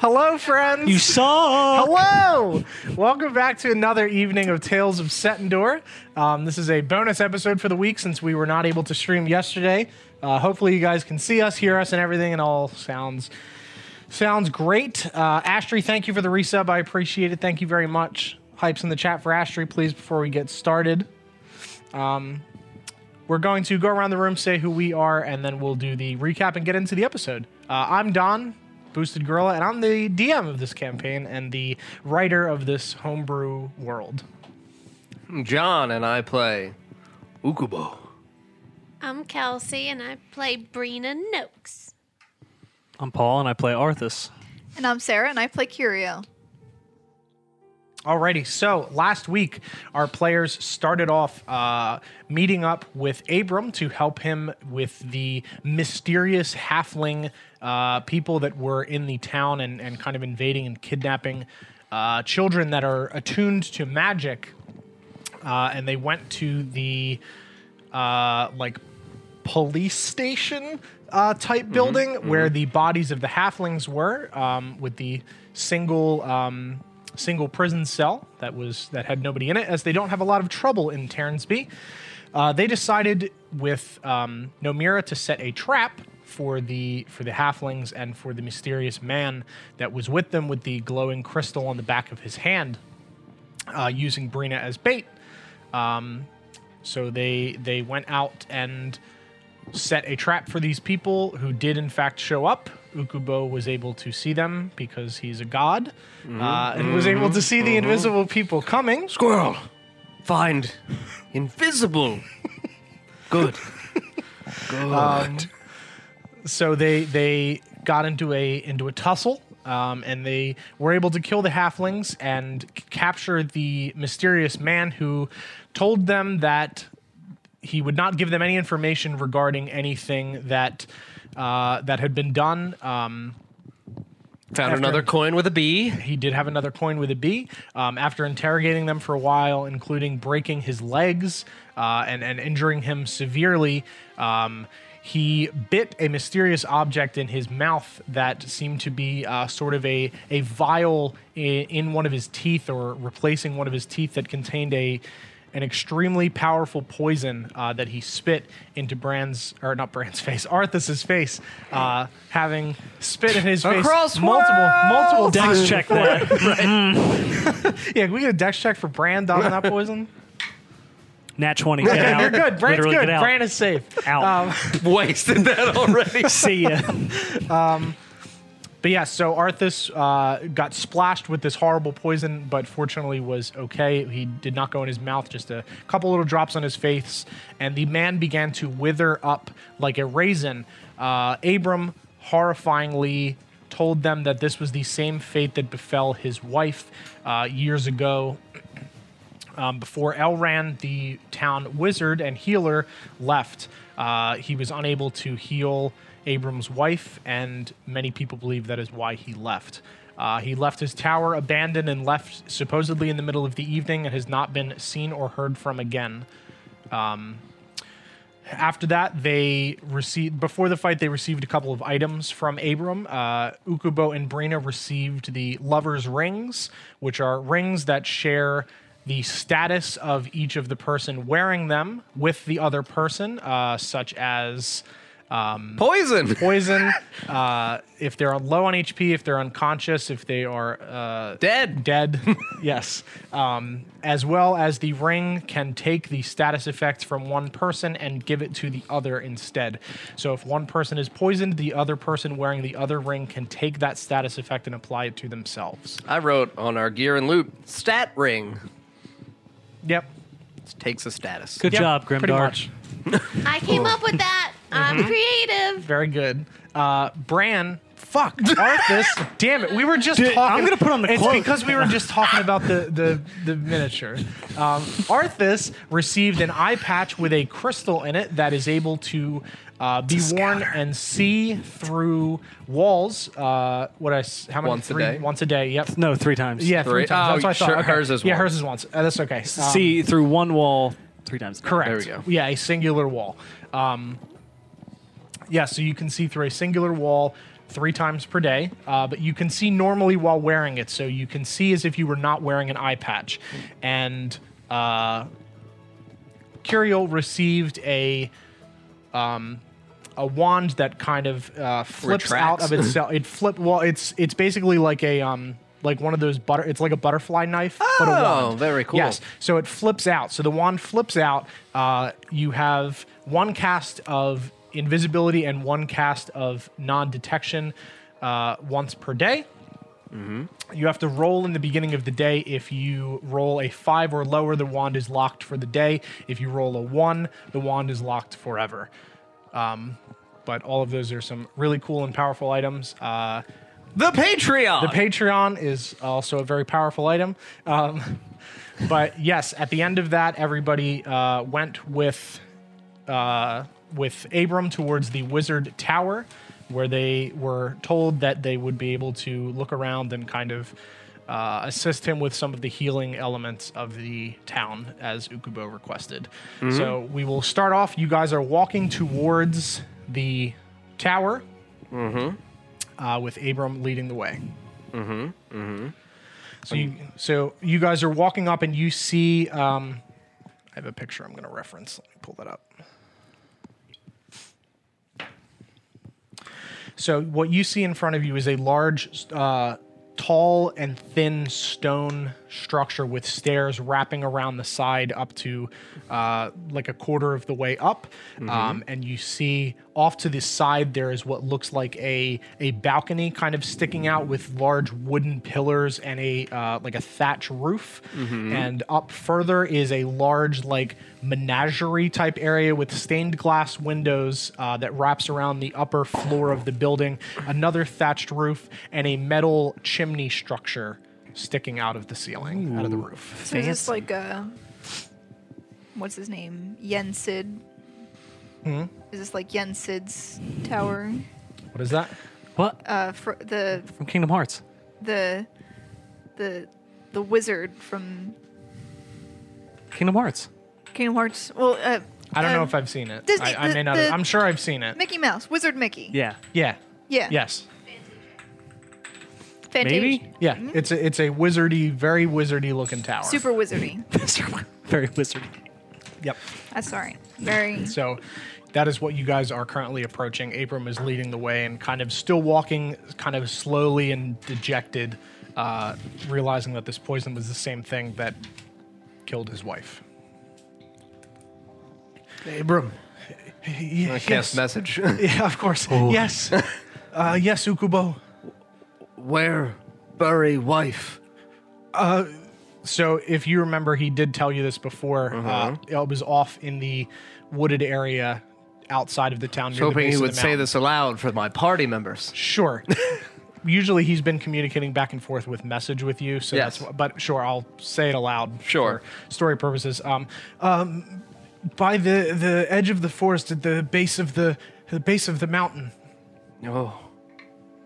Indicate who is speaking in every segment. Speaker 1: Hello, friends.
Speaker 2: You saw.
Speaker 1: Hello! Welcome back to another evening of Tales of Setendor. Um, this is a bonus episode for the week since we were not able to stream yesterday. Uh, hopefully, you guys can see us, hear us, and everything. It all sounds sounds great. Uh, Ashtray, thank you for the resub. I appreciate it. Thank you very much. Hypes in the chat for Ashtray, please, before we get started. Um, we're going to go around the room, say who we are, and then we'll do the recap and get into the episode. Uh, I'm Don, Boosted Gorilla, and I'm the DM of this campaign and the writer of this homebrew world.
Speaker 3: John and I play Ukubo.
Speaker 4: I'm Kelsey and I play Brina Noakes.
Speaker 2: I'm Paul, and I play Arthas.
Speaker 5: And I'm Sarah, and I play Curio.
Speaker 1: Alrighty, so last week our players started off uh, meeting up with Abram to help him with the mysterious halfling uh, people that were in the town and, and kind of invading and kidnapping uh, children that are attuned to magic. Uh, and they went to the uh, like police station uh, type building where the bodies of the halflings were, um, with the single um, single prison cell that was that had nobody in it, as they don't have a lot of trouble in Terransby. Uh, they decided with um, Nomira to set a trap for the for the halflings and for the mysterious man that was with them with the glowing crystal on the back of his hand, uh, using Brina as bait. Um, So they they went out and set a trap for these people who did in fact show up. Ukubo was able to see them because he's a god, uh, and was able to see the invisible people coming.
Speaker 3: Squirrel, find invisible. Good. Good.
Speaker 1: So they they got into a into a tussle. Um, and they were able to kill the halflings and c- capture the mysterious man who told them that he would not give them any information regarding anything that uh, that had been done. Um,
Speaker 3: Found another coin with a B.
Speaker 1: he did have another coin with a B. Um, after interrogating them for a while, including breaking his legs uh, and, and injuring him severely, um, he bit a mysterious object in his mouth that seemed to be uh, sort of a, a vial i- in one of his teeth or replacing one of his teeth that contained a an extremely powerful poison uh, that he spit into Brand's or not Brand's face, Arthas's face, uh, having spit in his face
Speaker 3: Across
Speaker 1: multiple multiple
Speaker 2: Dex
Speaker 1: times
Speaker 2: check that.
Speaker 1: yeah, can we get a dex check for Brand on that poison?
Speaker 2: Nat 20. Get out.
Speaker 1: You're good. Um, Brand's
Speaker 2: Literally,
Speaker 1: good.
Speaker 2: Get out.
Speaker 1: Brand is safe.
Speaker 2: out.
Speaker 3: Wasted that already.
Speaker 2: See ya.
Speaker 1: But yeah, so Arthas uh, got splashed with this horrible poison, but fortunately was okay. He did not go in his mouth, just a couple little drops on his face. And the man began to wither up like a raisin. Uh, Abram horrifyingly told them that this was the same fate that befell his wife uh, years ago um, before Elran, the town wizard and healer, left. Uh, he was unable to heal Abram's wife, and many people believe that is why he left. Uh, he left his tower abandoned and left supposedly in the middle of the evening and has not been seen or heard from again after that, they received before the fight. They received a couple of items from Abram. Uh, Ukubo and Brina received the lovers' rings, which are rings that share the status of each of the person wearing them with the other person, uh, such as
Speaker 3: Poison.
Speaker 1: poison, uh, if they're low on HP, if they're unconscious, if they are uh,
Speaker 3: Dead.
Speaker 1: dead. yes. Um, as well as the ring can take the status effect from one person and give it to the other instead. So if one person is poisoned, the other person wearing the other ring can take that status effect and apply it to themselves.
Speaker 3: I wrote on our gear and loot stat ring.
Speaker 1: Yep.
Speaker 3: It takes a status.
Speaker 2: Good
Speaker 1: Yep,
Speaker 2: job, Grimdark.
Speaker 1: pretty much.
Speaker 4: I came up with that. I'm creative.
Speaker 1: Mm-hmm. Very good. Uh, Bran. Fuck, Arthas! damn it, we were just
Speaker 2: Dude,
Speaker 1: talking.
Speaker 2: I'm gonna put on the
Speaker 1: It's
Speaker 2: cloak.
Speaker 1: because we were just talking about the the, the miniature. Um, Arthas received an eye patch with a crystal in it that is able to uh, be worn and see through walls. Uh, what I s- how many
Speaker 3: Once a
Speaker 1: three,
Speaker 3: day?
Speaker 1: Once a day. Yep.
Speaker 2: No, three times.
Speaker 1: Yeah, three,
Speaker 3: Three-
Speaker 1: times.
Speaker 3: oh,
Speaker 1: that's what I
Speaker 3: sure,
Speaker 1: thought. Okay.
Speaker 3: hers is
Speaker 1: yeah,
Speaker 3: once.
Speaker 1: hers is once. Uh, that's okay. Um,
Speaker 2: See through one wall three times.
Speaker 1: Correct.
Speaker 3: There we go.
Speaker 1: Yeah, a singular wall. Um, yeah, so you can see through a singular wall three times per day, uh, but you can see normally while wearing it, so you can see as if you were not wearing an eye patch. And uh, Curiel received a um, a wand that kind of uh, flips
Speaker 3: Retracts.
Speaker 1: out of itself. It flip. Well, it's it's basically like a um like one of those butter. It's like a butterfly knife, but a
Speaker 3: Oh,
Speaker 1: wand.
Speaker 3: very cool.
Speaker 1: Yes. So it flips out. So the wand flips out. Uh, you have one cast of invisibility and one cast of non-detection uh, once per day.
Speaker 3: Mm-hmm.
Speaker 1: You have to roll in the beginning of the day. If you roll a five or lower, the wand is locked for the day. If you roll a one, the wand is locked forever. Um, but all of those are some really cool and powerful items. Uh,
Speaker 3: The Patreon.
Speaker 1: the Patreon is also a very powerful item. Um, but yes, at the end of that, everybody uh, went with uh, with Abram towards the Wizard Tower, where they were told that they would be able to look around and kind of uh, assist him with some of the healing elements of the town, as Ukubo requested. So we will start off. You guys are walking towards the tower. Uh, with Abram leading the way. So you, so you guys are walking up and you see. Um, I have a picture I'm going to reference. Let me pull that up. So what you see in front of you is a large, uh, tall and thin stone structure with stairs wrapping around the side up to uh, like a quarter of the way up. Um, and you see off to the side there is what looks like a a balcony kind of sticking out with large wooden pillars and a uh, like a thatch roof. And up further is a large like menagerie type area with stained glass windows uh, that wraps around the upper floor of the building, another thatched roof, and a metal chimney structure sticking out of the ceiling, out of the roof.
Speaker 5: So is this like a what's his name? Yen Sid.
Speaker 1: Hmm?
Speaker 5: Is this like Yen Sid's tower?
Speaker 1: What is that?
Speaker 2: What?
Speaker 5: Uh, for the
Speaker 2: From Kingdom Hearts.
Speaker 5: the the the wizard from
Speaker 2: Kingdom Hearts.
Speaker 5: Kingdom Hearts. Well, uh,
Speaker 1: I don't know
Speaker 5: um,
Speaker 1: if I've seen it.
Speaker 5: Disney-
Speaker 1: I, I
Speaker 5: the-
Speaker 1: may not.
Speaker 5: the-
Speaker 1: have, I'm sure I've seen it.
Speaker 5: Mickey Mouse, Wizard Mickey.
Speaker 2: Yeah.
Speaker 1: yeah.
Speaker 5: Yeah.
Speaker 1: Yes.
Speaker 5: Fantasia.
Speaker 2: Maybe?
Speaker 1: Yeah. It's a it's a wizardy, very wizardy looking tower.
Speaker 5: Mm-hmm. Super wizardy.
Speaker 2: Very wizard.
Speaker 1: Yep.
Speaker 5: That's all right. Very.
Speaker 1: So that is what you guys are currently approaching. Abram is leading the way and kind of still walking, kind of slowly and dejected, uh, realizing that this poison was the same thing that killed his wife.
Speaker 3: Abram.
Speaker 1: Yes,
Speaker 3: Cast message.
Speaker 1: yeah, of course. Yes. Oh. Uh, yes, Ukubo.
Speaker 3: Where bury wife?
Speaker 1: So, if you remember, he did tell you this before.
Speaker 3: Uh-huh.
Speaker 1: Uh, it was off in the wooded area outside of the town. Near the
Speaker 3: Hoping
Speaker 1: base
Speaker 3: he
Speaker 1: of the
Speaker 3: would say
Speaker 1: mountain.
Speaker 3: this aloud for my party members.
Speaker 1: Sure. Usually he's been communicating back and forth with message with you, so
Speaker 3: Yes.
Speaker 1: that's. But sure, I'll say it aloud.
Speaker 3: Sure.
Speaker 1: For story purposes. Um, um, by the the edge of the forest, at the base of the the base of the mountain,
Speaker 3: Oh,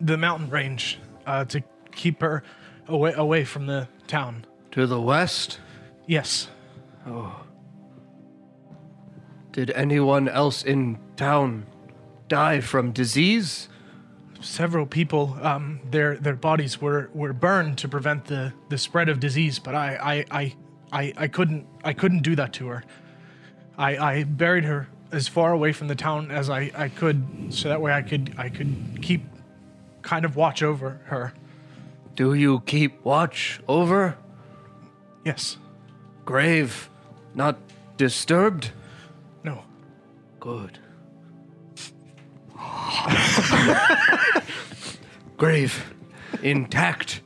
Speaker 1: the mountain range, uh, to keep her away away from the town.
Speaker 3: to the west.
Speaker 1: Yes.
Speaker 3: Did anyone else in town die from disease?
Speaker 1: several people um, their their bodies were, were burned to prevent the, the spread of disease but I, I, I, I, I couldn't I couldn't do that to her I, I buried her as far away from the town as I, I could so that way I could I could keep kind of watch over her
Speaker 3: Do you keep watch over
Speaker 1: yes
Speaker 3: grave? Not disturbed?
Speaker 1: no
Speaker 3: Good. Grave. Intact.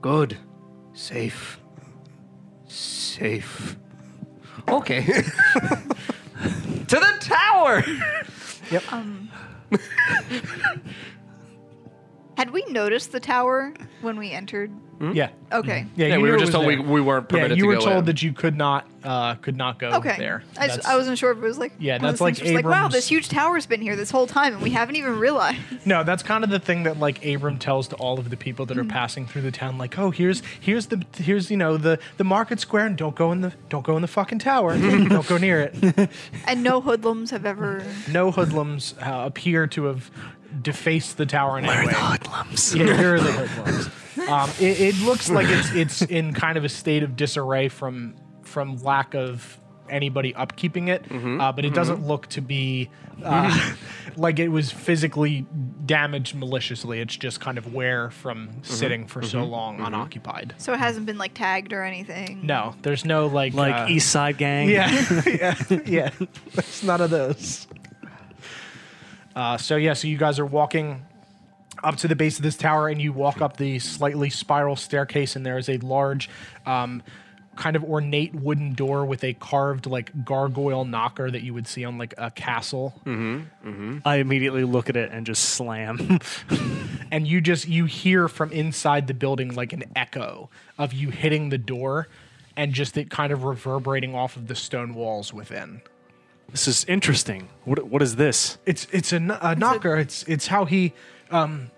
Speaker 3: Good. Safe. Safe. Okay. to the tower!
Speaker 5: Had we noticed the tower when we entered?
Speaker 1: Yeah. Mm-hmm.
Speaker 5: Okay.
Speaker 1: Yeah,
Speaker 3: Hmm? Yeah,
Speaker 1: you
Speaker 3: we
Speaker 1: knew
Speaker 3: were
Speaker 1: it
Speaker 3: just
Speaker 1: was
Speaker 3: told we,
Speaker 1: there.
Speaker 3: we weren't
Speaker 1: Yeah,
Speaker 3: permitted
Speaker 1: you
Speaker 3: to
Speaker 1: were
Speaker 3: go
Speaker 1: told
Speaker 3: in.
Speaker 1: that you could not uh, could not go
Speaker 5: Okay.
Speaker 1: there.
Speaker 5: I, just,
Speaker 1: That's-
Speaker 5: I wasn't sure if it was like
Speaker 1: Yeah,
Speaker 5: one of
Speaker 1: that's
Speaker 5: those things
Speaker 1: like
Speaker 5: where it's like wow,
Speaker 1: Abrams-
Speaker 5: this huge tower's been here this whole time and we haven't even realized.
Speaker 1: No, that's kind of the thing that like Abram tells to all of the people that are passing through the town. Like, oh, here's here's the here's you know the the market square, and don't go in the don't go in the fucking tower, don't go near it.
Speaker 5: and no hoodlums have ever.
Speaker 1: No hoodlums uh, appear to have defaced the tower in any way.
Speaker 2: hoodlums.
Speaker 1: Yeah, here are the hoodlums. Um, it, it looks like it's it's in kind of a state of disarray from from lack of anybody upkeeping it, uh, but it doesn't look to be uh, like it was physically damaged maliciously. It's just kind of wear from sitting for so long unoccupied.
Speaker 5: So it hasn't been like tagged or anything.
Speaker 1: No, there's no like
Speaker 2: Like
Speaker 1: uh,
Speaker 2: East Side Gang.
Speaker 1: yeah, yeah, yeah. It's none of those. Uh, so yeah, so you guys are walking up to the base of this tower, and you walk up the slightly spiral staircase, and there is a large, um, kind of ornate wooden door with a carved like gargoyle knocker that you would see on like a castle.
Speaker 2: I immediately look at it and just slam.
Speaker 1: and you just you hear from inside the building like an echo of you hitting the door and just it kind of reverberating off of the stone walls within
Speaker 2: this is interesting. What what is this?
Speaker 1: it's it's a, kn- a knocker it's it's how he um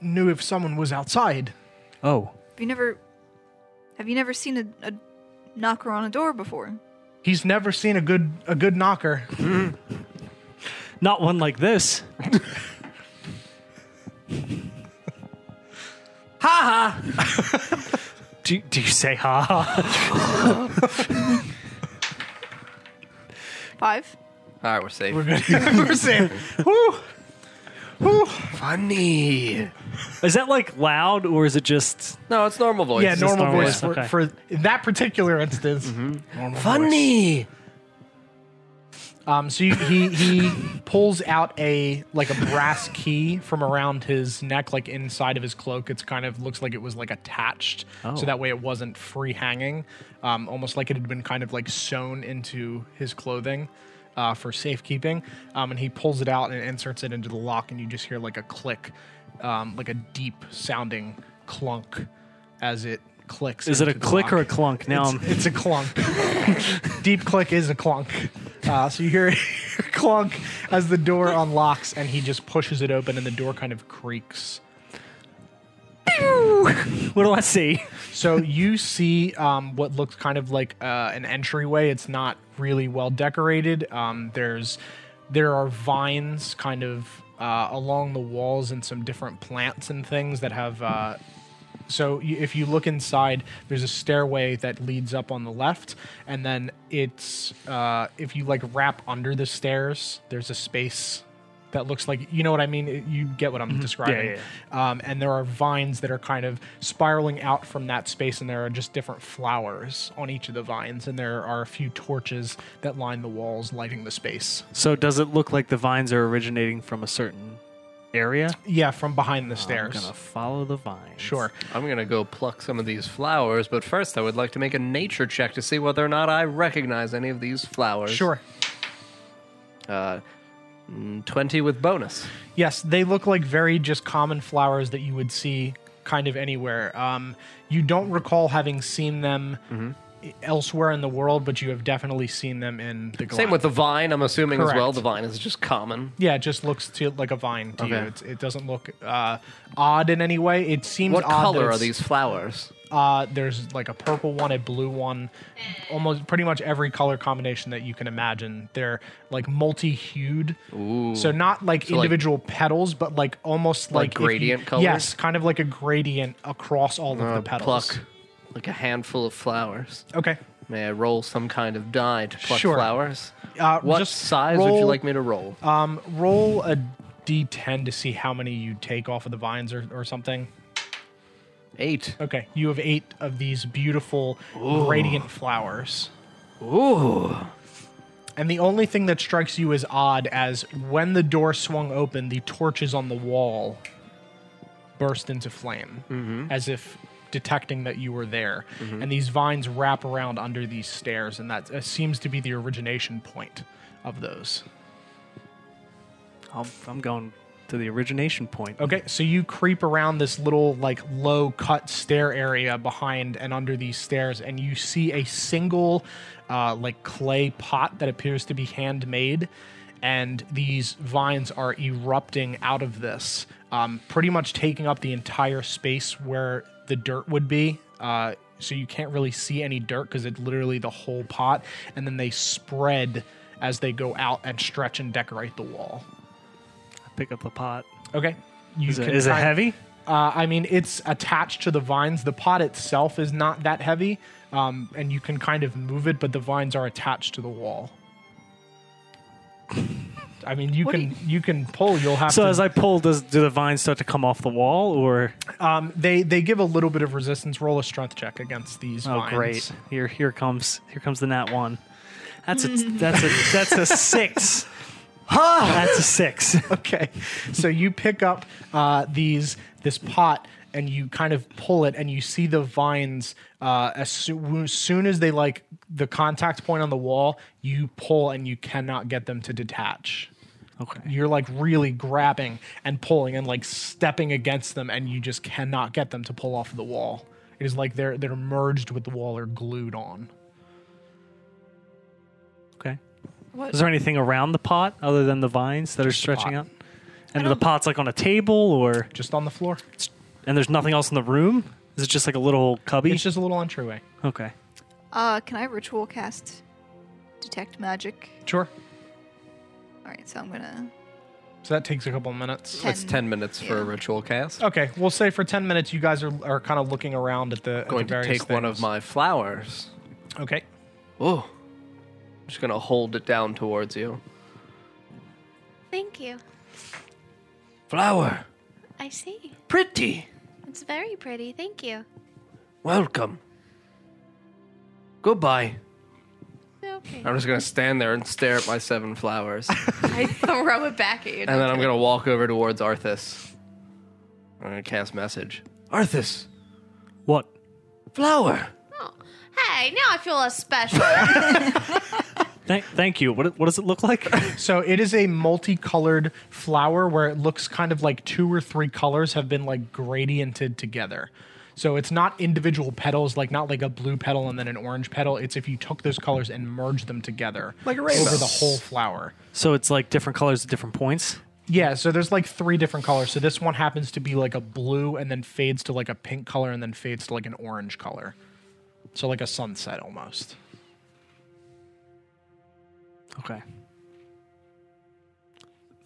Speaker 1: knew if someone was outside
Speaker 2: Oh.
Speaker 5: Have you never? Have you never seen a, a knocker on a door before?
Speaker 1: he's never seen a good a good knocker
Speaker 2: Not one like this. ha ha. do, do you say ha ha?
Speaker 5: Five.
Speaker 3: All right, we're safe.
Speaker 1: we're good we're safe Whew. Whew.
Speaker 3: Funny.
Speaker 2: Is that like loud or is it just
Speaker 3: No, it's normal voice.
Speaker 1: yeah normal
Speaker 2: normal
Speaker 1: voice
Speaker 2: voice,
Speaker 1: for,
Speaker 2: okay.
Speaker 1: for in that particular instance normal voice.
Speaker 3: Funny.
Speaker 1: Um, so you, he he pulls out a like a brass key from around his neck, like inside of his cloak. It's kind of looks like it was like attached,
Speaker 2: Oh.
Speaker 1: so that way it wasn't free hanging, um, almost like it had been kind of like sewn into his clothing uh, for safekeeping. Um, and he pulls it out and inserts it into the lock, and you just hear like a click, um, like a deep sounding clunk as it clicks.
Speaker 2: is it a
Speaker 1: into the
Speaker 2: click or a
Speaker 1: lock.
Speaker 2: clunk? Now um, I'm
Speaker 1: It's a clunk. Deep click is a clunk. Uh, so you hear a clunk as the door unlocks and he just pushes it open and the door kind of creaks.
Speaker 2: what do I see?
Speaker 1: So you see um, what looks kind of like uh, an entryway. It's not really well decorated. Um, there's there are vines kind of uh, along the walls and some different plants and things that have. Uh, so y- if you look inside, there's a stairway that leads up on the left, and then it's uh, if you like wrap under the stairs, there's a space that looks like you know what I mean. It- You get what I'm describing.
Speaker 2: Mm-hmm. yeah,
Speaker 1: Um, and there are vines that are kind of spiraling out from that space, and there are just different flowers on each of the vines, and there are a few torches that line the walls, lighting the space.
Speaker 2: So does it look like the vines are originating from a certain area?
Speaker 1: Yeah, from behind the
Speaker 2: Oh, I'm
Speaker 1: stairs.
Speaker 2: gonna follow the vines.
Speaker 1: Sure.
Speaker 3: I'm gonna go pluck some of these flowers, but first I would like to make a nature check to see whether or not I recognize any of these flowers.
Speaker 1: Sure.
Speaker 3: Uh, mm, Twenty with bonus.
Speaker 1: Yes, they look like very just common flowers that you would see kind of anywhere. Um, you don't recall having seen them
Speaker 3: Mm-hmm.
Speaker 1: elsewhere in the world, but you have definitely seen them in the
Speaker 3: Same
Speaker 1: Galactic-
Speaker 3: with the vine. I'm assuming as well.
Speaker 1: Correct.
Speaker 3: The vine is just common.
Speaker 1: Yeah, it just looks to like a vine to you.
Speaker 3: Okay.
Speaker 1: It's, it doesn't look uh, odd in any way. It seems
Speaker 3: What
Speaker 1: odd that
Speaker 3: color are
Speaker 1: it's-
Speaker 3: these flowers?
Speaker 1: Uh, there's like a purple one, a blue one, almost pretty much every color combination that you can imagine. They're like multi-hued, so not like
Speaker 3: like-
Speaker 1: individual petals, but like almost like,
Speaker 3: Like
Speaker 1: if you-
Speaker 3: gradient colors? Oh,
Speaker 1: Yes, kind of like a gradient across all of the petals.
Speaker 3: Pluck like a handful of flowers.
Speaker 1: Okay,
Speaker 3: May I roll some kind of die to pluck
Speaker 1: Sure.
Speaker 3: flowers?
Speaker 1: Uh,
Speaker 3: what
Speaker 1: just
Speaker 3: size would you
Speaker 1: roll-
Speaker 3: like me to roll?
Speaker 1: um, roll a d10 to see how many you take off of the vines or, or something.
Speaker 3: Eight.
Speaker 1: Okay, you have eight of these beautiful radiant flowers.
Speaker 3: Ooh.
Speaker 1: And the only thing that strikes you as odd as when the door swung open, the torches on the wall burst into flame as if detecting that you were there. And these vines wrap around under these stairs, and that uh, seems to be the origination point of those.
Speaker 2: I'm, I'm going to the origination point.
Speaker 1: Okay, so you creep around this little like low cut stair area behind and under these stairs, and you see a single uh, like clay pot that appears to be handmade, and these vines are erupting out of this, um, pretty much taking up the entire space where the dirt would be. Uh, so you can't really see any dirt because it's literally the whole pot, and then they spread as they go out and stretch and decorate the wall.
Speaker 2: I pick up the pot.
Speaker 1: Okay. You
Speaker 2: Is it,
Speaker 1: can
Speaker 2: is it
Speaker 1: try-
Speaker 2: heavy?
Speaker 1: uh, I mean, it's attached to the vines. The pot itself is not that heavy, um, and you can kind of move it, but the vines are attached to the wall. I mean, you
Speaker 5: What do
Speaker 1: can you, can pull. You'll have
Speaker 2: So
Speaker 1: to.
Speaker 2: as I pull, does do the vines start to come off the wall, or
Speaker 1: um, they they give a little bit of resistance. Roll a strength check against these
Speaker 2: oh
Speaker 1: vines.
Speaker 2: great, here here comes here comes the nat one. That's a that's a that's a six.
Speaker 1: Ah!
Speaker 2: Ha! That's a six.
Speaker 1: Okay, so you pick up uh, these this pot and you kind of pull it, and you see the vines. Uh, as soo- soon as they like the contact point on the wall, you pull and you cannot get them to detach.
Speaker 2: Okay.
Speaker 1: you're like really grabbing and pulling and like stepping against them and you just cannot get them to pull off the wall it is like they're they're merged with the wall or glued on
Speaker 2: Okay.
Speaker 5: What?
Speaker 2: Is there anything around the pot other than the vines that are stretching
Speaker 1: pot.
Speaker 2: out? And the pot's like on a table, or
Speaker 1: just on the floor
Speaker 2: and there's nothing else in the room. Is it just like a little cubby?
Speaker 1: it's just a little entryway
Speaker 2: okay.
Speaker 5: Uh, can I ritual cast detect magic?
Speaker 1: sure
Speaker 5: All right, so I'm gonna.
Speaker 1: so that takes a couple of minutes
Speaker 5: Ten.
Speaker 3: It's 10 minutes for a
Speaker 5: Yeah.
Speaker 3: ritual cast.
Speaker 1: okay we'll say for 10 minutes you guys are, are kind of looking around at the at the
Speaker 3: going to
Speaker 1: various
Speaker 3: take one of
Speaker 1: things.
Speaker 3: my flowers.
Speaker 1: okay
Speaker 3: Oh. Just going to hold it down towards you.
Speaker 4: Thank you.
Speaker 3: Flower,
Speaker 4: I see.
Speaker 3: pretty,
Speaker 4: It's very pretty. Thank you.
Speaker 3: welcome. Goodbye.
Speaker 4: Okay.
Speaker 3: I'm just going to stand there and stare at my seven flowers. and
Speaker 5: I throw it back at you.
Speaker 3: then I'm going to walk over towards Arthas. I'm going to cast message. Arthas,
Speaker 2: What?
Speaker 3: flower.
Speaker 4: Oh, hey, now I feel less special.
Speaker 2: Thank, thank you. What, what does it look like?
Speaker 1: So it is a multicolored flower where it looks kind of like two or three colors have been like gradiented together. So it's not individual petals, like not like a blue petal and then an orange petal. It's if you took those colors and merged them together, like a rainbow, over the whole flower.
Speaker 2: so it's like different colors at different points.
Speaker 1: Yeah. So there's like three different colors. So this one happens to be like a blue and then fades to like a pink color and then fades to like an orange color. So like a sunset almost.
Speaker 2: Okay.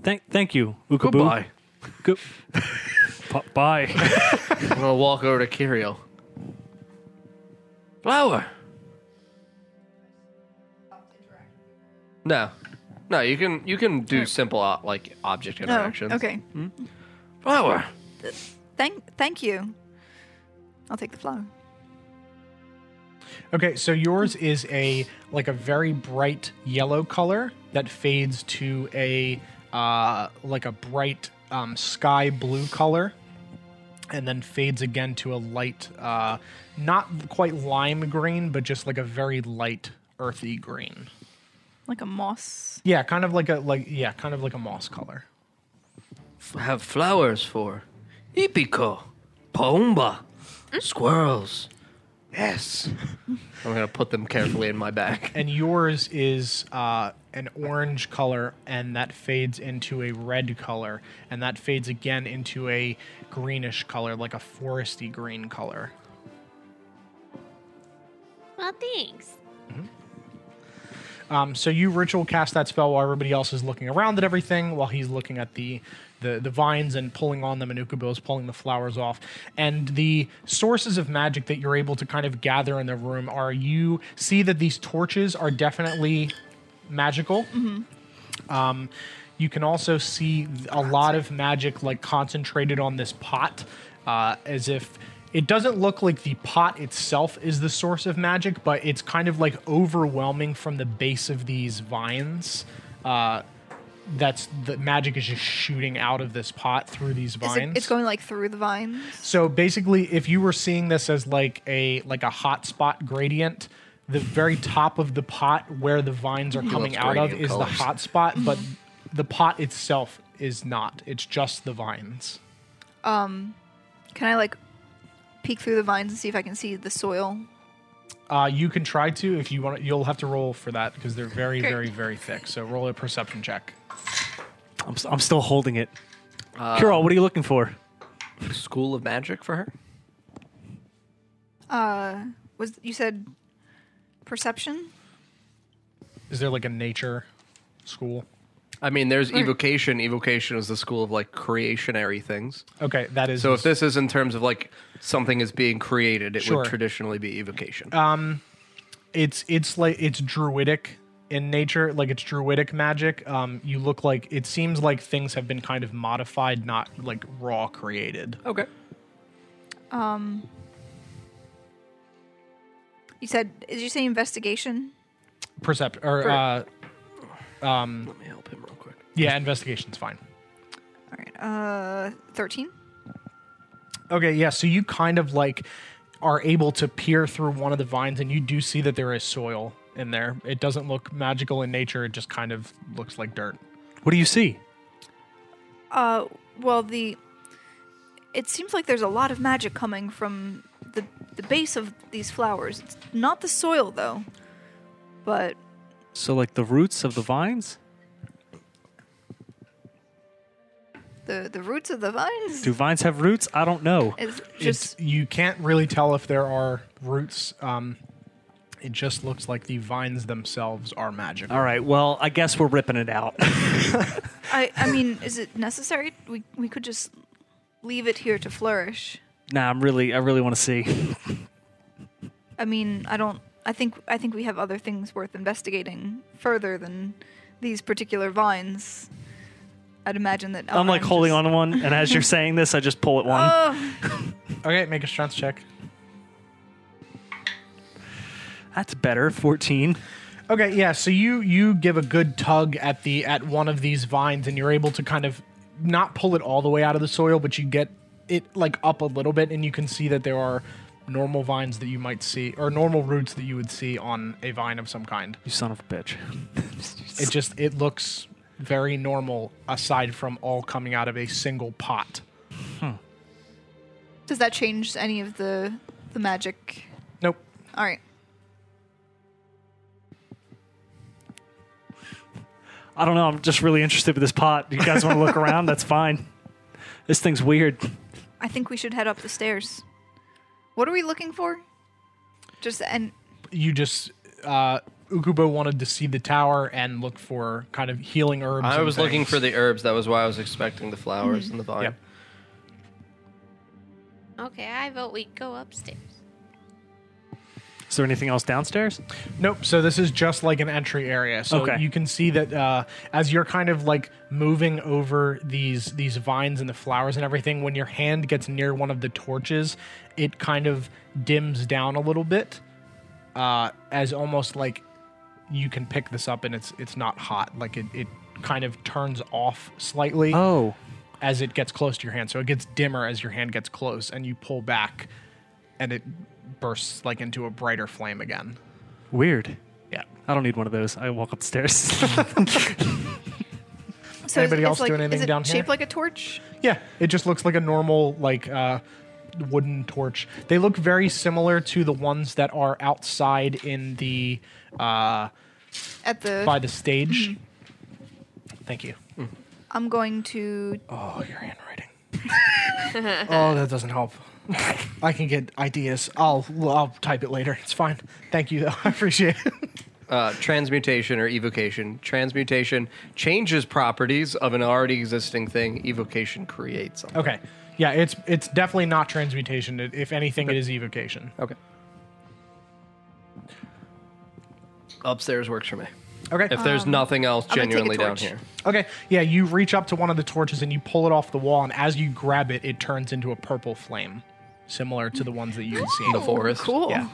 Speaker 2: Thank thank you, Ukaboo.
Speaker 3: Goodbye.
Speaker 2: Good. Bu- bye.
Speaker 3: I'm going to walk over to Kiriel. Flower. No. No, you can you can do simple uh, like object
Speaker 5: No.
Speaker 3: interactions.
Speaker 5: Okay.
Speaker 3: Flower.
Speaker 5: Thank. Thank you. I'll take the flower.
Speaker 1: Okay, so yours is a like a very bright yellow color that fades to a uh, like a bright um, sky blue color, and then fades again to a light, uh, not quite lime green, but just like a very light earthy green.
Speaker 5: Like a moss.
Speaker 1: Yeah, kind of like a like yeah, kind of like a moss color.
Speaker 3: have flowers for Ipiko, Paumba, Hmm? squirrels. Yes. I'm gonna put them carefully in my bag.
Speaker 1: and yours is uh, an orange color, and that fades into a red color, and that fades again into a greenish color, like a foresty green color.
Speaker 4: well, thanks.
Speaker 1: Um, so you ritual cast that spell while everybody else is looking around at everything, while he's looking at the the, the vines and pulling on them, and Ukubo is pulling the flowers off. And the sources of magic that you're able to kind of gather in the room are you see that these torches are definitely magical. Um, you can also see a lot of magic like concentrated on this pot, uh, as if it doesn't look like the pot itself is the source of magic, but it's kind of like overwhelming from the base of these vines. Uh, that's the magic is just shooting out of this pot through these
Speaker 5: Is
Speaker 1: vines.
Speaker 5: it, it's going like through the vines.
Speaker 1: So basically, if you were seeing this as like a like a hotspot gradient, the very top of the pot where the vines are coming
Speaker 3: loves
Speaker 1: out of
Speaker 3: gradient
Speaker 1: is the
Speaker 3: colors.
Speaker 1: hotspot, but the pot itself is not. It's just the vines.
Speaker 5: Can I like peek through the vines and see if I can see the soil?
Speaker 1: Uh, you can try to if you want. You'll have to roll for that because they're very,
Speaker 5: Great.
Speaker 1: very, very thick. So roll a perception check.
Speaker 2: I'm, s- I'm still holding it. Carol, what are you looking for?
Speaker 3: School of Magic for her?
Speaker 5: Uh, was you said perception?
Speaker 1: Is there like a nature school?
Speaker 3: I mean, there's evocation. Evocation is the school of like creationary things.
Speaker 1: Okay, that is.
Speaker 3: So if this is in terms of like something is being created, it
Speaker 1: Sure.
Speaker 3: would traditionally be evocation.
Speaker 1: it's it's like it's druidic in nature, like it's druidic magic. Um, you look like it seems like things have been kind of modified, not like raw created.
Speaker 3: okay.
Speaker 5: Um, you said did you say investigation?
Speaker 1: Percept or uh,
Speaker 3: Let me help him real quick.
Speaker 1: yeah, investigation's fine.
Speaker 5: All right. Uh, thirteen.
Speaker 1: Okay, yeah. So you kind of like are able to peer through one of the vines, and you do see that there is soil in there. It doesn't look magical in nature; it just kind of looks like dirt.
Speaker 2: What do you see?
Speaker 5: Uh, well, the it seems like there's a lot of magic coming from the the base of these flowers. It's not the soil though, but
Speaker 2: So, like the roots of the vines?
Speaker 5: the the roots of the vines.
Speaker 2: Do vines have roots? I don't know.
Speaker 5: It's just
Speaker 1: It's you can't really tell if there are roots. Um, it just looks like the vines themselves are magical.
Speaker 2: All right, well, I guess we're ripping it out.
Speaker 5: I I mean, is it necessary? We we could just leave it here to flourish.
Speaker 2: nah, I'm really, I really want to see.
Speaker 5: I mean, I don't. I think I think we have other things worth investigating further than these particular vines. I'd imagine that.
Speaker 2: I'm like
Speaker 5: Elrond
Speaker 2: holding
Speaker 5: just-
Speaker 2: on to one, and as you're saying this, I just pull at one.
Speaker 5: Oh,
Speaker 1: Okay, make a strength check.
Speaker 2: That's better. 14.
Speaker 1: Okay, yeah. So you you give a good tug at the at one of these vines, and you're able to kind of not pull it all the way out of the soil, but you get it like up a little bit, and you can see that there are normal vines that you might see or normal roots that you would see on a vine of some kind.
Speaker 2: You son of a bitch.
Speaker 1: It just it looks very normal aside from all coming out of a single pot.
Speaker 5: does that change any of the the magic?
Speaker 1: Nope.
Speaker 5: All right.
Speaker 2: I don't know. I'm just really interested with this pot. You guys want to look around? That's fine. This thing's weird.
Speaker 5: I think we should head up the stairs. What are we looking for? Just and
Speaker 1: You just uh Ukubo wanted to see the tower and look for kind of healing herbs.
Speaker 3: I
Speaker 1: and
Speaker 3: was looking
Speaker 1: things.
Speaker 3: for the herbs. That was why I was expecting the flowers and the vine.
Speaker 1: Yep.
Speaker 4: Okay, I vote we go upstairs.
Speaker 2: Is there anything else downstairs?
Speaker 1: Nope. So this is just like an entry area. So
Speaker 2: Okay.
Speaker 1: you can see that uh, as you're kind of like moving over these these vines and the flowers and everything, when your hand gets near one of the torches, it kind of dims down a little bit, uh, as almost like you can pick this up and it's it's not hot. Like it it kind of turns off slightly
Speaker 2: Oh.
Speaker 1: as it gets close to your hand. So it gets dimmer as your hand gets close, and you pull back, and it bursts like into a brighter flame again.
Speaker 2: Weird.
Speaker 1: Yeah.
Speaker 2: I don't need one of those. I walk upstairs.
Speaker 5: so is-
Speaker 1: Anybody
Speaker 5: it's
Speaker 1: else
Speaker 5: like,
Speaker 1: doing anything
Speaker 5: is it
Speaker 1: down here?
Speaker 5: Shaped like a torch.
Speaker 1: Yeah, it just looks like a normal like uh, wooden torch. They look very similar to the ones that are outside in the uh,
Speaker 5: At the
Speaker 1: by the stage. Thank you.
Speaker 5: I'm going to.
Speaker 1: Oh, your handwriting. oh, that doesn't help. I can get ideas. I'll I'll type it later. It's fine. Thank you though. I appreciate it.
Speaker 3: Uh, transmutation or evocation. Transmutation changes properties of an already existing thing. Evocation creates something.
Speaker 1: Okay. Yeah, it's it's definitely not transmutation. It- If anything, it is evocation.
Speaker 3: Okay. Upstairs works for me.
Speaker 1: Okay.
Speaker 3: If there's nothing else
Speaker 5: Um, gonna take a
Speaker 3: genuinely down
Speaker 5: torch.
Speaker 3: here.
Speaker 1: Okay, yeah, you reach up to one of the torches and you pull it off the wall, and as you grab it, it turns into a purple flame, similar to the ones that you had seen.
Speaker 3: The forest.
Speaker 5: Cool.
Speaker 1: Yeah.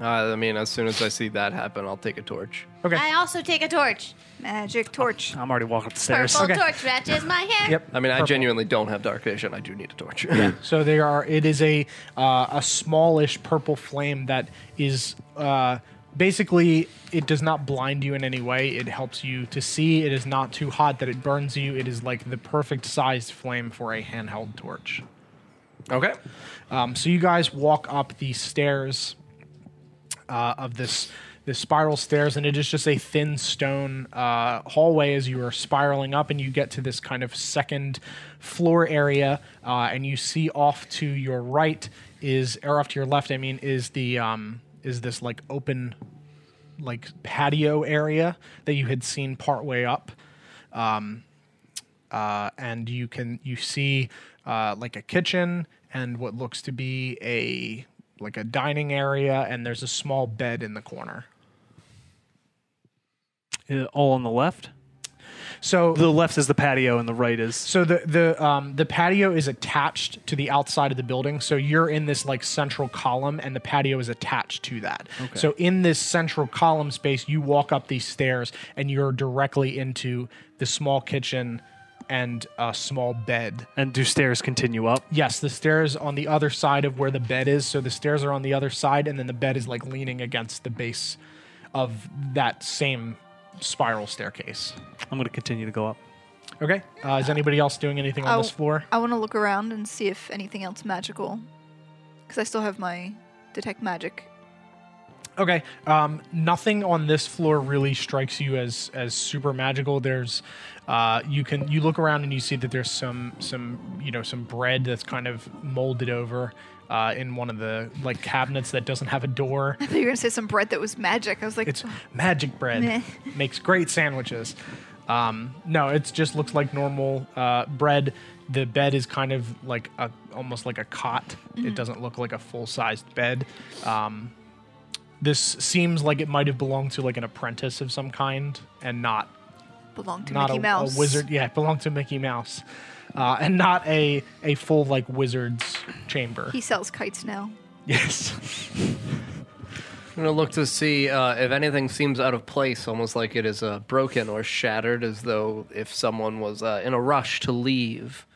Speaker 3: Uh, I mean, as soon as I see that happen, I'll take a torch.
Speaker 1: Okay.
Speaker 4: I also take a torch.
Speaker 5: Magic torch.
Speaker 2: I'm already walking upstairs.
Speaker 4: Purple
Speaker 1: Okay.
Speaker 4: torch matches my hair.
Speaker 1: Yep.
Speaker 3: I mean, I
Speaker 1: Purple.
Speaker 3: genuinely don't have dark vision. I do need a torch.
Speaker 1: So there are. It is a uh, a smallish purple flame that is uh, basically it does not blind you in any way it helps you to see it is not too hot that it burns you it is like the perfect sized flame for a handheld torch
Speaker 3: Okay.
Speaker 1: um, so you guys walk up the stairs uh, of this this spiral stairs, and it is just a thin stone uh, hallway as you are spiraling up, and you get to this kind of second floor area, uh, and you see off to your right is or off to your left, I mean, is the um, is this like open like patio area that you had seen partway up uh, and you can you see uh, like a kitchen and what looks to be a like a dining area and there's a small bed in the corner
Speaker 2: Uh, all on the left.
Speaker 1: so
Speaker 2: The left is the patio, and the right is
Speaker 1: so the the um, the patio is attached to the outside of the building so you're in this like central column and the patio is attached to that so in this central column space you walk up these stairs and you're directly into the small kitchen and a small bed
Speaker 2: and do stairs continue up.
Speaker 1: Yes, the stairs on the other side of where the bed is. So the stairs are on the other side, and then the bed is like leaning against the base of that same spiral staircase.
Speaker 2: I'm going to continue to go up.
Speaker 1: Okay. Uh, is anybody else doing anything on
Speaker 5: I
Speaker 1: this
Speaker 5: w-
Speaker 1: floor?
Speaker 5: I want to look around and see if anything else magical, because I still have my detect magic.
Speaker 1: Okay. Um, nothing on this floor really strikes you as as super magical. There's, uh, you can you look around and you see that there's some some you know some bread that's kind of molded over. Uh, in one of the like cabinets that doesn't have a door,
Speaker 5: I thought you were gonna say some bread that was magic. I was like, "Oh,
Speaker 1: It's magic bread.
Speaker 5: Meh.
Speaker 1: Makes great sandwiches. Um, no, it just looks like normal uh, bread. The bed is kind of like a almost like a cot.
Speaker 5: Mm-hmm.
Speaker 1: It doesn't look like a full sized bed. Um, this seems like it might have belonged to like an apprentice of some kind, and not
Speaker 5: belonged to
Speaker 1: not
Speaker 5: Mickey
Speaker 1: a,
Speaker 5: Mouse.
Speaker 1: a wizard. Yeah, it belonged to Mickey Mouse, uh, and not a a full like wizard's chamber.
Speaker 5: He sells kites now.
Speaker 1: yes.
Speaker 3: I'm gonna look to see uh, if anything seems out of place, almost like it is uh, broken or shattered, as though if someone was uh, in a rush to leave,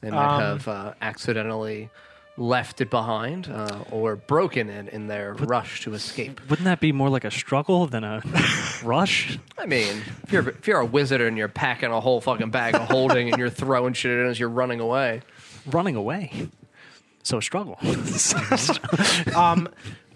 Speaker 3: they might have uh, accidentally left it behind uh, or broken it in their rush to escape.
Speaker 2: Wouldn't that be more like a struggle than a rush?
Speaker 3: I mean, if you're if you're a wizard and you're packing a whole fucking bag of holding and you're throwing shit in as you're running away,
Speaker 2: Running away. So a struggle.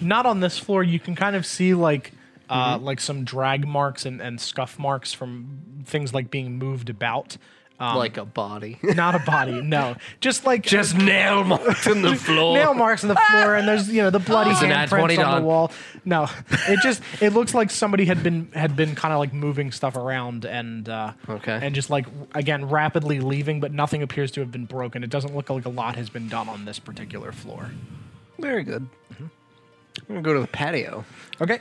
Speaker 1: not on this floor. You can kind of see like uh,
Speaker 3: Mm-hmm.
Speaker 1: like some drag marks and, and scuff marks from things like being moved about. Um,
Speaker 3: like a body,
Speaker 1: not a body, no, just like uh,
Speaker 3: just nail marks in the floor.
Speaker 1: nail marks on the floor, and there's you know the bloody
Speaker 3: It's an ad
Speaker 1: handprints on
Speaker 3: $20.
Speaker 1: the wall. No, it just it looks like somebody had been had been kind of like moving stuff around and uh,
Speaker 3: Okay.
Speaker 1: and just like again rapidly leaving, but nothing appears to have been broken. It doesn't look like a lot has been done on this particular floor.
Speaker 3: Very good. Mm-hmm. I'm gonna go to the patio.
Speaker 1: Okay.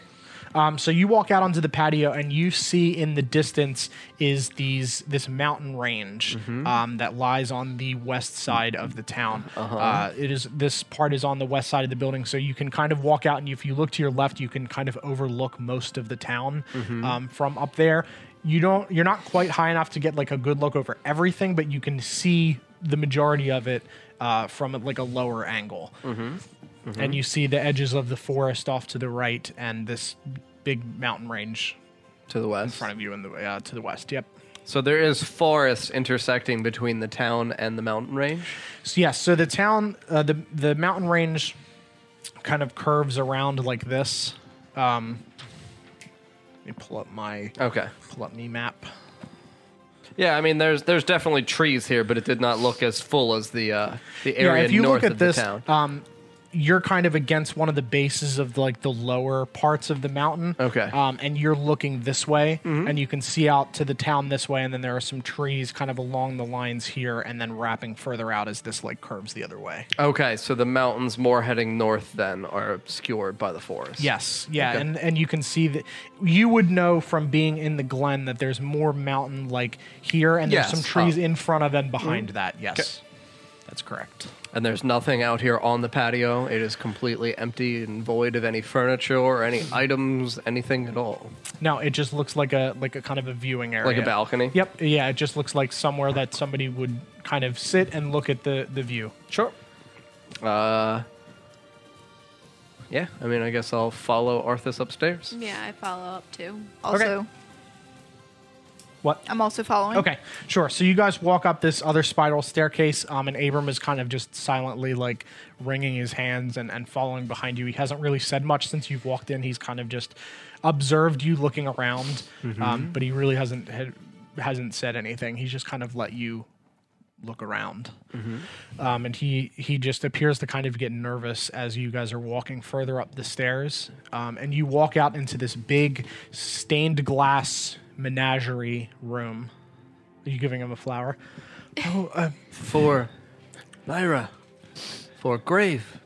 Speaker 1: Um, so you walk out onto the patio and you see in the distance is these this mountain range um, that lies on the west side of the town. Uh, it is this part is on the west side of the building, so you can kind of walk out and if you look to your left, you can kind of overlook most of the town um, from up there. You don't you're not quite high enough to get like a good look over everything, but you can see the majority of it uh, from like a lower angle and you see the edges of the forest off to the right and this big mountain range
Speaker 3: To the west.
Speaker 1: in front of you in the uh, to the west. Yep.
Speaker 3: So there is forest intersecting between the town and the mountain range.
Speaker 1: So yes, so the town uh, the the mountain range kind of curves around like this. Um, let me pull up my
Speaker 3: Okay.
Speaker 1: pull up me map.
Speaker 3: Yeah, I mean, there's there's definitely trees here, but it did not look as full as the uh, the area
Speaker 1: yeah, if you
Speaker 3: north
Speaker 1: look at
Speaker 3: of
Speaker 1: this,
Speaker 3: the town.
Speaker 1: um, you're kind of against one of the bases of like the lower parts of the mountain.
Speaker 3: Okay. Mm-hmm.
Speaker 1: Um, and you're looking this way, and you can see out to the town this way, and then there are some trees kind of along the lines here, and then wrapping further out as this like curves the other way.
Speaker 3: okay, so the mountains more heading north then are obscured by the forest.
Speaker 1: Yes, yeah,
Speaker 3: Okay.
Speaker 1: and and you can see that you would know from being in the glen that there's more mountain like here, and
Speaker 3: Yes,
Speaker 1: there's some trees
Speaker 3: oh. Mm-hmm.
Speaker 1: in front of and behind that. Yes, that's correct.
Speaker 3: And there's nothing out here on the patio. It is completely empty and void of any furniture or any items, anything at all.
Speaker 1: No, it just looks like a like a kind of a viewing area,
Speaker 3: Like a balcony?
Speaker 1: Yep. Yeah, it just looks like somewhere that somebody would kind of sit and look at the the view.
Speaker 3: Sure. Uh, yeah, I mean, I guess I'll follow Arthas upstairs.
Speaker 6: Yeah, I follow up too.
Speaker 5: Also,
Speaker 1: What?
Speaker 5: I'm also following.
Speaker 1: Okay, sure. So you guys walk up this other spiral staircase, um, and Abram is kind of just silently like wringing his hands and, and following behind you. He hasn't really said much since you've walked in. He's kind of just observed you looking around, um, but he really hasn't had, hasn't said anything. He's just kind of let you look around, um, and he he just appears to kind of get nervous as you guys are walking further up the stairs, um, and you walk out into this big stained glass menagerie room. Are you giving him a flower?
Speaker 3: For Lyra. For grave.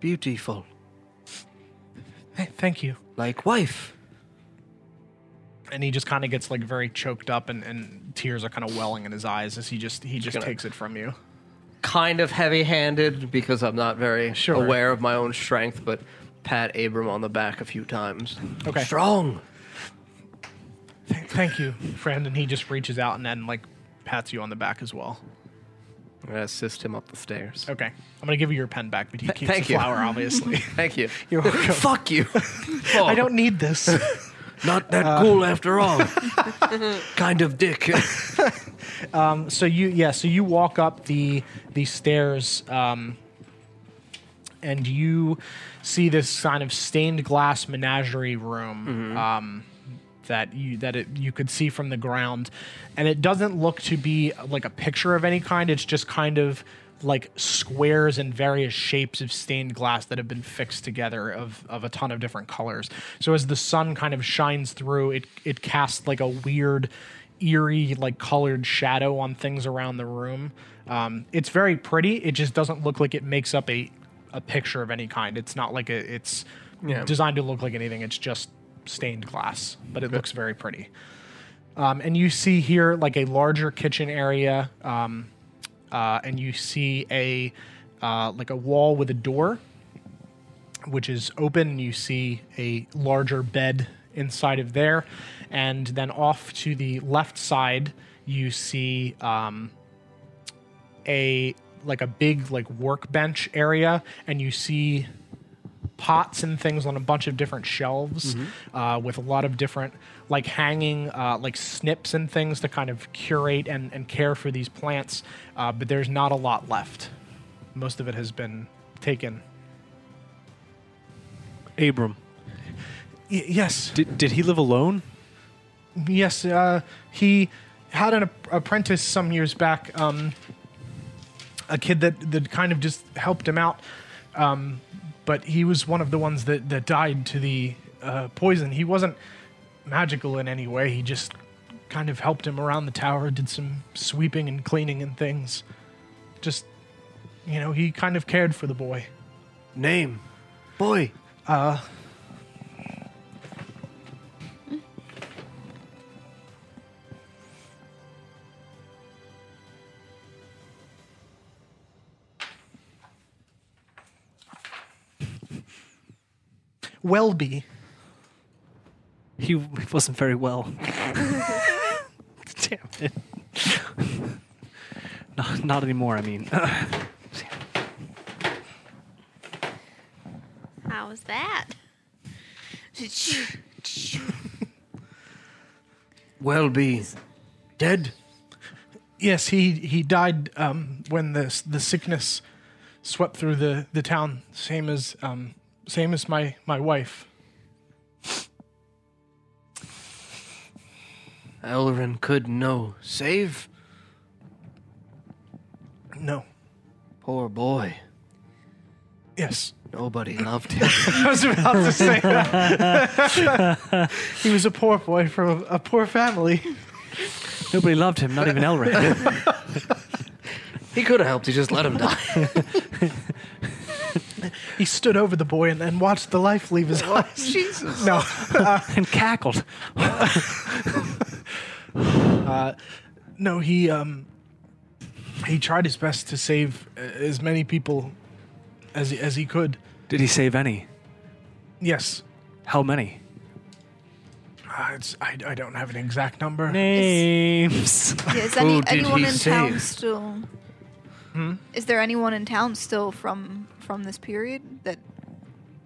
Speaker 3: Beautiful.
Speaker 1: Hey, thank you.
Speaker 3: Like wife.
Speaker 1: And he just kind of gets like very choked up, and, and tears are kind of welling in his eyes as he just he just
Speaker 3: gonna-
Speaker 1: takes it from you.
Speaker 3: Kind of heavy handed because I'm not very
Speaker 1: Sure.
Speaker 3: aware of my own strength, but pat Abram on the back a few times.
Speaker 1: Okay.
Speaker 3: Strong.
Speaker 1: Th- thank you, friend. And he just reaches out and then like pats you on the back as well.
Speaker 3: I'm gonna assist him up the stairs.
Speaker 1: Okay, I'm gonna give you your pen back, but he keeps
Speaker 3: thank
Speaker 1: the
Speaker 3: you.
Speaker 1: flower, obviously.
Speaker 3: Thank you.
Speaker 1: You're welcome.
Speaker 3: Fuck you.
Speaker 1: I don't need this.
Speaker 3: Not that cool after all. kind of dick.
Speaker 1: so you yeah so you walk up the the stairs um and you see this kind of stained glass menagerie room
Speaker 3: Mm-hmm.
Speaker 1: um that you that it, you could see from the ground and it doesn't look to be like a picture of any kind it's just kind of like squares and various shapes of stained glass that have been fixed together of of a ton of different colors so as the sun kind of shines through it it casts like a weird eerie like colored shadow on things around the room um, it's very pretty it just doesn't look like it makes up a a picture of any kind it's not like a, it's
Speaker 3: Yeah.
Speaker 1: designed to look like anything it's just stained glass but it looks very pretty um, and you see here like a larger kitchen area um, uh, and you see a uh, like a wall with a door which is open. and You see a larger bed inside of there, and then off to the left side, you see um, a like a big like workbench area, and you see pots and things on a bunch of different shelves uh, with a lot of different like hanging uh, like snips and things to kind of curate and, and care for these plants uh, but there's not a lot left most of it has been taken
Speaker 2: Abram,
Speaker 1: Y- yes
Speaker 2: did, did he live alone?
Speaker 1: Yes, uh, he had an ap- apprentice some years back, um, a kid that, that kind of just helped him out. Um, but he was one of the ones that, that died to the uh, poison. He wasn't magical in any way. He just kind of helped him around the tower, did some sweeping and cleaning and things. Just, you know, he kind of cared for the boy.
Speaker 3: Name. Boy.
Speaker 1: Welby.
Speaker 2: He w- wasn't very well. Damn it. not, not anymore, I mean.
Speaker 4: How was that?
Speaker 3: Well be. Dead.
Speaker 1: Yes, he he died um, when the the sickness swept through the, the town, same as um, same as my my wife.
Speaker 3: Elrin could no save.
Speaker 1: No,
Speaker 3: Poor boy.
Speaker 1: yes,
Speaker 3: Nobody loved him.
Speaker 1: I was about to say that. he was a poor boy from a, a poor family.
Speaker 2: Nobody loved him, not even Elric.
Speaker 3: he could have helped. He just let him die.
Speaker 1: He stood over the boy and, and watched the life leave his eyes.
Speaker 3: Jesus.
Speaker 1: No,
Speaker 2: and cackled.
Speaker 1: no, he um he tried his best to save uh, as many people as he- as he could.
Speaker 2: Did he save any?
Speaker 1: Yes,
Speaker 2: How many?
Speaker 1: uh, it's, I I don't have an exact number.
Speaker 2: Names.
Speaker 5: Yeah, is
Speaker 3: Who
Speaker 5: any,
Speaker 3: did
Speaker 5: anyone
Speaker 3: he Hmm?
Speaker 5: in town
Speaker 3: save?
Speaker 5: still? Is there anyone in town still from from this period that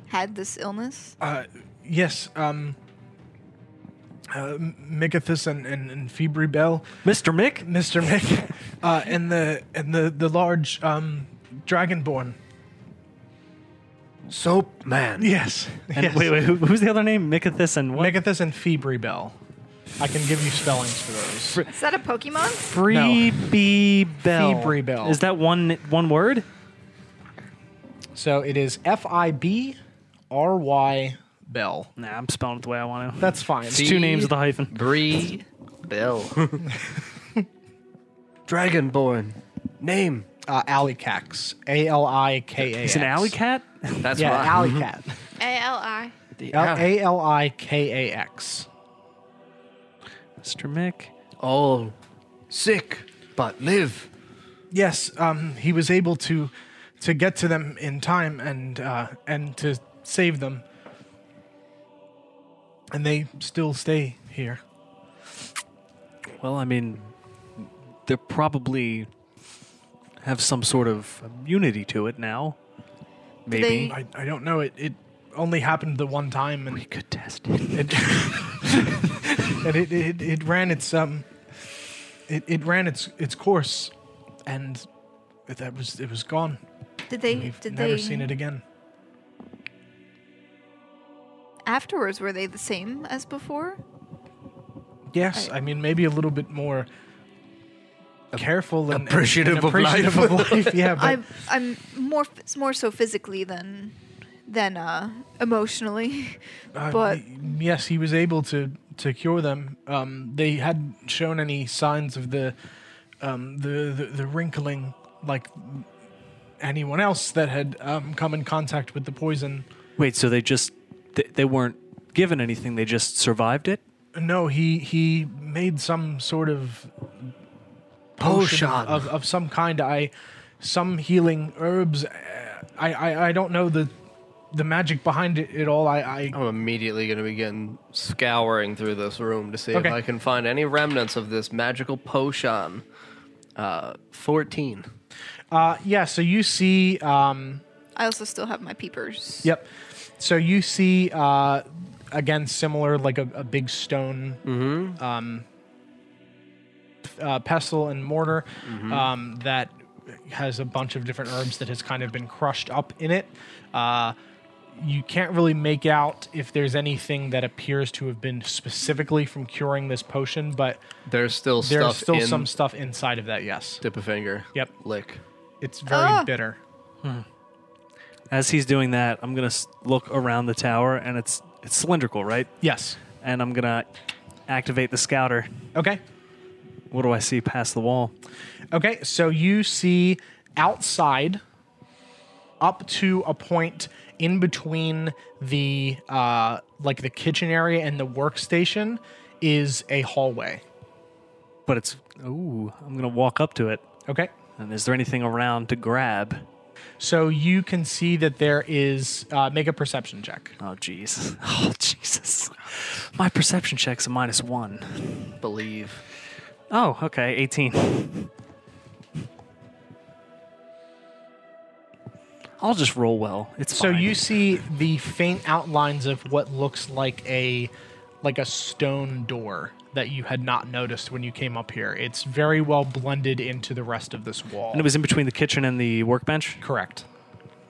Speaker 5: had this illness?
Speaker 1: Yes, um, uh, M- Micathus and, and, and Febribel,
Speaker 2: Mr. Mick?
Speaker 1: Mr. Mick, uh, and the and the the large um, dragonborn.
Speaker 3: Soap man.
Speaker 1: Yes,
Speaker 2: And
Speaker 1: yes.
Speaker 2: wait, wait, who, who's the other name? Mikathis and what?
Speaker 1: Megathus and Febribel. I can give you spellings for those.
Speaker 5: Is that a Pokemon?
Speaker 2: Freebie Bell.
Speaker 1: Feebrebell.
Speaker 2: Is that one one word?
Speaker 1: So it is F I B R Y Bell.
Speaker 2: Nah, I'm spelling it the way I want to.
Speaker 1: That's fine.
Speaker 2: It's two names with a hyphen.
Speaker 3: Bree Bell. Dragonborn. Name.
Speaker 1: Uh, alley Cax. A L I K A.
Speaker 2: He's an alley cat?
Speaker 3: That's
Speaker 1: Yeah,
Speaker 3: why.
Speaker 1: alley cat.
Speaker 4: A L I.
Speaker 1: A L I K A X.
Speaker 2: Mr. Mick.
Speaker 3: All sick, but live.
Speaker 1: Yes, um, he was able to to get to them in time and uh, and to save them, and they still stay here.
Speaker 2: Well, I mean, they probably have some sort of immunity to it now. Maybe.
Speaker 5: They-
Speaker 1: I, I don't know. It it only happened the one time, and
Speaker 2: we could test it.
Speaker 1: it and it, it, it ran its um it, it ran its its course and that was it was gone.
Speaker 5: Did they?
Speaker 1: We've
Speaker 5: did
Speaker 1: never
Speaker 5: they?
Speaker 1: seen it again.
Speaker 5: Afterwards, were they the same as before?
Speaker 1: Yes, I, mean maybe a little bit more careful and and-
Speaker 3: appreciative
Speaker 1: and
Speaker 3: of
Speaker 1: appreciative
Speaker 3: life.
Speaker 1: of life. Yeah, but
Speaker 5: I'm I'm more f- more so physically than than uh, emotionally,
Speaker 1: uh,
Speaker 5: but
Speaker 1: y- yes, he was able to to cure them. Um, they hadn't shown any signs of the um, the, the the wrinkling like anyone else that had um, come in contact with the poison.
Speaker 2: Wait, so they just they, they weren't given anything? They just survived it?
Speaker 1: No, he he made some sort of
Speaker 3: Potion.
Speaker 1: of, of some kind. I some healing herbs. Uh, I, I I don't know the the magic behind it at all. I, I
Speaker 3: I'm immediately going to begin scouring through this room to see
Speaker 1: Okay.
Speaker 3: if I can find any remnants of this magical potion. Uh, 14.
Speaker 1: uh, yeah. So you see. Um,
Speaker 5: I also still have my peepers.
Speaker 1: Yep. So you see, uh, again, similar like a, a big stone um,
Speaker 3: Mm-hmm.
Speaker 1: uh, pestle and mortar
Speaker 3: Mm-hmm.
Speaker 1: um, that has a bunch of different herbs that has kind of been crushed up in it. Uh, you can't really make out if there's anything that appears to have been specifically from curing this potion, but
Speaker 3: There's still
Speaker 1: there's
Speaker 3: stuff
Speaker 1: still
Speaker 3: in
Speaker 1: some stuff inside of that. Yes,
Speaker 3: dip a finger.
Speaker 1: Yep.
Speaker 3: Lick.
Speaker 1: it's very
Speaker 5: Ah.
Speaker 1: bitter.
Speaker 2: As he's doing that, I'm gonna s- look around the tower, and it's it's cylindrical, right?
Speaker 1: Yes.
Speaker 2: And I'm gonna activate the scouter.
Speaker 1: Okay.
Speaker 2: What do I see past the wall?
Speaker 1: Okay, so you see outside up to a point in between the uh like the kitchen area and the workstation is a hallway.
Speaker 2: But it's ooh, I'm gonna walk up to it.
Speaker 1: Okay?
Speaker 2: And is there anything around to grab?
Speaker 1: So you can see that there is uh make a perception check.
Speaker 2: Oh jeez. Oh Jesus. My perception check's a minus one.
Speaker 3: Believe.
Speaker 2: Oh, okay, 18. I'll just roll well. It's
Speaker 1: So
Speaker 2: fine.
Speaker 1: you see the faint outlines of what looks like a like a stone door that you had not noticed when you came up here. It's very well blended into the rest of this wall.
Speaker 2: and it was in between the kitchen and the workbench.
Speaker 1: Correct.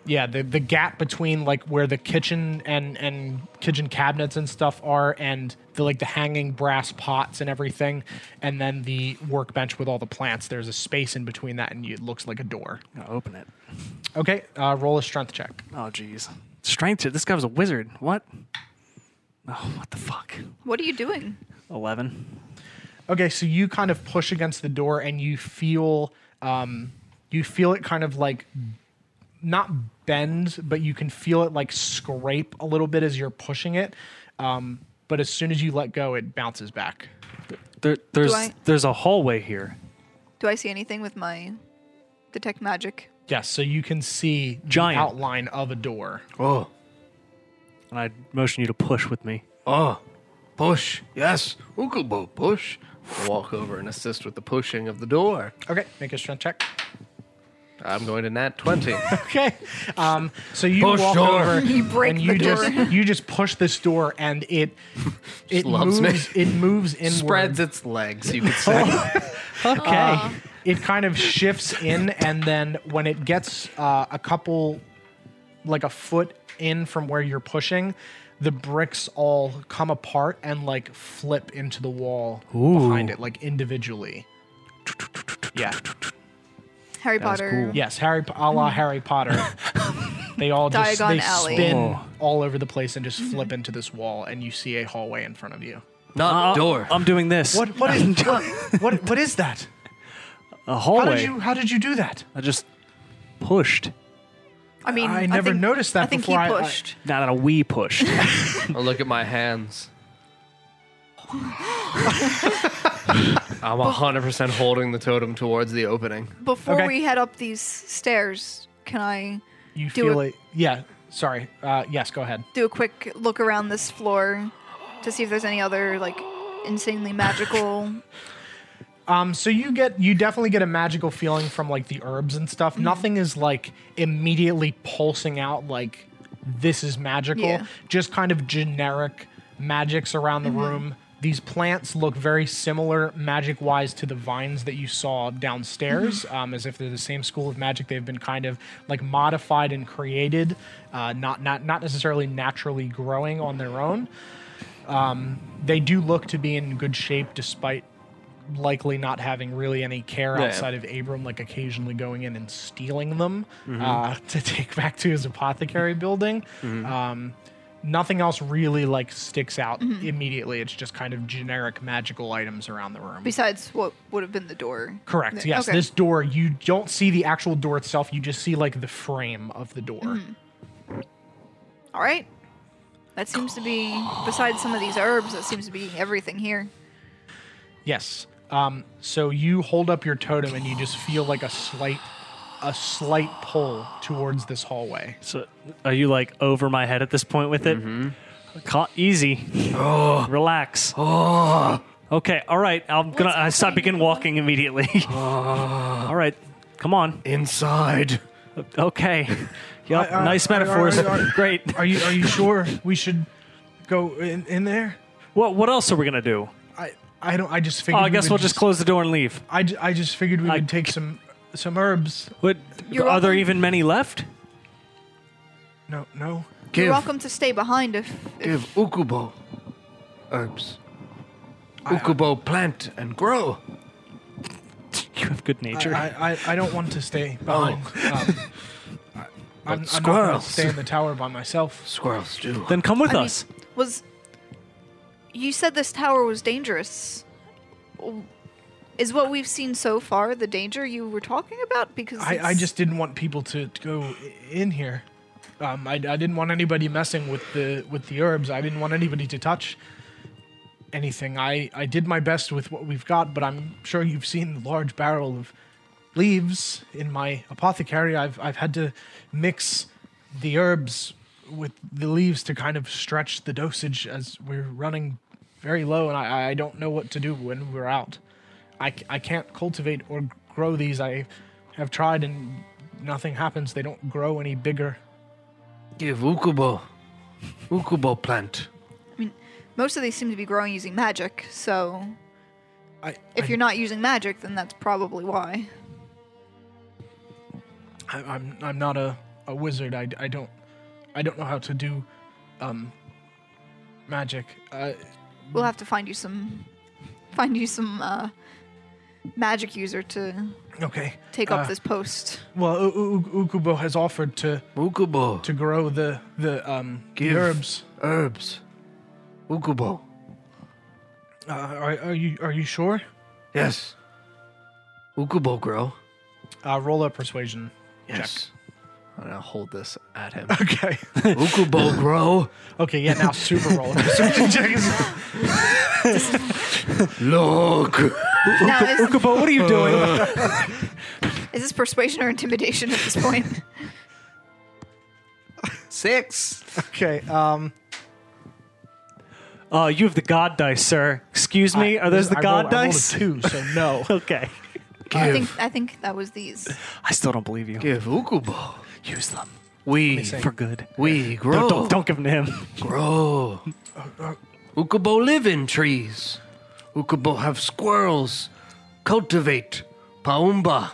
Speaker 1: Yeah, the the gap between like where the kitchen and and kitchen cabinets and stuff are, and the like the hanging brass pots and everything, and then the workbench with all the plants. There's a space in between that, and you, it looks like a door.
Speaker 2: I'm gonna open it.
Speaker 1: Okay, uh, roll a strength check.
Speaker 2: Oh jeez. Strength check. This guy was a wizard. What? Oh, what the fuck?
Speaker 5: What are you doing?
Speaker 2: 11.
Speaker 1: Okay, so you kind of push against the door, and you feel um, you feel it kind of like not bend, but you can feel it like scrape a little bit as you're pushing it. Um, but as soon as you let go, it bounces back.
Speaker 2: There, there's
Speaker 5: I-
Speaker 2: there's a hallway here.
Speaker 5: Do I see anything with my detect magic?
Speaker 1: Yes, so you can see
Speaker 2: Giant.
Speaker 1: the outline of a door.
Speaker 3: Oh.
Speaker 2: And I motion you to push with me.
Speaker 3: Oh. Push. Yes. Ukubo. Push. Walk over and assist with the pushing of the door.
Speaker 1: Okay, make a strength check.
Speaker 3: I'm going to nat 20.
Speaker 1: Okay. Um, so you
Speaker 3: Push
Speaker 1: walk
Speaker 3: door.
Speaker 1: over
Speaker 5: You break
Speaker 1: and
Speaker 5: the
Speaker 1: you
Speaker 5: door.
Speaker 1: just you just push this door and it it
Speaker 3: loves
Speaker 1: moves
Speaker 3: me.
Speaker 1: it moves inward.
Speaker 3: Spreads its legs, you could say.
Speaker 1: Okay. It kind of shifts in and then when it gets uh, a couple like a foot in from where you're pushing, the bricks all come apart and like flip into the wall behind it like individually. Yeah.
Speaker 5: Harry
Speaker 2: was
Speaker 5: Potter.
Speaker 2: cool.
Speaker 1: Yes, Harry, a la Harry Potter. they all just
Speaker 5: Diagon
Speaker 1: they
Speaker 5: Alley. Mm-hmm.
Speaker 1: spin
Speaker 2: Oh.
Speaker 1: all over the place and just flip into this wall, and you see a hallway in front of you.
Speaker 3: Not
Speaker 2: Uh,
Speaker 3: door.
Speaker 2: I'm doing this.
Speaker 1: What? What is? what, what? What is that?
Speaker 2: A
Speaker 1: How
Speaker 2: hallway.
Speaker 1: did you? How did you do that?
Speaker 2: I just pushed.
Speaker 5: I mean,
Speaker 1: I never
Speaker 5: think-
Speaker 1: noticed that
Speaker 5: I think
Speaker 1: before
Speaker 5: he
Speaker 1: I- I-
Speaker 5: pushed.
Speaker 2: Not that a wee pushed.
Speaker 3: Oh, look at my hands. I'm 100% holding the totem towards the opening.
Speaker 5: Before
Speaker 1: Okay.
Speaker 5: we head up these stairs, can I
Speaker 1: You
Speaker 5: Do
Speaker 1: feel
Speaker 5: it.
Speaker 1: it? Yeah. Sorry. Uh, yes. Go ahead.
Speaker 5: do a quick look around this floor to see if there's any other like insanely magical?
Speaker 1: Um, so you get you definitely get a magical feeling from like the herbs and stuff. Nothing is like immediately pulsing out like this is magical.
Speaker 5: Yeah.
Speaker 1: Just kind of generic magics around the room. These plants look very similar magic wise to the vines that you saw downstairs, um, as if they're the same school of magic. They've been kind of like modified and created, uh, not not not necessarily naturally growing on their own. Um, they do look to be in good shape despite likely not having really any care
Speaker 3: Yeah.
Speaker 1: outside of Abram, like occasionally going in and stealing them
Speaker 3: Mm-hmm.
Speaker 1: uh, to take back to his apothecary building.
Speaker 3: Mm-hmm.
Speaker 1: Um, nothing else really like sticks out
Speaker 5: Mm-hmm.
Speaker 1: immediately. It's just kind of generic magical items around the room.
Speaker 5: Besides what would have been the door.
Speaker 1: Correct.
Speaker 5: there.
Speaker 1: Yes,
Speaker 5: Okay.
Speaker 1: this door you don't see the actual door itself. You just see like the frame of the door.
Speaker 5: Mm-hmm. All right. That seems to be besides some of these herbs. That seems to be everything here.
Speaker 1: Yes. Um, so you hold up your totem and you just feel like a slight, a slight pull towards this hallway.
Speaker 2: so, are you like over my head at this point with it? Ca- easy. Relax. Okay. All right. I'm gonna. I stop. Begin walking immediately. all right. Come on.
Speaker 3: Inside.
Speaker 2: Okay. Yep.
Speaker 1: I- I-
Speaker 2: nice
Speaker 1: I- I-
Speaker 2: metaphors.
Speaker 1: I- I-
Speaker 2: Great.
Speaker 1: Are you are you sure we should go in, in there?
Speaker 2: What What else are we gonna do?
Speaker 1: I I don't. I just
Speaker 2: Oh,
Speaker 1: figured.
Speaker 2: I
Speaker 1: we
Speaker 2: guess
Speaker 1: would
Speaker 2: we'll just close the door and leave.
Speaker 1: I, ju- I just figured we
Speaker 2: I
Speaker 1: would take some some herbs.
Speaker 2: What?
Speaker 5: You're
Speaker 2: are there
Speaker 5: welcome.
Speaker 2: even many left?
Speaker 1: No no.
Speaker 3: Give,
Speaker 5: You're welcome to stay behind if,
Speaker 3: give
Speaker 5: if
Speaker 3: Ukubo herbs. Ukubo plant and grow.
Speaker 2: You have good nature.
Speaker 1: I, I, I don't want to stay
Speaker 3: Oh.
Speaker 1: behind. Um, I, I'm, I'm not going to
Speaker 3: squirrels.
Speaker 1: stay in the tower by myself.
Speaker 3: Squirrels do.
Speaker 2: then come with
Speaker 5: I mean,
Speaker 2: us.
Speaker 5: was you said this tower was dangerous? Is what we've seen so far the danger you were talking about? Because
Speaker 1: I, I
Speaker 5: it's-
Speaker 1: just didn't want people to, to go i- in here. Um, I, I didn't want anybody messing with the with the herbs. I didn't want anybody to touch anything. I, I did my best with what we've got, but I'm sure you've seen the large barrel of leaves in my apothecary. I've I've had to mix the herbs with the leaves to kind of stretch the dosage as we're running very low, and I, I don't know what to do when we're out. I, c- I can't cultivate or grow these. I have tried and nothing happens. They don't grow any bigger.
Speaker 3: Give Ukubo. Ukubo plant.
Speaker 5: most of these seem to be growing using magic. So
Speaker 1: I,
Speaker 5: if
Speaker 1: I,
Speaker 5: you're not using magic, then that's probably why.
Speaker 1: I, I'm I'm not a, a wizard. I, I don't I don't know how to do um magic. Uh,
Speaker 5: We'll have to find you some find you some uh, magic user to
Speaker 1: okay.
Speaker 5: take
Speaker 1: Uh,
Speaker 5: up this post.
Speaker 1: Well, U- U- Ukubo has offered to
Speaker 3: Ukubo.
Speaker 1: to grow the the um the
Speaker 3: Give.
Speaker 1: herbs.
Speaker 3: Herbs. Ukubo.
Speaker 1: Uh, are, are you are you sure?
Speaker 3: Yes. Ukubo grow.
Speaker 1: Uh, roll a persuasion.
Speaker 3: Yes. I'm gonna hold this at him.
Speaker 1: Okay.
Speaker 3: Ukubo grow.
Speaker 1: okay. Yeah. Now super roll a persuasion check. is-
Speaker 3: Look.
Speaker 5: now is,
Speaker 2: Ukubo, what are you doing?
Speaker 5: is this persuasion or intimidation at this point?
Speaker 3: Six.
Speaker 1: Okay. Um.
Speaker 2: Uh, you have the god dice, sir. Excuse me.
Speaker 1: I-
Speaker 2: are those the
Speaker 1: I
Speaker 2: god
Speaker 1: rolled- I rolled a
Speaker 2: dice?
Speaker 1: two, so no.
Speaker 2: Okay.
Speaker 5: I think I think that was these.
Speaker 2: I still don't believe you.
Speaker 3: Give Ukubo.
Speaker 2: Use them
Speaker 3: We
Speaker 1: see.
Speaker 2: for good.
Speaker 3: we grow
Speaker 1: Oh.
Speaker 2: Don't, don't, don't give them to him.
Speaker 3: grow. Ukubo live in trees. Ukubo have squirrels. Cultivate paumba.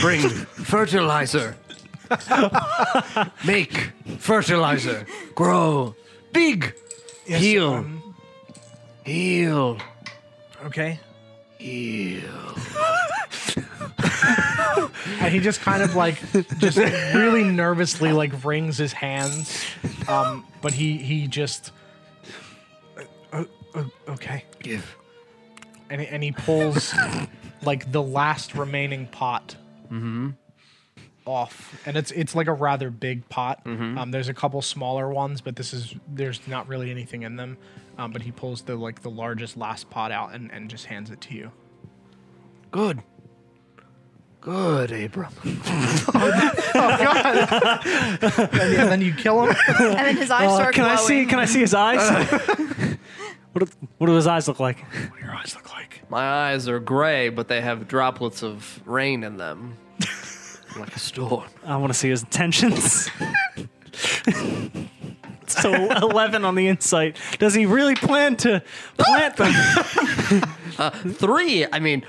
Speaker 3: Bring fertilizer. Make fertilizer. Grow big. heal.
Speaker 1: um,
Speaker 3: heal.
Speaker 1: Okay.
Speaker 3: Heal.
Speaker 1: And he just kind of like just really nervously like wrings his hands. Um, but he he just uh, uh, okay.
Speaker 3: Give.
Speaker 1: And he, and he pulls like the last remaining pot off, and it's it's like a rather big pot. Um, there's a couple smaller ones, but this is there's not really anything in them. Um, but he pulls the like the largest last pot out and, and just hands it to you.
Speaker 3: Good. Good, Abram.
Speaker 1: And, and then you kill him.
Speaker 5: And then his eyes
Speaker 2: Uh,
Speaker 5: start
Speaker 2: can I
Speaker 5: glowing.
Speaker 2: see? Can I see his eyes? what, do, what do his eyes look like?
Speaker 1: what do your eyes look like?
Speaker 3: My eyes are gray, but they have droplets of rain in them. like a storm.
Speaker 2: I want to see his intentions. so eleven on the insight. Does he really plan to plant them?
Speaker 3: Three, I mean,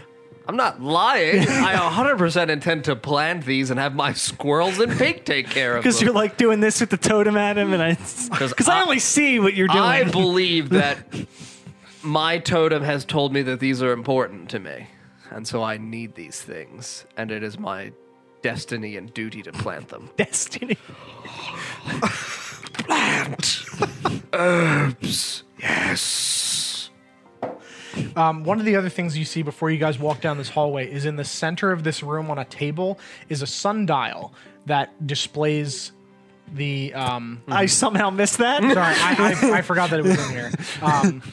Speaker 3: I'm not lying. I 100% intend to plant these and have my squirrels and pig take care of
Speaker 2: Because
Speaker 3: them.
Speaker 2: you're like doing this with the totem at him, and I because I,
Speaker 3: I-
Speaker 2: only see what you're doing.
Speaker 3: I believe that my totem has told me that these are important to me. And so I need these things. And it is my destiny and duty to plant them.
Speaker 2: Destiny.
Speaker 3: Yes.
Speaker 1: Um, one of the other things you see before you guys walk down this hallway is in the center of this room on a table is a sundial that displays the. Um,
Speaker 2: I somehow missed that.
Speaker 1: sorry, I, I, I forgot that it was in here. Um,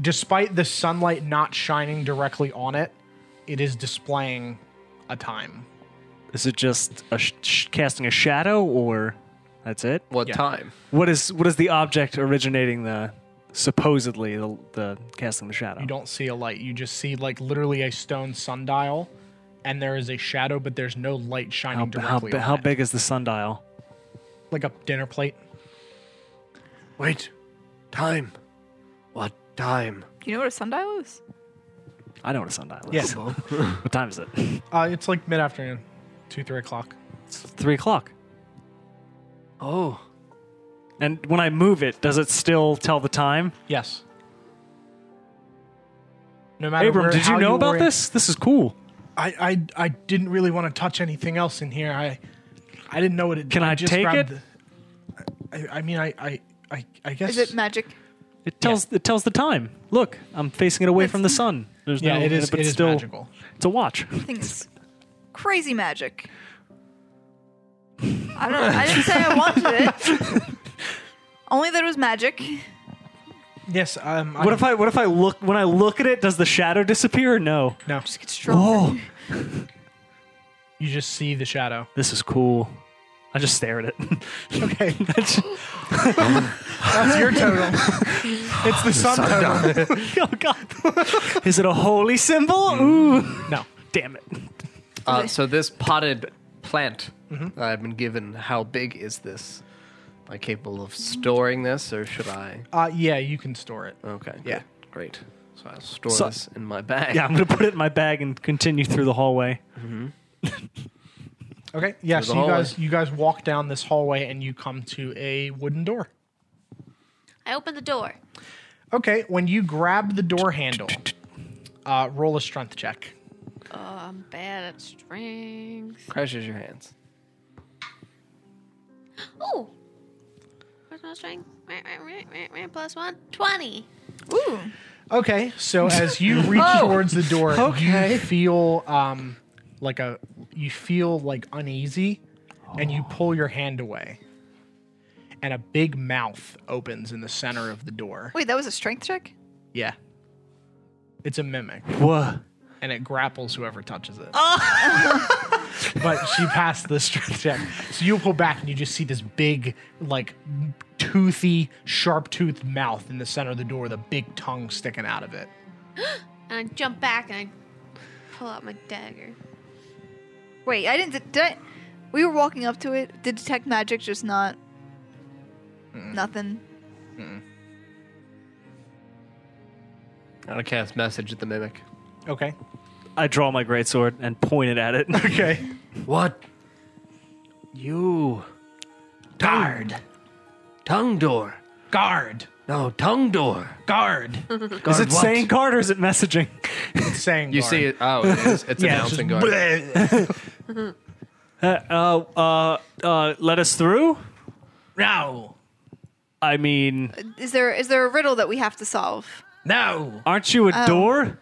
Speaker 1: despite the sunlight not shining directly on it, it is displaying a time.
Speaker 2: Is it just a sh- sh- casting a shadow, or that's it?
Speaker 3: What time?
Speaker 2: What is what is the object originating the supposedly the, the casting the shadow?
Speaker 1: You don't see a light. You just see like literally a stone sundial, and there is a shadow, but there's no light
Speaker 2: how,
Speaker 1: shining
Speaker 2: b- how,
Speaker 1: directly.
Speaker 2: b-
Speaker 1: on
Speaker 2: how
Speaker 1: it.
Speaker 2: big is the sundial?
Speaker 1: Like a dinner plate.
Speaker 3: Wait. Time. What time?
Speaker 5: You know what a sundial is?
Speaker 2: I know what a sundial is.
Speaker 1: Yes.
Speaker 2: What time is it?
Speaker 1: Uh, it's like mid afternoon, two, three o'clock.
Speaker 2: It's three o'clock.
Speaker 3: Oh.
Speaker 2: And when I move it, does it still tell the time?
Speaker 1: Yes. No matter.
Speaker 2: Abram,
Speaker 1: where-
Speaker 2: did
Speaker 1: how
Speaker 2: you know about
Speaker 1: orient-
Speaker 2: this? This is cool.
Speaker 1: I, I I didn't really want to touch anything else in here. I I didn't know what it.
Speaker 2: Can I
Speaker 1: just
Speaker 2: take
Speaker 1: grabbed
Speaker 2: it?
Speaker 1: the- I, I mean, I I I, I guess.
Speaker 5: Is it magic?
Speaker 2: It tells it tells the time. Look, I'm facing it away from the sun. There's
Speaker 1: yeah,
Speaker 2: no,
Speaker 1: it is.
Speaker 2: but
Speaker 1: It is
Speaker 2: still,
Speaker 1: magical.
Speaker 2: It's a watch.
Speaker 5: I think it's crazy magic. I don't. I didn't say I wanted it. Only that it was magic.
Speaker 1: Yes. Um.
Speaker 2: What if I what if I look when I look at it? Does the shadow disappear? No.
Speaker 1: No.
Speaker 5: Just get
Speaker 1: Oh.
Speaker 5: stronger.
Speaker 1: You just see the shadow.
Speaker 2: This is cool. I just stare at it.
Speaker 1: Okay.
Speaker 2: That's-
Speaker 1: That's your totem. it's the sun totem.
Speaker 2: oh God! Is it a holy symbol? Ooh!
Speaker 1: Mm. No.
Speaker 2: Damn it!
Speaker 3: Uh, so this potted plant that I've been given, how big is this? Am I capable of storing this, or should I?
Speaker 1: Uh. Yeah. You can store it.
Speaker 3: Okay. good,
Speaker 1: Yeah.
Speaker 3: Great. So I'll store
Speaker 2: So-
Speaker 3: this in my bag.
Speaker 2: Yeah, I'm gonna put it in my bag and continue through the hallway.
Speaker 1: Okay. Yeah.
Speaker 3: Through the
Speaker 1: So you
Speaker 3: hallway.
Speaker 1: guys you guys walk down this hallway and you come to a wooden door.
Speaker 4: I open the door.
Speaker 1: Okay, when you grab the door handle, uh, roll a strength check.
Speaker 4: Oh, I'm bad at strength.
Speaker 3: Crashes your hands.
Speaker 4: Oh, where's my strength? Meh, meh, meh, meh, meh, Plus one. 20.
Speaker 5: Ooh,
Speaker 1: Okay, so as you reach towards the door, you feel um, like a you feel like uneasy, and you pull your hand away, and a big mouth opens in the center of the door.
Speaker 5: wait, that was a strength check.
Speaker 1: Yeah, it's a mimic,
Speaker 2: Whoa!
Speaker 1: and it grapples whoever touches it. but she passed the strength check, so you pull back and you just see this big, like toothy, sharp-toothed mouth in the center of the door, with a big tongue sticking out of it.
Speaker 4: And I jump back and I pull out my dagger.
Speaker 5: Wait, I didn't. Did, did I, we were walking up to it. Did detect magic just not? Nothing.
Speaker 3: I'm gonna cast message at the mimic.
Speaker 1: Okay.
Speaker 2: I draw my greatsword and point it at it.
Speaker 1: Okay.
Speaker 3: What? You. Guard. Tongue door.
Speaker 1: Guard.
Speaker 3: No, tongue door.
Speaker 1: Guard.
Speaker 3: Guard
Speaker 2: Is it
Speaker 3: what?
Speaker 2: saying card or is it messaging?
Speaker 1: It's saying
Speaker 3: You
Speaker 1: guard.
Speaker 3: see it? Oh, it is. It's
Speaker 1: Yeah, it's
Speaker 3: announcing
Speaker 1: just
Speaker 3: guard.
Speaker 2: Uh, uh, uh, let us through?
Speaker 1: No.
Speaker 2: I mean,
Speaker 5: Is there is there a riddle that we have to solve?
Speaker 1: No.
Speaker 2: aren't you a door?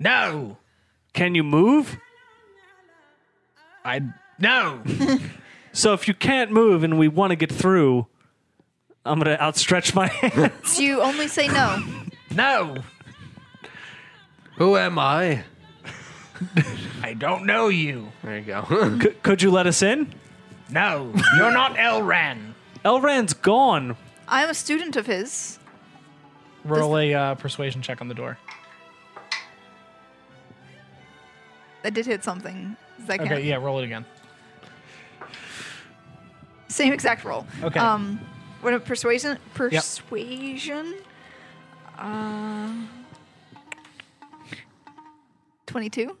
Speaker 1: No.
Speaker 2: Can you move?
Speaker 1: I no.
Speaker 2: So if you can't move and we want to get through, I'm going to outstretch my hand.
Speaker 5: Do you only say no?
Speaker 1: no.
Speaker 3: Who am I?
Speaker 1: I don't know you.
Speaker 3: There you go.
Speaker 2: C- could you let us in?
Speaker 1: No. You're not Elran.
Speaker 2: Elran's gone.
Speaker 5: I'm a student of his.
Speaker 1: Roll a uh, persuasion check on the door.
Speaker 5: I did hit something. Does that count?
Speaker 1: Okay. Yeah. Roll it again.
Speaker 5: Same exact roll.
Speaker 1: Okay.
Speaker 5: Um, what a persuasion? Persuasion. Uh, twenty-two.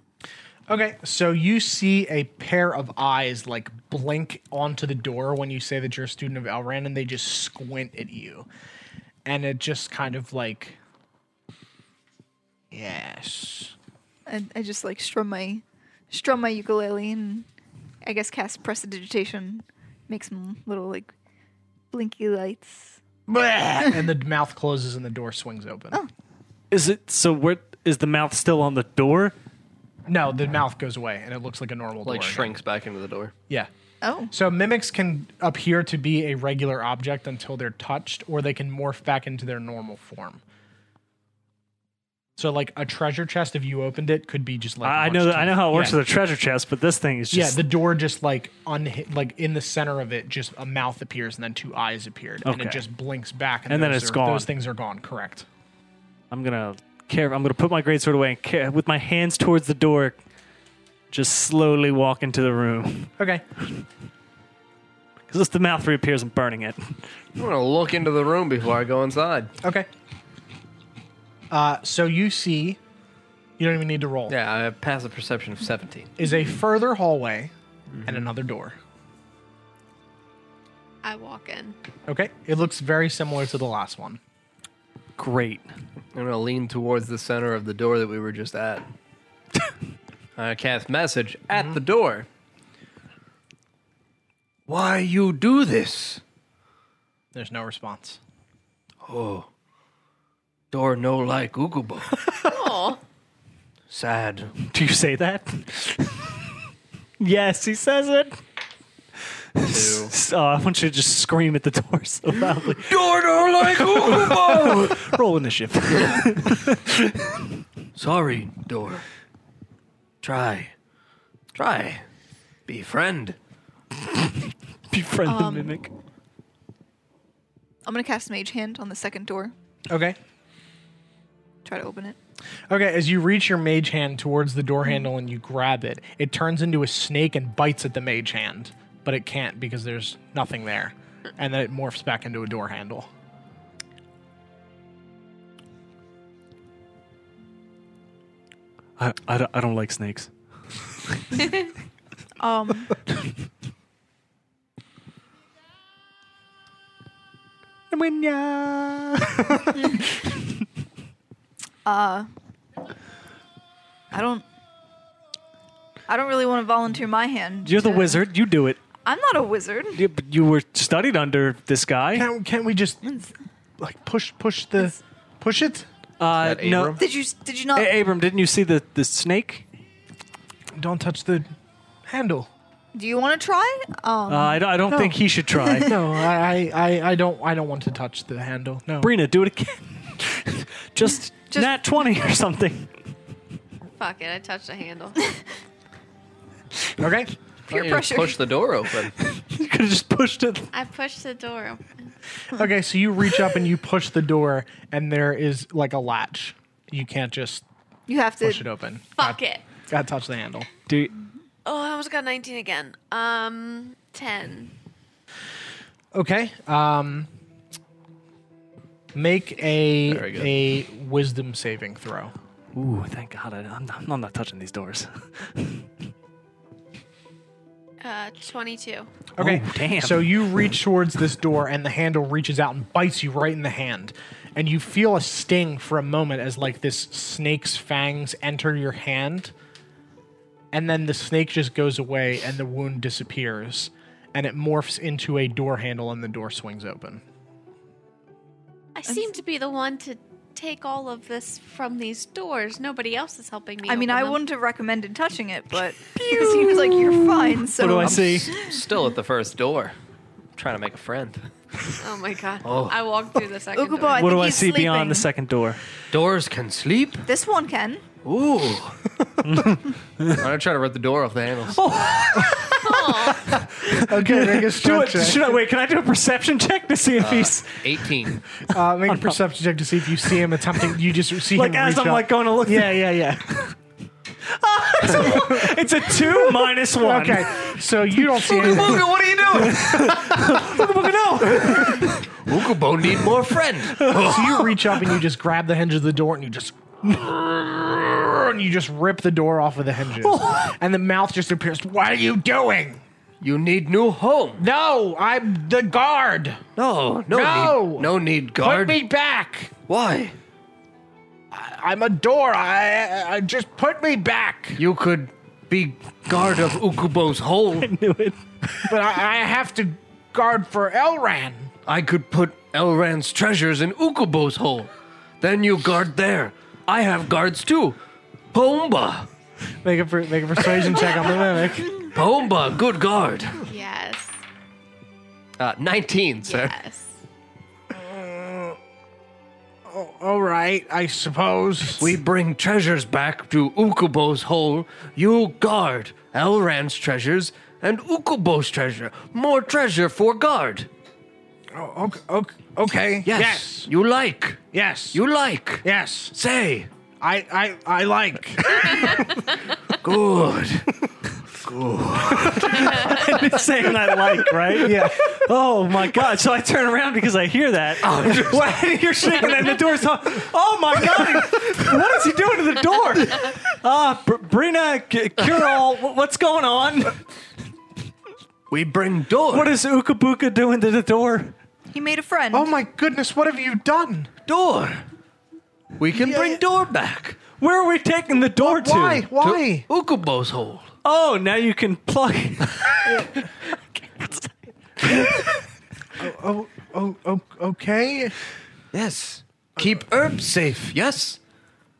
Speaker 1: Okay, so you see a pair of eyes like blink onto the door when you say that you're a student of Elran, and they just squint at you. And it just kind of like, yes.
Speaker 5: I, I just like strum my strum my ukulele and I guess cast prestidigitation, make some little like blinky lights.
Speaker 1: and the mouth closes and the door swings open.
Speaker 2: Is it so? Where is the mouth still on the door?
Speaker 1: No, the mouth goes away and it looks like a normal door.
Speaker 3: like
Speaker 1: again.
Speaker 3: shrinks back into the door.
Speaker 1: Yeah.
Speaker 5: Oh,
Speaker 1: So mimics can appear to be a regular object until they're touched, or they can morph back into their normal form. So, like a treasure chest, if you opened it, could be just like
Speaker 2: I I
Speaker 1: much
Speaker 2: know. That, I know how it works
Speaker 1: Yeah.
Speaker 2: with a treasure chest, but this thing is
Speaker 1: Yeah,
Speaker 2: just
Speaker 1: the door just like unhit, like in the center of it, just a mouth appears and then two eyes appeared, and
Speaker 2: Okay.
Speaker 1: it just blinks back,
Speaker 2: And then
Speaker 1: those
Speaker 2: it's
Speaker 1: are-
Speaker 2: gone.
Speaker 1: Those things are gone. Correct.
Speaker 2: I'm gonna care. I'm gonna put my greatsword away and care, with my hands towards the door, just slowly walk into the room.
Speaker 1: Okay.
Speaker 2: Because if the mouth reappears, I'm burning it.
Speaker 3: I'm gonna look into the room before I go inside.
Speaker 1: Okay. Uh, so you see, you don't even need to roll.
Speaker 3: Yeah, I pass a perception of 17.
Speaker 1: Is a further hallway
Speaker 2: Mm-hmm.
Speaker 1: and another door.
Speaker 4: I walk in.
Speaker 1: Okay. It looks very similar to the last one.
Speaker 2: Great.
Speaker 3: I'm gonna lean towards the center of the door that we were just at. I cast message at the door. Why you do this?
Speaker 1: There's no response.
Speaker 3: Oh, door no like Ugubo.
Speaker 4: Oh,
Speaker 3: Sad.
Speaker 2: Do you say that? yes, he says it.
Speaker 3: Two.
Speaker 2: S- Uh, I want you to just scream at the door so loudly.
Speaker 3: door no like Ugubo.
Speaker 2: Roll initiative.
Speaker 3: Sorry, door. Try, try, befriend.
Speaker 2: Befriend
Speaker 1: Um,
Speaker 2: the mimic.
Speaker 5: I'm gonna cast mage hand on the second door.
Speaker 1: Okay.
Speaker 5: Try to open it.
Speaker 1: Okay, as you reach your mage hand towards the door handle and you grab it, it turns into a snake and bites at the mage hand, but it can't because there's nothing there. And then it morphs back into a door handle.
Speaker 2: I, I, don't, I don't like snakes.
Speaker 5: Um, uh, I don't. I don't really want to volunteer my hand.
Speaker 2: You're the
Speaker 5: to-
Speaker 2: wizard. You do it.
Speaker 5: I'm not a wizard.
Speaker 2: You, you were studied under this guy.
Speaker 1: Can't, can't we just like push push the push it?
Speaker 2: Uh,
Speaker 3: that
Speaker 2: no,
Speaker 3: Abram?
Speaker 5: Did you? Did you not?
Speaker 2: A- Abram, didn't you see the, the snake?
Speaker 1: Don't touch the handle.
Speaker 5: Do you want to try? Um,
Speaker 2: Uh, I don't, I don't think he should try.
Speaker 1: No, I, I I- I don't I don't want to touch the handle. No.
Speaker 2: Brina, do it again. Just,
Speaker 5: Just-
Speaker 2: nat 20 or something.
Speaker 4: fuck it. I touched a handle.
Speaker 1: Okay.
Speaker 5: peer
Speaker 3: You
Speaker 5: pressure.
Speaker 3: Push the door open.
Speaker 2: You could have just pushed it.
Speaker 4: I pushed the door. open.
Speaker 1: Okay, so you reach up and you push the door and there is like a latch. You can't just
Speaker 5: You have to.
Speaker 1: Push it open.
Speaker 4: Fuck it.
Speaker 1: Gotta touch the handle.
Speaker 2: Do
Speaker 4: Oh, I almost got 19 again. Um, 10.
Speaker 1: Okay. Um, make a
Speaker 3: Very good.
Speaker 1: a wisdom saving throw.
Speaker 2: ooh, thank God, I, I'm, not, I'm not touching these doors.
Speaker 4: Uh, 22.
Speaker 1: Okay.
Speaker 2: Oh, damn.
Speaker 1: So you reach towards this door, and the handle reaches out and bites you right in the hand. And you feel a sting for a moment as, like, this snake's fangs enter your hand. And then the snake just goes away, and the wound disappears. And it morphs into a door handle, and the door swings open.
Speaker 4: I seem to be the one to take all of this from these doors. Nobody else is helping me.
Speaker 5: I mean,
Speaker 4: open
Speaker 5: I
Speaker 4: them.
Speaker 5: wouldn't have recommended touching it, but he was like, "You're fine." So
Speaker 2: What do I see?
Speaker 3: Still at the first door. trying to make a friend.
Speaker 4: Oh my god. I walked through the second
Speaker 5: Ukubo,
Speaker 4: door.
Speaker 5: I
Speaker 2: What
Speaker 5: think
Speaker 2: do I
Speaker 5: he's
Speaker 2: see beyond the
Speaker 5: sleeping.
Speaker 2: second door?
Speaker 3: Doors can sleep.
Speaker 5: This one can.
Speaker 3: Ooh. I'm gonna try to rip the door off the handles.
Speaker 1: Okay, make a
Speaker 2: Do it.
Speaker 1: strength
Speaker 2: Should
Speaker 1: check.
Speaker 2: I wait? Can I do a perception check to see if he's
Speaker 3: 18.
Speaker 1: Uh, make a perception check to see if you see him attempting. You just see
Speaker 2: like
Speaker 1: him
Speaker 2: as
Speaker 1: reach
Speaker 2: I'm
Speaker 1: up.
Speaker 2: like going to look?
Speaker 1: Yeah, yeah, yeah.
Speaker 2: It's a two minus one.
Speaker 1: Okay, so you don't see anything.
Speaker 3: Booga, what are you doing?
Speaker 2: no.
Speaker 3: Ukubo need more friend.
Speaker 1: So you reach up and you just grab the hinge of the door and you just and you just rip the door off of the hinges. And the mouth just appears. What are you doing?
Speaker 3: You need new home.
Speaker 1: No, I'm the guard.
Speaker 3: No, no,
Speaker 1: No.
Speaker 3: Need, no need
Speaker 1: Put
Speaker 3: guard.
Speaker 1: me back.
Speaker 3: Why?
Speaker 1: I'm a door. I, I just put me back.
Speaker 3: You could be guard of Ukubo's hole.
Speaker 2: Knew it.
Speaker 1: But I, I have to guard for Elran.
Speaker 3: I could put Elran's treasures in Ukubo's hole. Then you guard there. I have guards too. Pomba.
Speaker 1: Make a per- make a persuasion check on the mimic.
Speaker 3: Pomba, good guard.
Speaker 4: Yes.
Speaker 3: Uh, 19, sir.
Speaker 4: Yes.
Speaker 1: All right, I suppose.
Speaker 3: We bring treasures back to Ukubo's hole. You guard Elran's treasures and Ukubo's treasure. More treasure for guard.
Speaker 1: Oh, okay, okay, okay.
Speaker 3: Yes.
Speaker 1: Yes.
Speaker 3: You like.
Speaker 1: Yes.
Speaker 3: You like.
Speaker 1: yes.
Speaker 3: Say.
Speaker 1: I I I like.
Speaker 3: Good.
Speaker 2: Saying I like, right?
Speaker 1: Yeah.
Speaker 2: Oh my god! So I turn around because I hear that. Wait, You're shaking and the door's. hung- Oh my god! what is he doing to the door? Uh, Br- Brina, C- Curl, wh- what's going on?
Speaker 3: we bring door.
Speaker 2: What is Ukabuka doing to the door?
Speaker 5: He made a friend.
Speaker 1: Oh my goodness, what have you done?
Speaker 3: door? We can bring door back.
Speaker 2: Where are we taking the door to?
Speaker 1: Why?
Speaker 3: to
Speaker 1: Why?
Speaker 3: Ukubo's hole.
Speaker 2: Oh, now you can plug.
Speaker 1: Oh, oh, oh, okay.
Speaker 3: Yes. Keep herbs safe. Yes.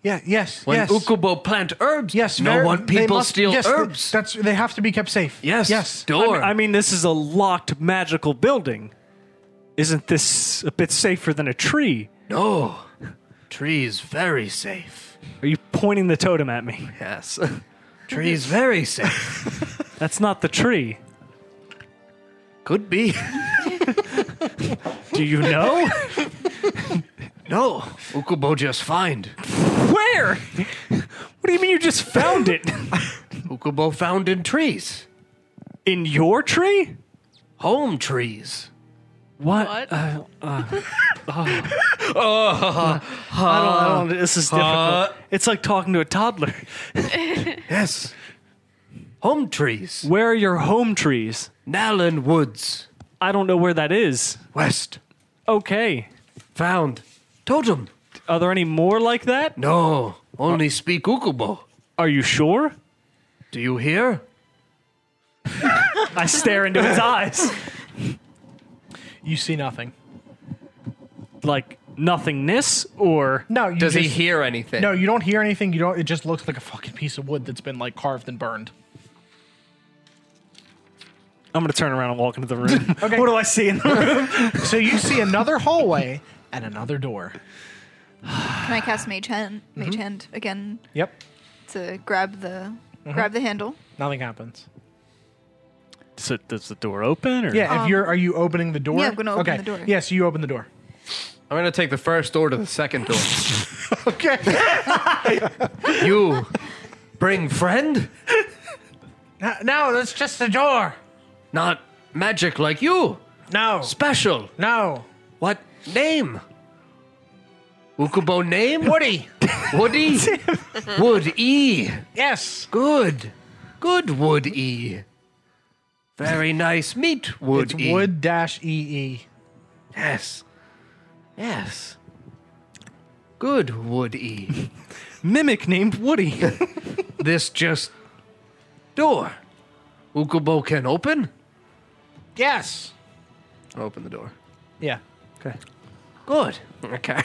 Speaker 1: Yeah, yes,
Speaker 3: When
Speaker 1: yes.
Speaker 3: Ukubo plant herbs,
Speaker 1: yes,
Speaker 3: no
Speaker 1: very-
Speaker 3: one
Speaker 1: they
Speaker 3: people
Speaker 1: must-
Speaker 3: steal
Speaker 1: yes, th-
Speaker 3: herbs.
Speaker 1: That's they have to be kept safe.
Speaker 3: yes.
Speaker 1: Yes.
Speaker 3: Door.
Speaker 2: I mean, this is a locked magical building. Isn't this a bit safer than a tree?
Speaker 3: no. Trees very safe.
Speaker 2: Are you pointing the totem at me?
Speaker 3: Yes. Trees very safe.
Speaker 2: That's not the tree.
Speaker 3: Could be.
Speaker 2: Do you know?
Speaker 3: No. Ukubo just find.
Speaker 2: Where? What do you mean you just found it?
Speaker 3: Ukubo found in trees.
Speaker 2: In your tree?
Speaker 3: Home trees.
Speaker 2: What?
Speaker 4: What?
Speaker 2: Uh, uh, oh. I, don't, I don't. This is difficult.
Speaker 3: Uh,
Speaker 2: it's like talking to a toddler.
Speaker 3: Yes. Home trees.
Speaker 2: Where are your home trees?
Speaker 3: Nalan Woods.
Speaker 2: I don't know where that is.
Speaker 3: West.
Speaker 2: Okay.
Speaker 3: Found. Totem.
Speaker 2: Are there any more like that?
Speaker 3: No. Only speak Ukubo.
Speaker 2: Are you sure?
Speaker 3: Do you hear?
Speaker 2: I stare into his eyes.
Speaker 1: You see nothing.
Speaker 2: Like nothingness or
Speaker 1: No, you just,
Speaker 3: hear anything?
Speaker 1: No, you don't hear anything. You don't it just looks like a fucking piece of wood that's been like carved and burned.
Speaker 2: I'm gonna turn around and walk into the room.
Speaker 1: Okay.
Speaker 2: What do I see in the room?
Speaker 1: So you see another hallway and another door.
Speaker 5: Can I cast Mage Hand? Mage
Speaker 2: Mm-hmm.
Speaker 5: Hand again
Speaker 1: Yep.
Speaker 5: to grab the
Speaker 2: Mm-hmm.
Speaker 5: grab the handle.
Speaker 1: Nothing happens.
Speaker 2: So does the door open or
Speaker 3: Um,
Speaker 1: Yeah, if you're are you opening the door?
Speaker 5: yeah, I'm gonna open
Speaker 1: okay.
Speaker 5: the door.
Speaker 1: Yes, you open the door.
Speaker 3: I'm gonna take the first door to the second door.
Speaker 1: Okay.
Speaker 3: you bring friend,
Speaker 1: no, that's just the door.
Speaker 3: not magic like you.
Speaker 1: No.
Speaker 3: Special.
Speaker 1: No.
Speaker 3: What name? Ukubo name? Woody. Woody. Wood E.
Speaker 1: Yes.
Speaker 3: Good. Good Wood E. Very nice. Meet Wood
Speaker 1: It's
Speaker 3: E.
Speaker 1: wood dash ee.
Speaker 3: Yes. Yes. Good Wood E.
Speaker 2: Mimic named Woody.
Speaker 3: this just door. Ukubo can open?
Speaker 1: Yes.
Speaker 3: Open the door.
Speaker 1: Yeah.
Speaker 3: Good. Okay.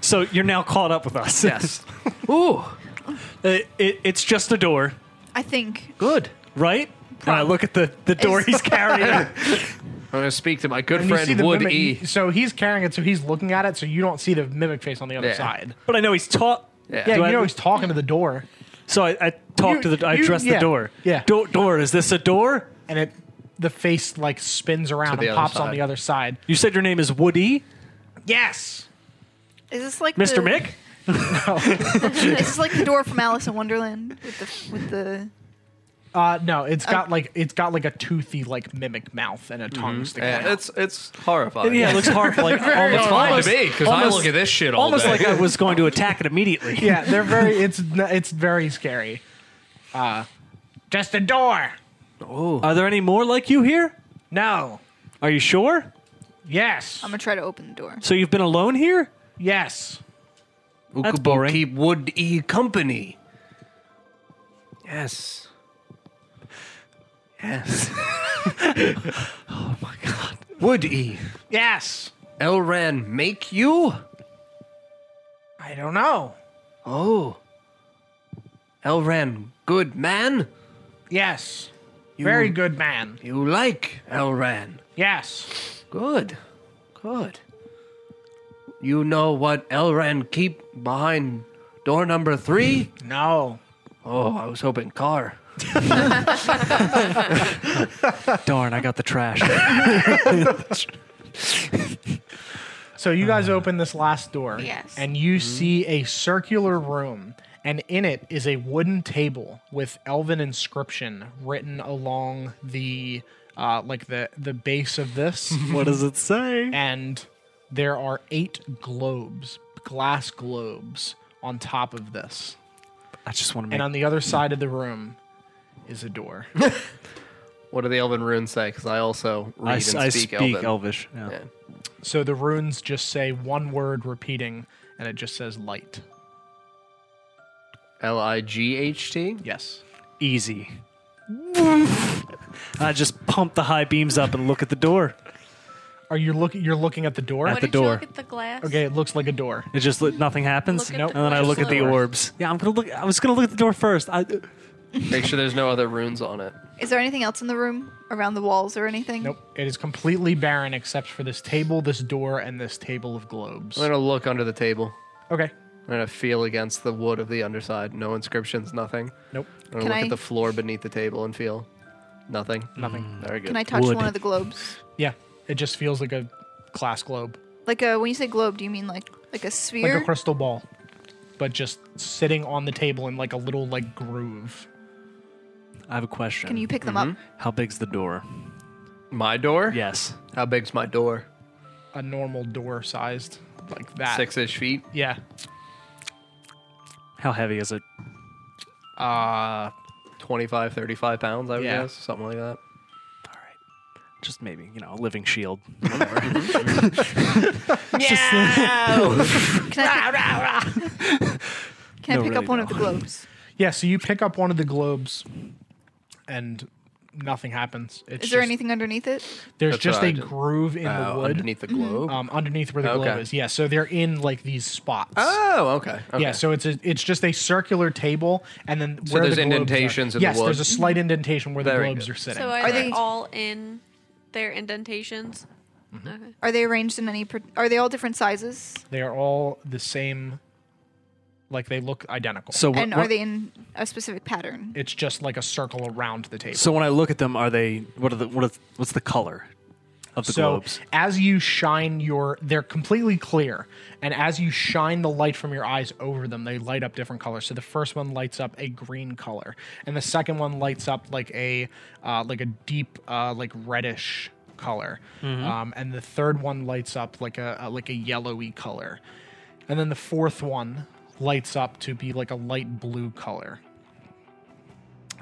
Speaker 2: so you're now caught up with us.
Speaker 3: yes. Ooh.
Speaker 2: It- it- it's just a door,
Speaker 5: I think.
Speaker 3: Good.
Speaker 2: right? And I look at the, the door he's carrying.
Speaker 3: I'm gonna speak to my good
Speaker 1: And you see
Speaker 3: friend
Speaker 1: the
Speaker 3: Wood
Speaker 1: mimic-
Speaker 3: E.
Speaker 1: So he's carrying it, so he's looking at it, so you don't see the mimic face on the other
Speaker 3: Yeah.
Speaker 1: side.
Speaker 2: but I know he's taught.
Speaker 3: Yeah.
Speaker 1: Yeah,
Speaker 2: Do
Speaker 1: you
Speaker 2: I-
Speaker 1: know he's talking to the door,
Speaker 2: So I, I talk
Speaker 1: You-
Speaker 2: to the. I
Speaker 1: you-
Speaker 2: address
Speaker 1: yeah,
Speaker 2: the door.
Speaker 1: yeah.
Speaker 2: Do- door. Is this a door?
Speaker 1: and it the face like spins around
Speaker 3: the
Speaker 1: and
Speaker 3: other
Speaker 1: pops on
Speaker 3: side.
Speaker 1: the other side.
Speaker 2: You said your name is Woody,
Speaker 1: Yes.
Speaker 5: Is this like
Speaker 2: Mr.
Speaker 5: the-
Speaker 2: Mick.
Speaker 5: Is this like the door from Alice in Wonderland with the with the?
Speaker 1: Uh, no, it's got like it's got like a toothy like mimic mouth and a tongue sticking out.
Speaker 3: Yeah, it's it's horrifying.
Speaker 2: Yeah, it looks hard. Like almost,
Speaker 3: it's fine
Speaker 2: almost-
Speaker 3: to me because I
Speaker 2: almost-
Speaker 3: look at this shit all
Speaker 2: Almost
Speaker 3: day.
Speaker 2: like I was going to attack it immediately.
Speaker 1: yeah, they're very. It's n- it's very scary. Uh, just a door.
Speaker 2: Are there any more like you here?
Speaker 1: No.
Speaker 2: Are you sure?
Speaker 1: Yes.
Speaker 5: I'm gonna try to open the door.
Speaker 2: So you've been alone here?
Speaker 1: yes.
Speaker 2: That's
Speaker 3: Ukubo
Speaker 2: boring.
Speaker 3: keep Wood E company. Yes. Yes. oh my god. Wood E.
Speaker 1: Yes.
Speaker 3: Elran make you?
Speaker 1: I don't know.
Speaker 3: Oh. Elran good man?
Speaker 1: Yes.
Speaker 3: You,
Speaker 1: Very good man.
Speaker 3: You like Elran.
Speaker 1: Yes.
Speaker 3: Good. Good. You know what Elran keep behind door number three?
Speaker 1: No.
Speaker 3: Oh, I was hoping car.
Speaker 2: Darn, I got the trash.
Speaker 1: So you
Speaker 3: Uh.
Speaker 1: guys open this last door.
Speaker 4: Yes.
Speaker 1: And you
Speaker 3: Mm-hmm.
Speaker 1: see a circular room, and in it is a wooden table with elven inscription written along the uh, like the the base of this.
Speaker 2: what does it say?
Speaker 1: and there are eight globes, glass globes, on top of this.
Speaker 2: I just want to
Speaker 1: And
Speaker 2: make.
Speaker 1: on the other side of the room is a door.
Speaker 3: What do the Elven runes say? Because I also read
Speaker 2: I,
Speaker 3: and
Speaker 2: s-
Speaker 3: speak,
Speaker 2: I speak,
Speaker 3: Elven.
Speaker 2: Elvish. yeah.
Speaker 3: Yeah.
Speaker 1: so the runes just say one word repeating, and it just says light.
Speaker 3: L I G H T.
Speaker 1: Yes.
Speaker 2: Easy. I just pump the high beams up and look at the door.
Speaker 1: Are you looking? You're looking at the door.
Speaker 4: What
Speaker 2: the
Speaker 4: did
Speaker 2: door.
Speaker 4: you look at the glass?
Speaker 1: okay, it looks like a door.
Speaker 2: It just li- nothing happens.
Speaker 4: Look at
Speaker 1: Nope.
Speaker 4: the
Speaker 1: And
Speaker 2: And then I
Speaker 4: glass
Speaker 2: look at the
Speaker 4: door.
Speaker 2: orbs. Yeah, I'm gonna look. I was gonna look at the door first. I,
Speaker 3: Make sure there's no other runes on it.
Speaker 5: Is there anything else in the room around the walls or anything?
Speaker 1: Nope. It is completely barren except for this table, this door, and this table of globes.
Speaker 3: I'm gonna look under the table.
Speaker 1: Okay.
Speaker 3: I'm gonna feel against the wood of the underside. No inscriptions, nothing.
Speaker 1: Nope.
Speaker 3: I'm gonna
Speaker 5: Can
Speaker 3: look
Speaker 5: I-
Speaker 3: at the floor beneath the table and feel nothing.
Speaker 1: Nothing.
Speaker 3: Very good.
Speaker 5: Can I touch
Speaker 2: Wood.
Speaker 5: one of the globes?
Speaker 1: Yeah. It just feels like a glass globe,
Speaker 5: Like a, when you say globe, do you mean like like a sphere?
Speaker 1: like a crystal ball, but just sitting on the table in like a little like groove.
Speaker 2: I have a question.
Speaker 5: Can you pick them up?
Speaker 2: How big's the door?
Speaker 3: my door?
Speaker 2: Yes.
Speaker 3: How big's my door?
Speaker 1: a normal door sized like that.
Speaker 3: Six ish feet.
Speaker 1: Yeah.
Speaker 2: How heavy is it?
Speaker 1: Uh
Speaker 3: 25, 35 pounds, I would
Speaker 1: Yeah.
Speaker 3: guess. Something like that.
Speaker 2: All right. Just maybe, you know, a living shield.
Speaker 5: Can I pick, can
Speaker 2: No,
Speaker 5: I pick
Speaker 2: really,
Speaker 5: up one
Speaker 2: no.
Speaker 5: of the globes?
Speaker 1: yeah, so you pick up one of the globes and nothing happens. It's
Speaker 5: Is there
Speaker 1: just-
Speaker 5: anything underneath it?
Speaker 1: There's
Speaker 3: That's
Speaker 1: just
Speaker 3: what
Speaker 1: a
Speaker 3: I did.
Speaker 1: groove in the
Speaker 3: Oh,
Speaker 1: Uh, wood.
Speaker 3: underneath the
Speaker 5: Mm-hmm.
Speaker 3: globe.
Speaker 1: um underneath where the globe
Speaker 3: Okay.
Speaker 1: is. Yeah, so they're in like these spots.
Speaker 3: Oh, okay. okay.
Speaker 1: Yeah, so it's a, it's just a circular table, and then where the
Speaker 3: there's
Speaker 1: globes are.
Speaker 3: indentations in the
Speaker 1: yes,
Speaker 3: wood.
Speaker 1: there's a slight indentation where
Speaker 3: Very
Speaker 1: the globes
Speaker 3: good.
Speaker 1: are sitting.
Speaker 4: So are,
Speaker 5: Are
Speaker 4: they,
Speaker 5: they-
Speaker 4: all in their indentations? Okay.
Speaker 5: Are they arranged in any? par- Are they all different sizes?
Speaker 1: they are all the same, like they look identical.
Speaker 2: So when,
Speaker 5: and are they in a specific pattern?
Speaker 1: it's just like a circle around the table.
Speaker 2: so when I look at them, are they what are the what are, what's the color of of the
Speaker 1: so
Speaker 2: globes.
Speaker 1: as you shine your, they're completely clear, and as you shine the light from your eyes over them, they light up different colors. So the first one lights up a green color, and the second one lights up like a uh, like a deep uh, like reddish color, um, and the third one lights up like a, a like a yellowy color, and then the fourth one lights up to be like a light blue color.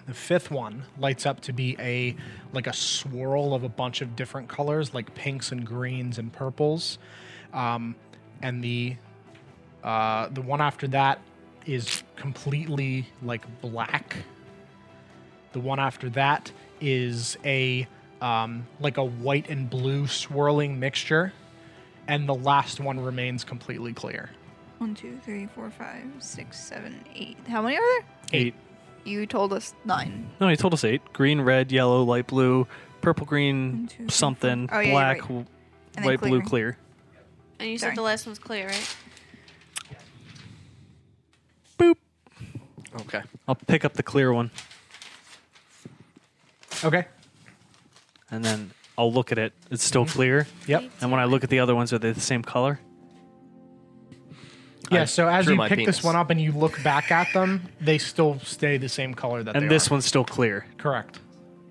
Speaker 1: The fifth one lights up to be a like a swirl of a bunch of different colors, like pinks and greens and purples. Um, and the uh, the one after that is completely like black. The one after that is a um, like a white and blue swirling mixture, and the last one remains completely clear.
Speaker 5: One, two, three, four, five, six, seven, eight. How many are there?
Speaker 2: Eight.
Speaker 5: You told us nine.
Speaker 2: No, he told us eight. Green, red, yellow, light blue, purple, green,
Speaker 5: two, three,
Speaker 2: something,
Speaker 5: four. Oh, yeah, you're
Speaker 2: black,
Speaker 5: right.
Speaker 2: w-
Speaker 5: And then
Speaker 2: light blue,
Speaker 5: clear.
Speaker 2: clear.
Speaker 4: And you
Speaker 5: Sorry.
Speaker 4: said the last one's clear, right?
Speaker 2: Boop.
Speaker 3: Okay.
Speaker 2: I'll pick up the clear one
Speaker 1: Okay.
Speaker 2: and then I'll look at it. It's still clear.
Speaker 1: Yep.
Speaker 2: And when I look at the other ones, are they the same color?
Speaker 1: Yeah. So as
Speaker 3: drew
Speaker 1: you
Speaker 3: my
Speaker 1: pick this
Speaker 3: penis.
Speaker 1: one up and you look back at them, they still stay the same color that.
Speaker 2: And
Speaker 1: they
Speaker 2: this
Speaker 1: are.
Speaker 2: one's still clear.
Speaker 1: Correct.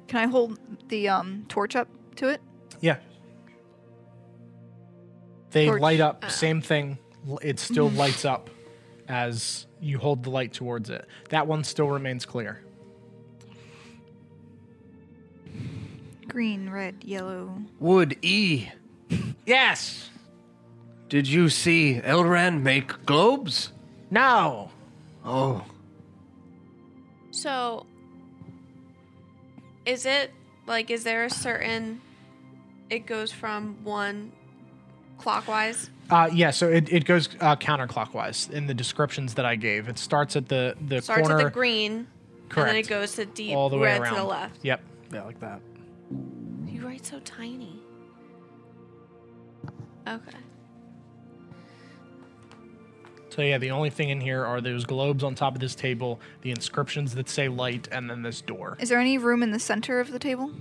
Speaker 5: Can I hold the um, torch up to it?
Speaker 1: Yeah. They
Speaker 5: Torch.
Speaker 1: light up. Same thing. L- It still lights up as you hold the light towards it. That one still remains clear.
Speaker 5: Green, red, yellow.
Speaker 3: Would E,
Speaker 1: Yes.
Speaker 3: did you see Elran make globes?
Speaker 1: No.
Speaker 3: Oh.
Speaker 4: So, is it like, is there a certain, it goes from one clockwise?
Speaker 1: Uh, yeah. So it, it goes uh, counterclockwise in the descriptions that I gave. It starts at the the
Speaker 4: Starts
Speaker 1: corner.
Speaker 4: at the green, and then
Speaker 1: Correct.
Speaker 4: it goes to deep
Speaker 1: all the way
Speaker 4: red
Speaker 1: around.
Speaker 4: to the left.
Speaker 1: Yep.
Speaker 2: Yeah, like that.
Speaker 4: You write so tiny. Okay. Oh,
Speaker 1: So yeah, the only thing in here are those globes on top of this table, the inscriptions that say light, and then this door.
Speaker 5: Is there any room in the center of the table?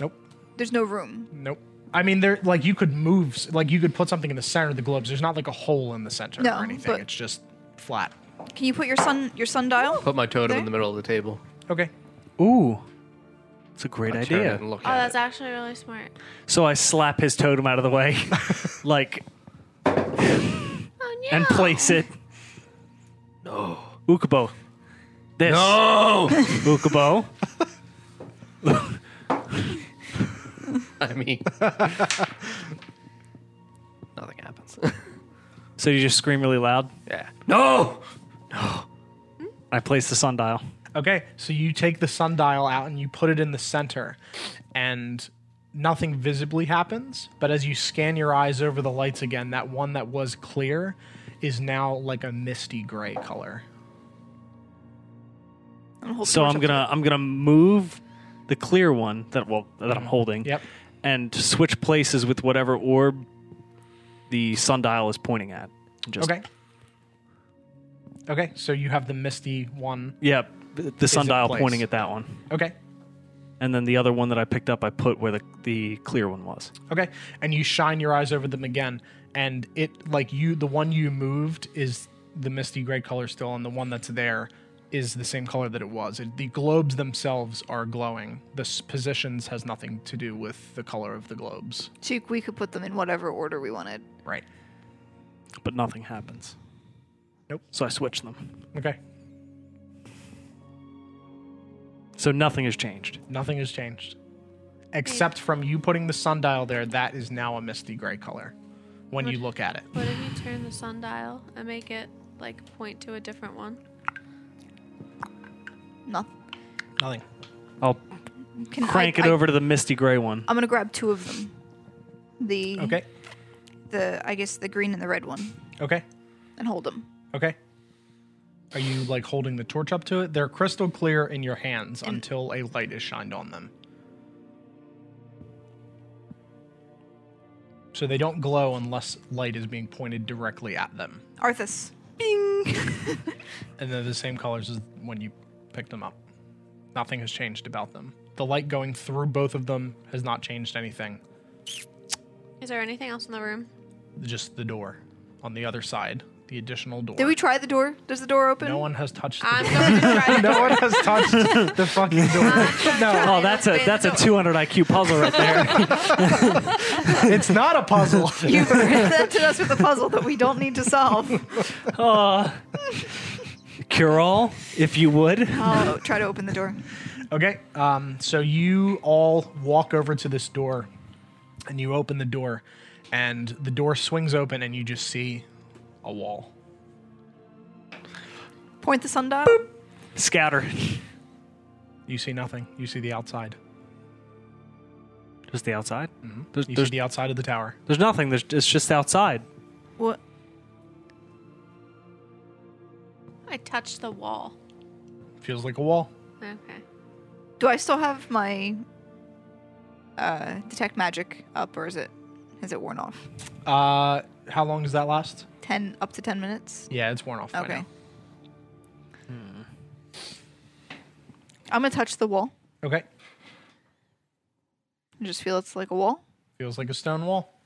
Speaker 1: Nope.
Speaker 5: There's no room.
Speaker 1: Nope. I mean, there like you could move, s- like you could put something in the center of the globes. There's not like a hole in the center
Speaker 5: No,
Speaker 1: or anything.
Speaker 5: but-
Speaker 1: it's just flat.
Speaker 5: Can you put your sun your sundial?
Speaker 3: Put my totem
Speaker 5: There?
Speaker 3: in the middle of the table.
Speaker 1: Okay.
Speaker 2: Ooh. It's a great
Speaker 3: I turn
Speaker 2: idea.
Speaker 3: it and look
Speaker 4: Oh,
Speaker 3: at
Speaker 4: that's
Speaker 3: it.
Speaker 4: actually really smart.
Speaker 2: So I slap his totem out of the way, like,
Speaker 4: Oh, no.
Speaker 2: and place it. No. Ukubo. This.
Speaker 3: No!
Speaker 2: Ukubo.
Speaker 3: I mean, nothing happens.
Speaker 2: So you just scream really loud.
Speaker 3: yeah. No!
Speaker 2: I place the sundial.
Speaker 1: Okay. So you take the sundial out and you put it in the center, and nothing visibly happens. But as you scan your eyes over the lights again, that one that was clear is now like a misty gray color.
Speaker 5: And hold
Speaker 2: So
Speaker 5: torch
Speaker 2: I'm
Speaker 5: up to
Speaker 2: gonna I'm gonna move the clear one that well that I'm holding.
Speaker 1: Mm-hmm. Yep.
Speaker 2: And switch places with whatever orb the sundial is pointing at. And Just,
Speaker 1: Okay. Okay. So you have the misty one.
Speaker 2: Yeah, th- the sundial
Speaker 1: place.
Speaker 2: pointing at that one,
Speaker 1: Okay.
Speaker 2: and then the other one that I picked up, I put where the the clear one was.
Speaker 1: Okay. And you shine your eyes over them again. And it, like you, the one you moved is the misty gray color still, and the one that's there is the same color that it was. It, the globes themselves are glowing. The s- positions has nothing to do with the color of the globes.
Speaker 5: it. So we could put them in whatever order we wanted.
Speaker 1: Right.
Speaker 2: But nothing happens.
Speaker 1: Nope.
Speaker 2: So I switch them.
Speaker 1: Okay.
Speaker 2: So nothing has changed.
Speaker 1: Nothing has changed. Except from you putting the sundial there, that is now a misty gray color when you look at it.
Speaker 4: What if you turn the sundial and make it like point to a different one?
Speaker 5: Not
Speaker 1: Nothing.
Speaker 2: I'll
Speaker 5: can I-
Speaker 2: crank it
Speaker 5: I-
Speaker 2: over to the misty gray one.
Speaker 5: I'm gonna grab two of them. The
Speaker 1: Okay.
Speaker 5: the I guess the green and the red one,
Speaker 1: Okay.
Speaker 5: and hold them.
Speaker 1: Okay. Are you like holding the torch up to it? They're crystal clear in your hands until a light is shined on them. So they don't glow unless light is being pointed directly at them.
Speaker 5: Arthas,
Speaker 1: And they're the same colors as when you picked them up. Nothing has changed about them. The light going through both of them has not changed anything.
Speaker 4: Is there anything else in the room?
Speaker 1: Just the door on the other side, the additional door.
Speaker 5: Did we try the door? Does the door open?
Speaker 1: no one has touched.
Speaker 4: I'm
Speaker 1: The
Speaker 4: going to try
Speaker 1: door.
Speaker 4: to.
Speaker 1: no one has touched the fucking door. no,
Speaker 2: Oh, that's a that's a 200 IQ puzzle right there.
Speaker 1: it's not a puzzle.
Speaker 5: You presented us with a puzzle that we don't need to solve.
Speaker 2: Uh, cure all, if you would.
Speaker 5: I'll try to open the door.
Speaker 1: Okay, um, so you all walk over to this door, and you open the door, and the door swings open, and you just see a wall.
Speaker 5: Point the sundial.
Speaker 2: Scatter.
Speaker 1: You see nothing. You see the outside.
Speaker 2: Just the outside. There's,
Speaker 1: Mm-hmm. You
Speaker 2: there's,
Speaker 1: see the outside of the tower.
Speaker 2: there's nothing. There's it's just outside.
Speaker 5: What?
Speaker 4: I touched the wall.
Speaker 1: Feels like a wall.
Speaker 4: Okay.
Speaker 5: Do I still have my uh, detect magic up, or is it has it worn off?
Speaker 1: Uh, how long does that last?
Speaker 5: Ten up to ten minutes.
Speaker 1: Yeah, it's worn off. by
Speaker 5: Okay.
Speaker 1: now.
Speaker 5: I'm gonna Hmm. touch the wall.
Speaker 1: Okay.
Speaker 5: I just feel it's like a wall.
Speaker 1: Feels like a stone wall.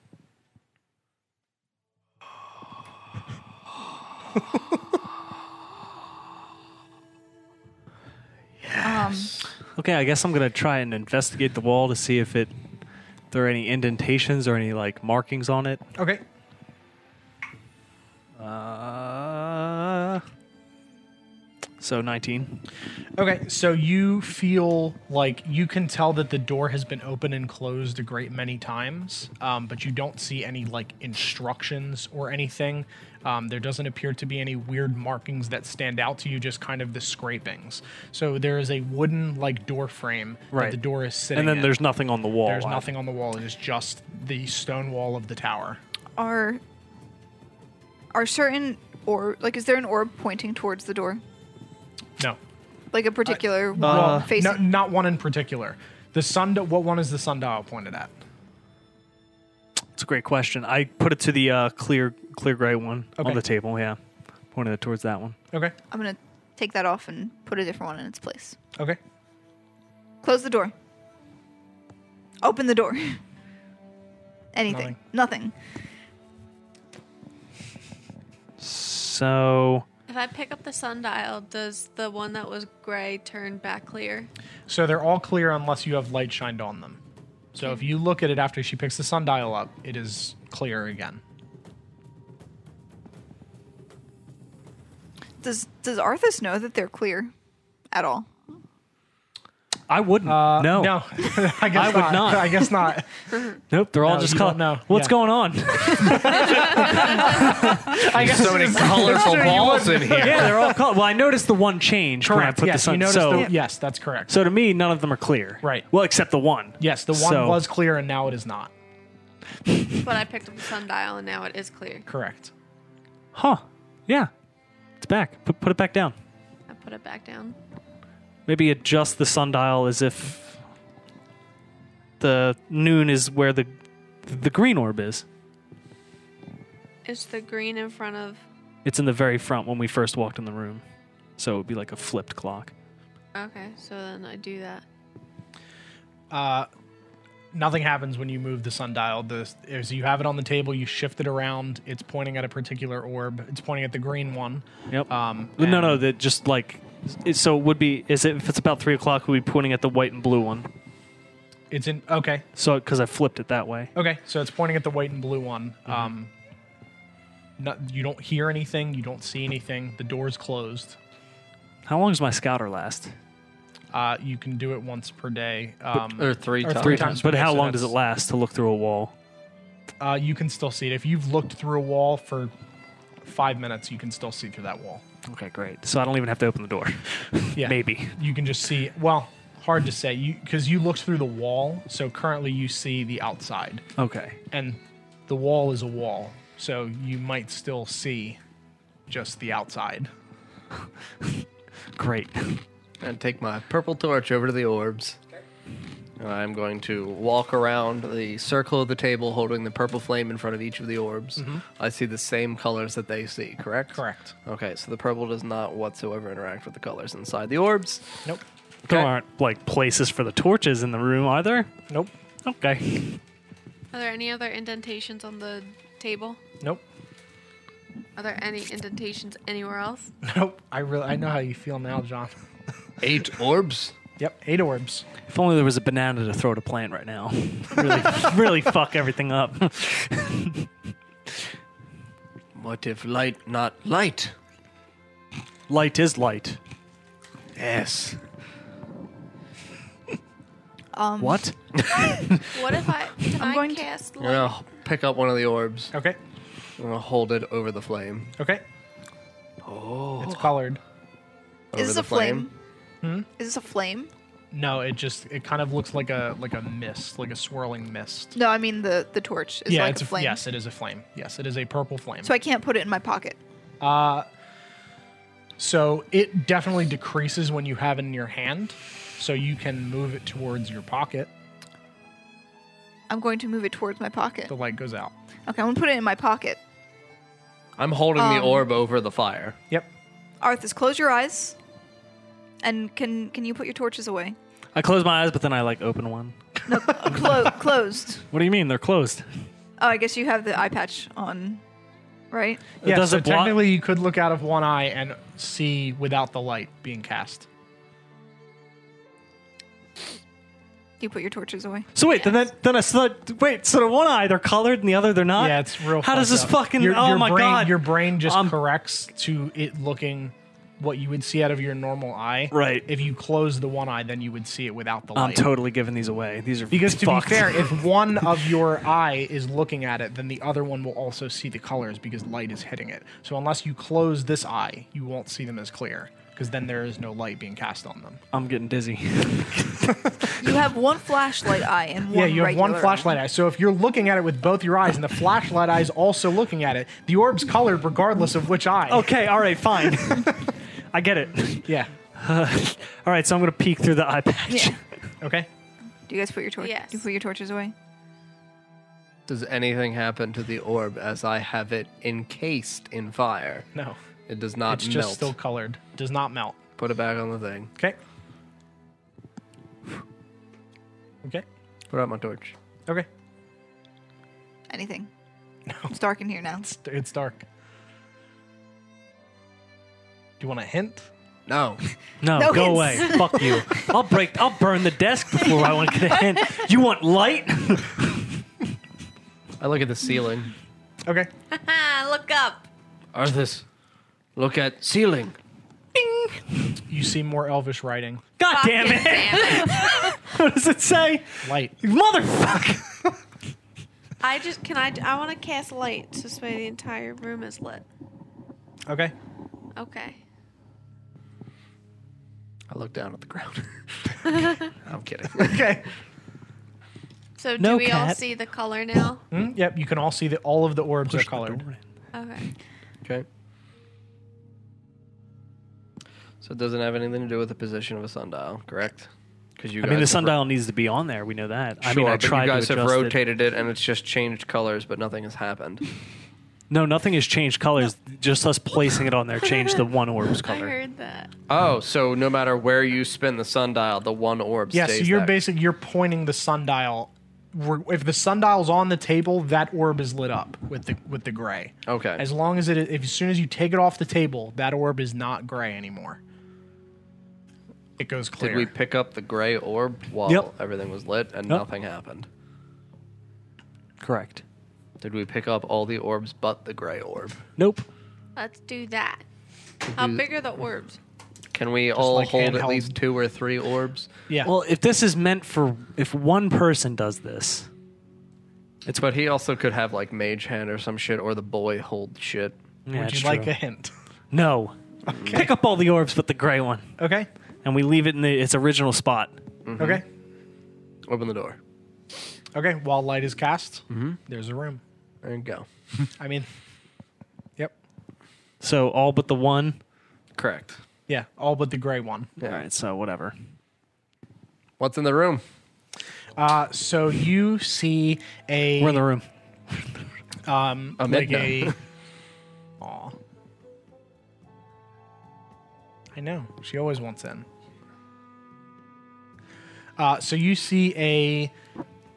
Speaker 5: Um,
Speaker 2: Okay, I guess I'm gonna try and investigate the wall to see if it if there are any indentations or any like markings on it.
Speaker 1: Okay.
Speaker 2: Uh, so 19.
Speaker 1: Okay, so you feel like you can tell that the door has been open and closed a great many times, um, but you don't see any like instructions or anything. Um, there doesn't appear to be any weird markings that stand out to you, just kind of the scrapings. So there is a wooden like door frame that
Speaker 2: Right.
Speaker 1: the door is sitting.
Speaker 2: And then
Speaker 1: in.
Speaker 2: there's nothing on the wall.
Speaker 1: there's nothing on the wall. It is just the stone wall of the tower.
Speaker 5: Are are certain or like is there an orb pointing towards the door?
Speaker 1: No,
Speaker 5: Like a particular one
Speaker 1: Well,
Speaker 5: facing?
Speaker 1: uh, no not one in particular. The sun. What one is the sundial pointed at?
Speaker 2: It's a great question. I put it to the uh, clear clear gray one
Speaker 1: Okay.
Speaker 2: on the table. Yeah, pointed it towards that one.
Speaker 1: Okay.
Speaker 5: I'm gonna take that off and put a different one in its place.
Speaker 1: Okay.
Speaker 5: Close the door. Open the door. Anything. Nothing.
Speaker 2: So
Speaker 4: If I pick up the sundial, does the one that was gray turn back clear?
Speaker 1: So they're all clear unless you have light shined on them. So if you look at it after she picks the sundial up, it is clear again.
Speaker 5: Does Does Arthas know that they're clear, at all?
Speaker 2: I wouldn't.
Speaker 1: Uh,
Speaker 2: no,
Speaker 1: no, I guess
Speaker 2: Oh. I would
Speaker 1: not.
Speaker 2: not.
Speaker 1: I guess not.
Speaker 2: nope. They're all
Speaker 1: No,
Speaker 2: just
Speaker 1: you
Speaker 2: color.
Speaker 1: don't know.
Speaker 2: What's
Speaker 1: Yeah.
Speaker 2: going on?
Speaker 1: I guess
Speaker 3: so many colorful balls in here.
Speaker 2: yeah, they're all colored. Well, I noticed the one change when I
Speaker 1: Correct.
Speaker 2: put
Speaker 1: yes,
Speaker 2: the sun.
Speaker 1: you noticed
Speaker 2: so
Speaker 1: the- yes, that's correct.
Speaker 2: so to me, none of them are clear.
Speaker 1: Right.
Speaker 2: Well, except the one.
Speaker 1: yes, the one
Speaker 2: so-
Speaker 1: was clear and now it is not.
Speaker 4: But I picked up the sundial and now it is clear.
Speaker 1: Correct.
Speaker 2: Huh. Yeah. It's back. Put, put it back down.
Speaker 4: I put it back down.
Speaker 2: Maybe adjust the sundial as if the noon is where the the green orb is.
Speaker 4: Is the green in front of.
Speaker 2: It's in the very front when we first walked in the room. So it would be like a flipped clock.
Speaker 4: Okay, so then I do that.
Speaker 1: Nothing happens when you move the sundial. The, as you have it on the table, you shift it around. It's pointing at a particular orb. It's pointing at the green one.
Speaker 2: Yep.
Speaker 1: Um,
Speaker 2: no,
Speaker 1: and-
Speaker 2: no, that just like. It, so it would be. Is it, if it's about 3 o'clock, we'd be pointing at the white and blue one.
Speaker 1: It's in. Okay.
Speaker 2: So, because I flipped it that way.
Speaker 1: Okay, so it's pointing at the white and blue one. Um, no- you don't hear anything. You don't see anything. The door's closed.
Speaker 2: How long does my scouter last?
Speaker 1: Uh, you can do it once per day. Um,
Speaker 3: or three times.
Speaker 1: three times. per
Speaker 2: uh, But
Speaker 1: day,
Speaker 2: how
Speaker 1: so
Speaker 2: long does it
Speaker 1: that's-
Speaker 2: last to look through a wall?
Speaker 1: Uh, you can still see it. If you've looked through a wall for five minutes, you can still see through that wall.
Speaker 2: Okay, great. So I don't even have to open the door.
Speaker 1: Yeah.
Speaker 2: Maybe.
Speaker 1: You can just see. Well, hard to say. You because you looked through the wall. So currently, you see the outside,
Speaker 2: Okay.
Speaker 1: and the wall is a wall. So you might still see just the outside.
Speaker 2: Great.
Speaker 3: And take my purple torch over to the orbs. And I'm going to walk around the circle of the table holding the purple flame in front of each of the orbs. I see the same colors that they see, Mm-hmm. correct?
Speaker 1: Correct.
Speaker 3: Okay, so the purple does not whatsoever interact with the colors inside the orbs.
Speaker 1: Nope.
Speaker 2: There aren't like places for the torches in the room, are there?
Speaker 1: Nope.
Speaker 2: Okay.
Speaker 4: Are there any other indentations on the table?
Speaker 1: Nope.
Speaker 4: Are there any indentations anywhere else?
Speaker 1: Nope. I really I know how you feel now, John.
Speaker 3: Eight orbs.
Speaker 1: Yep, eight orbs.
Speaker 2: If only there was a banana to throw at a plant right now. Really, really fuck everything up.
Speaker 3: What if light not light?
Speaker 2: light is light.
Speaker 3: Yes.
Speaker 5: Um,
Speaker 2: What?
Speaker 4: What if I can i
Speaker 5: going to-
Speaker 4: cast
Speaker 3: I'm
Speaker 4: light?
Speaker 3: gonna pick up one of the orbs.
Speaker 1: Okay.
Speaker 3: I'm gonna hold it over the flame.
Speaker 1: Okay. Oh. It's colored.
Speaker 3: Over
Speaker 5: Is this
Speaker 3: the
Speaker 5: a flame? Is this a flame?
Speaker 1: No, it just it kind of looks like a like a mist, like a swirling mist.
Speaker 5: No, I mean the the torch is
Speaker 1: yeah,
Speaker 5: like
Speaker 1: it's
Speaker 5: a flame.
Speaker 1: yes, it is a flame. Yes, it is a purple flame.
Speaker 5: So I can't put it in my pocket.
Speaker 1: So it definitely decreases when you have it in your hand, so you can move it towards your pocket.
Speaker 5: I'm going to move it towards my pocket.
Speaker 1: The light goes out.
Speaker 5: Okay, I'm gonna put it in my pocket.
Speaker 3: I'm holding the orb over the fire.
Speaker 1: Yep.
Speaker 5: Arthas, close your eyes. And can can you put your torches away?
Speaker 2: I close my eyes, but then I like open one.
Speaker 5: No, clo- closed.
Speaker 2: What do you mean? They're closed.
Speaker 5: Oh, I guess you have the eye patch on, right?
Speaker 1: Yeah,
Speaker 2: does
Speaker 1: so
Speaker 2: it block-
Speaker 1: technically you could look out of one eye and see without the light being cast.
Speaker 5: You put your torches away.
Speaker 2: So wait, then that, then I saw, wait. So the one eye they're colored and the other they're not.
Speaker 1: Yeah, it's real.
Speaker 2: How does
Speaker 1: fucked
Speaker 2: this
Speaker 1: up.
Speaker 2: fucking?
Speaker 1: Your,
Speaker 2: oh
Speaker 1: your
Speaker 2: my
Speaker 1: brain,
Speaker 2: god!
Speaker 1: Your brain just
Speaker 2: Um,
Speaker 1: corrects to it looking what you would see out of your normal eye.
Speaker 2: Right.
Speaker 1: If you close the one eye, then you would see it without the
Speaker 2: I'm
Speaker 1: light.
Speaker 2: totally giving these away. These are
Speaker 1: because to
Speaker 2: fucked.
Speaker 1: be fair, if one of your eye is looking at it, then the other one will also see the colors because light is hitting it. So unless you close this eye, you won't see them as clear because then there is no light being cast on them.
Speaker 2: I'm getting dizzy.
Speaker 5: You have one flashlight eye and one
Speaker 1: yeah, you have one
Speaker 5: regular eye.
Speaker 1: flashlight eye. So if you're looking at it with both your eyes and the flashlight eye is also looking at it, the orb's colored regardless of which eye.
Speaker 2: okay, all right, fine. I get it.
Speaker 1: Yeah.
Speaker 2: All right, so I'm gonna peek through the eye patch.
Speaker 5: Yeah.
Speaker 1: Okay.
Speaker 5: Do you guys put your torches?
Speaker 4: Yes.
Speaker 5: You put your torches away.
Speaker 3: Does anything happen to the orb as I have it encased in fire?
Speaker 1: No.
Speaker 3: It does not
Speaker 1: It's
Speaker 3: melt.
Speaker 1: just still colored. Does not melt.
Speaker 3: Put it back on the thing.
Speaker 1: Okay. Okay.
Speaker 3: Put out my torch.
Speaker 1: Okay.
Speaker 5: Anything? No. It's dark in here now.
Speaker 1: It's, it's dark. Do you want a hint?
Speaker 3: No.
Speaker 2: No,
Speaker 5: No
Speaker 2: go away.
Speaker 5: hints.
Speaker 2: Fuck you. I'll break. I'll burn the desk before I want to get a hint. You want light?
Speaker 3: I look at the ceiling.
Speaker 1: Okay.
Speaker 4: Ah, look up.
Speaker 3: Arthas, look at ceiling.
Speaker 1: You see more elvish writing.
Speaker 2: God damn it! what does it say?
Speaker 1: Light.
Speaker 2: Motherfucker!
Speaker 4: I just can I I want to cast light so this way the entire room is lit.
Speaker 1: Okay.
Speaker 4: Okay.
Speaker 3: I look down at the ground. I'm kidding.
Speaker 1: Okay.
Speaker 4: So do
Speaker 2: No,
Speaker 4: we all
Speaker 2: Kat.
Speaker 4: see the color now?
Speaker 1: Mm, yep. You can all see that all of the orbs are colored.
Speaker 4: Okay.
Speaker 3: Okay. So it doesn't have anything to do with the position of a sundial, correct? Because you.
Speaker 2: I
Speaker 3: guys
Speaker 2: mean, the
Speaker 3: have
Speaker 2: sundial needs to be on there. We know that.
Speaker 3: Ro-
Speaker 2: I mean,
Speaker 3: Sure,
Speaker 2: I
Speaker 3: but
Speaker 2: tried
Speaker 3: you guys
Speaker 2: to adjust
Speaker 3: have
Speaker 2: it.
Speaker 3: rotated it. and it's just changed colors, but nothing has happened.
Speaker 2: No, nothing has changed colors. Just us placing it on there changed the one orb's
Speaker 4: I
Speaker 2: color.
Speaker 4: heard that.
Speaker 3: oh, so no matter where you spin the sundial, the one orb
Speaker 1: Yeah.
Speaker 3: stays
Speaker 1: so you're
Speaker 3: there.
Speaker 1: basically you're pointing the sundial. We're- If the sundial's on the table, that orb is lit up with the with the gray.
Speaker 3: Okay.
Speaker 1: As long as it, if as soon as you take it off the table, that orb is not gray anymore. It goes clear.
Speaker 3: Did we pick up the gray orb while
Speaker 2: Yep.
Speaker 3: everything was lit and
Speaker 2: Yep.
Speaker 3: nothing happened?
Speaker 2: Correct.
Speaker 3: Did we pick up all the orbs but the gray orb?
Speaker 2: Nope.
Speaker 4: Let's do that. How big are the orbs?
Speaker 3: Can we all
Speaker 1: like
Speaker 3: hold at
Speaker 1: handheld.
Speaker 3: least two or three orbs?
Speaker 1: yeah.
Speaker 2: Well, if this is meant for if one person does this,
Speaker 3: It's but he also could have like mage hand or some shit or the boy hold shit.
Speaker 2: yeah,
Speaker 1: Would
Speaker 2: it's
Speaker 1: you like
Speaker 2: true.
Speaker 1: a hint?
Speaker 2: No. Pick up all the orbs but the gray one,
Speaker 1: Okay.
Speaker 2: and we leave it in the, its original spot.
Speaker 1: Okay.
Speaker 3: Open the door
Speaker 1: Okay. While light is cast, there's a room.
Speaker 3: and go.
Speaker 1: I mean, yep.
Speaker 2: So all but the one.
Speaker 3: Correct.
Speaker 1: Yeah. All but the gray one.
Speaker 3: Yeah.
Speaker 2: All right. So whatever.
Speaker 3: What's in the room?
Speaker 1: Uh, so you see a um,
Speaker 2: We're in the room.
Speaker 3: A
Speaker 1: like
Speaker 3: midnight.
Speaker 1: a. Aw. I know. She always wants in. Uh, so you see a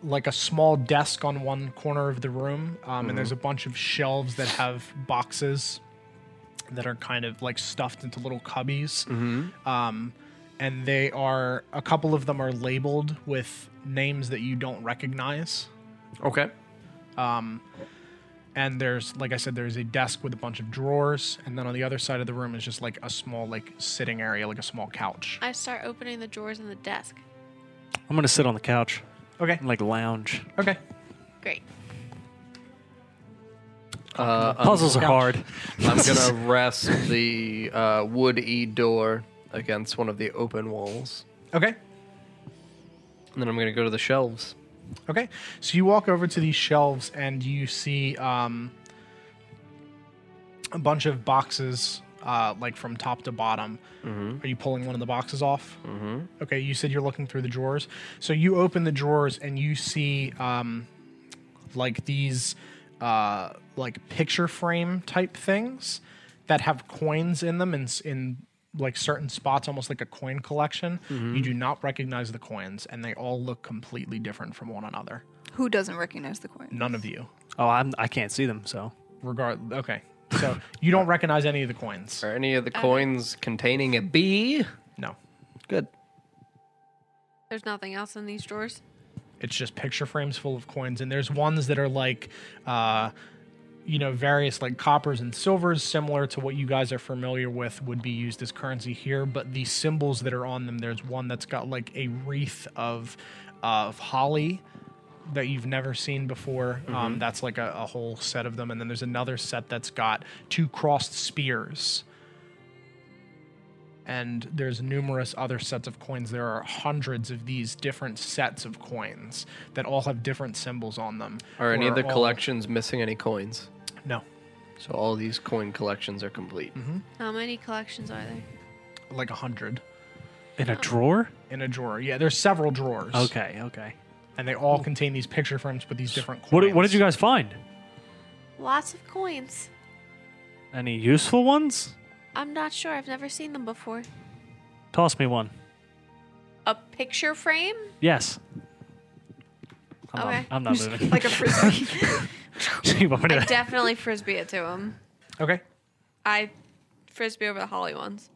Speaker 1: like a small desk on one corner of the room, um,
Speaker 2: Mm-hmm.
Speaker 1: and there's a bunch of shelves that have boxes that are kind of like stuffed into little cubbies.
Speaker 2: Mm-hmm.
Speaker 1: Um, and they are a couple of them are labeled with names that you don't recognize.
Speaker 3: Okay.
Speaker 1: And there's, like I said, there's a desk with a bunch of drawers, and then on the other side of the room is just like a small like sitting area, like a small couch.
Speaker 4: I start opening the drawers in the desk.
Speaker 2: I'm gonna sit on the couch
Speaker 1: Okay.
Speaker 2: and like lounge.
Speaker 1: Okay.
Speaker 4: Great.
Speaker 3: Uh, I'm-
Speaker 2: Puzzles are
Speaker 1: couch.
Speaker 2: hard.
Speaker 3: I'm gonna rest the uh, wood e door against one of the open walls,
Speaker 1: Okay.
Speaker 3: and then I'm gonna go to the shelves.
Speaker 1: Okay. So you walk over to these shelves and you see um, a bunch of boxes, uh, like from top to bottom. Are you pulling one of the boxes off? Mm-hmm. Okay. You said you're looking through the drawers. So you open the drawers and you see um, like these uh, like picture frame type things that have coins in them and s- in like certain spots almost like a coin collection you do not recognize the coins and they all look completely different from one another
Speaker 5: Who doesn't recognize the coin?
Speaker 1: none of you
Speaker 2: Oh, I'm I can't see them, so
Speaker 1: regard okay so you don't recognize any of the coins
Speaker 3: Are any of the coins containing a B?
Speaker 1: no
Speaker 3: Good.
Speaker 4: There's nothing else in these drawers.
Speaker 1: it's just picture frames full of coins and there's ones that are like uh you know various like coppers and silvers similar to what you guys are familiar with would be used as currency here but the symbols that are on them there's one that's got like a wreath of of holly that you've never seen before
Speaker 3: Mm-hmm.
Speaker 1: um, that's like a, a whole set of them and then there's another set that's got two crossed spears and there's numerous other sets of coins. There are hundreds of these different sets of coins that all have different symbols on them.
Speaker 3: Are any of the
Speaker 1: all-
Speaker 3: collections missing any coins?
Speaker 1: No,
Speaker 3: So all these coin collections are complete.
Speaker 1: Mm-hmm.
Speaker 3: Um,
Speaker 4: How many collections are there?
Speaker 1: like a hundred
Speaker 2: in a drawer.
Speaker 1: in a drawer. Yeah, there's several drawers.
Speaker 2: Okay, okay.
Speaker 1: and they all contain these picture frames with these different coins.
Speaker 2: What did- what did you guys find?
Speaker 4: Lots of coins.
Speaker 2: Any useful ones?
Speaker 4: I'm not sure. I've never seen them before.
Speaker 2: Toss me one.
Speaker 4: A picture frame?
Speaker 2: Yes. I'm not-
Speaker 4: Okay.
Speaker 2: I'm not moving.
Speaker 5: Like a frisbee.
Speaker 2: You want me to-
Speaker 4: Definitely frisbee it to him.
Speaker 1: Okay,
Speaker 4: I frisbee over the holly ones.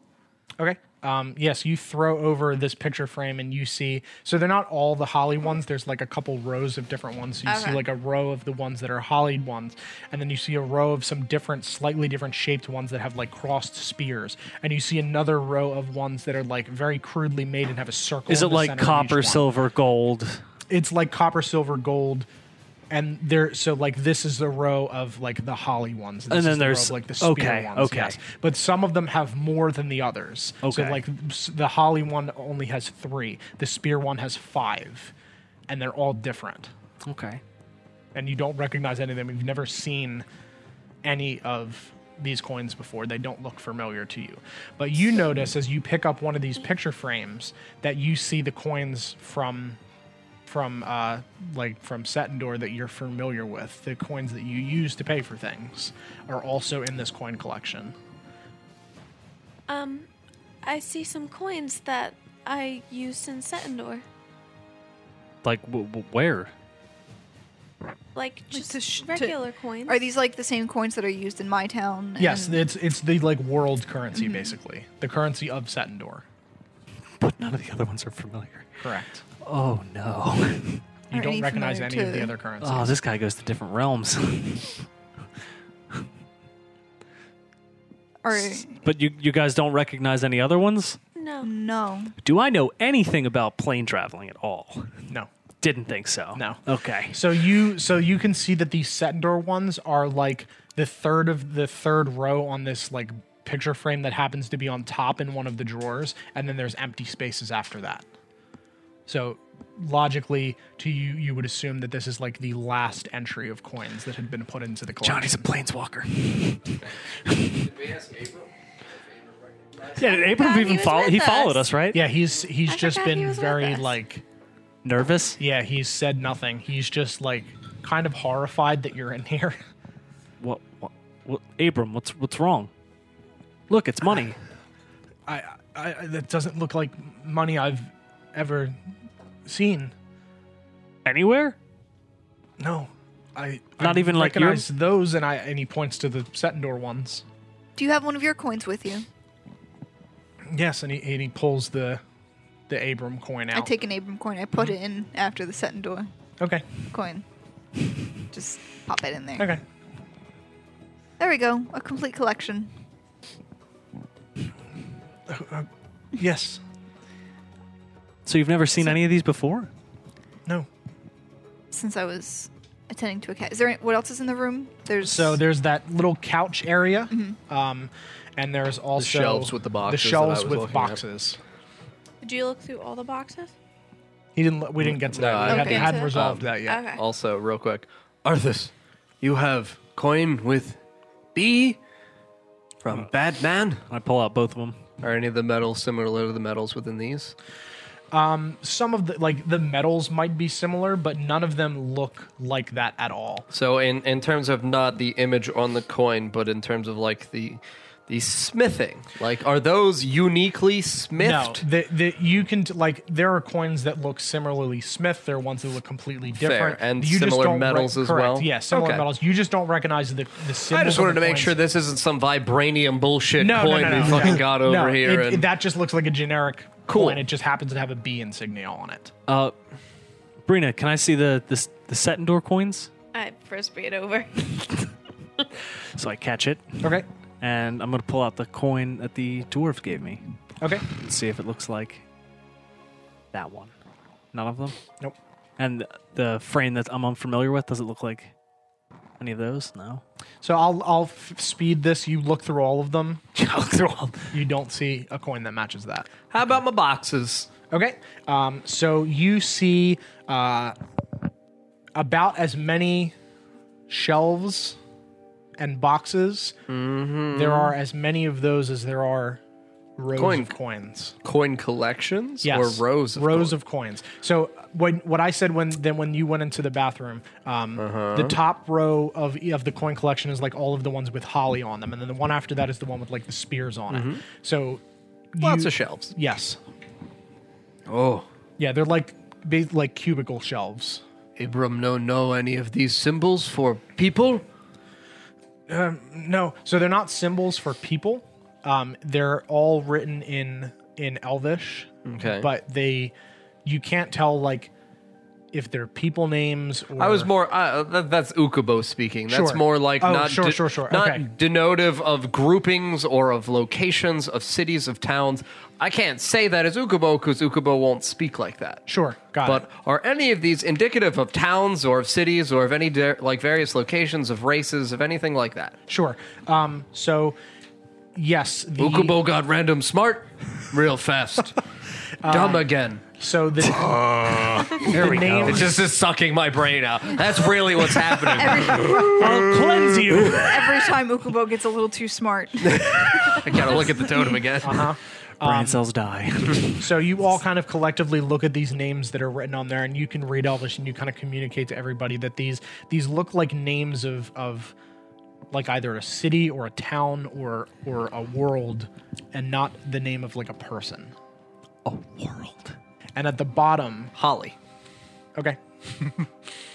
Speaker 1: okay. Um, yes, you throw over this picture frame and you see. So they're not all the holly ones. There's like a couple rows of different ones. So you see
Speaker 4: Okay.
Speaker 1: like a row of the ones that are holly ones, and then you see a row of some different, slightly different shaped ones that have like crossed spears, and you see another row of ones that are like very crudely made and have a circle.
Speaker 2: Is
Speaker 1: in
Speaker 2: it
Speaker 1: the
Speaker 2: like
Speaker 1: center of each
Speaker 2: copper,
Speaker 1: one.
Speaker 2: silver, gold?
Speaker 1: It's like copper, silver, gold. And there, so like this is the row of like the holly ones, this
Speaker 2: And then
Speaker 1: is
Speaker 2: there's-
Speaker 1: the row of, like the spear
Speaker 2: okay,
Speaker 1: ones,
Speaker 2: okay.
Speaker 1: yes. But some of them have more than the others. So
Speaker 2: Okay.
Speaker 1: like s- the holly one only has three, the spear one has five, and they're all different.
Speaker 2: Okay.
Speaker 1: And you don't recognize any of them. You've never seen any of these coins before. They don't look familiar to you. But you notice as you pick up one of these picture frames that you see the coins from from uh, like from Setendor that you're familiar with. The coins that you use to pay for things are also in this coin collection.
Speaker 4: Um, I see some coins that I used in Setendor.
Speaker 2: Like w- w- where?
Speaker 4: Like just
Speaker 5: to sh- to-
Speaker 4: regular coins.
Speaker 5: are these like the same coins that are used in my town?
Speaker 1: Yes,
Speaker 5: and-
Speaker 1: it's it's the like world currency basically, the currency of Setendor.
Speaker 2: But none of the other ones are familiar.
Speaker 1: Correct.
Speaker 2: Oh no.
Speaker 1: You
Speaker 5: Are
Speaker 1: don't
Speaker 5: any
Speaker 1: recognize any
Speaker 5: familiar
Speaker 1: of the
Speaker 5: to-
Speaker 1: other currencies.
Speaker 2: Oh, this guy goes to different realms.
Speaker 5: Or
Speaker 2: but you you guys don't recognize any other ones?
Speaker 4: No.
Speaker 5: no.
Speaker 2: Do I know anything about plane traveling at all?
Speaker 1: no.
Speaker 2: Didn't think so.
Speaker 1: No.
Speaker 2: Okay.
Speaker 1: So you so you can see that these Setendor ones are like the third of the third row on this like picture frame that happens to be on top in one of the drawers, and then there's empty spaces after that. So logically, to you, you would assume that this is like the last entry of coins that had been put into the collection.
Speaker 2: Johnny's a planeswalker. Yeah, did Abram
Speaker 4: God, he
Speaker 2: even
Speaker 4: was
Speaker 2: follow?
Speaker 4: with
Speaker 2: He
Speaker 4: us.
Speaker 2: followed us, right?
Speaker 1: yeah, he's he's
Speaker 4: I
Speaker 1: just
Speaker 4: forgot he
Speaker 1: been
Speaker 4: was with
Speaker 1: very
Speaker 4: us.
Speaker 1: like
Speaker 2: Nervous?
Speaker 1: yeah, he's said nothing. He's just like kind of horrified that you're in here.
Speaker 2: What? What? what Abram, what's what's wrong? Look, it's money.
Speaker 1: I, I I- that doesn't look like money I've ever seen.
Speaker 2: Anywhere?
Speaker 1: No, I
Speaker 2: Not
Speaker 1: I
Speaker 2: even, like, your-
Speaker 1: recognize those, and I and he points to the Setendor ones.
Speaker 5: Do you have one of your coins with you?
Speaker 1: Yes, and he and he pulls the the Abram coin out.
Speaker 5: I take an Abram coin. I put it in after the set and door
Speaker 1: okay,
Speaker 5: coin. Just pop it in there.
Speaker 1: okay.
Speaker 5: There we go. A complete collection.
Speaker 1: Yes,
Speaker 2: So you've never seen any of these before?
Speaker 1: no.
Speaker 5: Since I was attending to a cat. Is there any, what else is in the room? There's
Speaker 1: So there's that little couch area,
Speaker 5: Mm-hmm.
Speaker 1: um, and there's also
Speaker 3: shelves with the boxes
Speaker 1: The
Speaker 3: that
Speaker 1: shelves
Speaker 3: I was
Speaker 1: with
Speaker 3: looking at.
Speaker 1: boxes.
Speaker 4: Did you look through all the boxes?
Speaker 1: He didn't. We didn't get to
Speaker 3: No,
Speaker 1: that.
Speaker 3: I
Speaker 1: we hadn't,
Speaker 4: didn't.
Speaker 1: hadn't resolved that yet.
Speaker 4: Okay.
Speaker 3: Also, real quick, Arthas, you have coin with B
Speaker 1: Uh.
Speaker 3: from Batman.
Speaker 2: I pull out both of them.
Speaker 3: Are any of the metals similar to the metals within these?
Speaker 1: Some of the like the metals might be similar, but none of them look like that at all.
Speaker 3: So, in in terms of not the image on the coin, but in terms of like the the smithing, like are those uniquely smithed?
Speaker 1: No, the, the, you can t- like there are coins that look similarly smith. There are ones that look completely different
Speaker 3: and
Speaker 1: you just
Speaker 3: similar
Speaker 1: don't
Speaker 3: metals as
Speaker 1: correct,
Speaker 3: well?
Speaker 1: Yeah, similar
Speaker 3: Okay.
Speaker 1: metals. You just don't recognize the the symbols.
Speaker 3: I just
Speaker 1: on
Speaker 3: wanted
Speaker 1: the
Speaker 3: to make
Speaker 1: coins.
Speaker 3: sure this isn't some vibranium bullshit
Speaker 1: no,
Speaker 3: coin
Speaker 1: no, no, no,
Speaker 3: we fucking
Speaker 1: no.
Speaker 3: got over
Speaker 1: No,
Speaker 3: here.
Speaker 1: it-
Speaker 3: and
Speaker 1: that just looks like a generic
Speaker 3: Cool.
Speaker 1: coin. It just happens to have a B insignia on it.
Speaker 2: Uh, Brina, can I see the the, the Setendor coins?
Speaker 4: I frisbee it over.
Speaker 2: So I catch it,
Speaker 1: Okay,
Speaker 2: and I'm gonna pull out the coin that the dwarves gave me
Speaker 1: okay,
Speaker 2: and see if it looks like that one. None of them.
Speaker 1: nope.
Speaker 2: And the frame that I'm unfamiliar with does it look like any of those? No.
Speaker 1: So I'll I'll f- speed this. You look through all of them.
Speaker 2: They're all-
Speaker 1: You don't see a coin that matches that.
Speaker 3: how about my boxes?
Speaker 1: Okay. Um, so you see uh, about as many shelves and boxes.
Speaker 3: Mm-hmm.
Speaker 1: There are as many of those as there are rows
Speaker 3: Coin-
Speaker 1: of coins.
Speaker 3: Coin collections
Speaker 1: Yes.
Speaker 3: or rows of
Speaker 1: rows
Speaker 3: coin?
Speaker 1: of coins. So when what I said when then when you went into the bathroom, um,
Speaker 3: Uh-huh.
Speaker 1: the top row of e, of the coin collection is like all of the ones with holly on them, and then the one after that is the one with like the spears on it. So
Speaker 3: Mm-hmm. lots
Speaker 1: you-
Speaker 3: of shelves.
Speaker 1: yes,
Speaker 3: Oh,
Speaker 1: yeah, they're like ba- like cubicle shelves.
Speaker 3: Abram, no, know any of these symbols for people?
Speaker 1: No, so they're not symbols for people. Um, they're all written in in Elvish,
Speaker 3: Okay.
Speaker 1: but they you can't tell like if they're people names. Or,
Speaker 3: I was more. Uh, that, that's Ukubo speaking. That's
Speaker 1: Sure.
Speaker 3: more like
Speaker 1: Oh,
Speaker 3: not
Speaker 1: sure, sure, sure.
Speaker 3: not
Speaker 1: Okay.
Speaker 3: denotive of groupings or of locations of cities of towns. I can't say that as Ukubo because Ukubo won't speak like that.
Speaker 1: sure. Got
Speaker 3: But
Speaker 1: it.
Speaker 3: are any of these indicative of towns or of cities or of any di- like various locations of races of anything like that?
Speaker 1: Sure. Um, so yes, the,
Speaker 3: Ukubo got random smart, real fast,
Speaker 1: Uh,
Speaker 3: dumb again.
Speaker 1: So the, there we name,
Speaker 3: It just is sucking my brain out. That's really what's happening.
Speaker 2: I'll cleanse you.
Speaker 5: every time Ukubo gets a little too smart.
Speaker 3: I gotta look at the totem again.
Speaker 1: Uh-huh.
Speaker 3: Um,
Speaker 2: Brain cells die.
Speaker 1: So you all kind of collectively look at these names that are written on there, and you can read Elvish, and you kind of communicate to everybody that these these look like names of of like either a city or a town or or a world, and not the name of like a person.
Speaker 2: a world.
Speaker 1: And at the bottom,
Speaker 3: Holly,
Speaker 1: okay.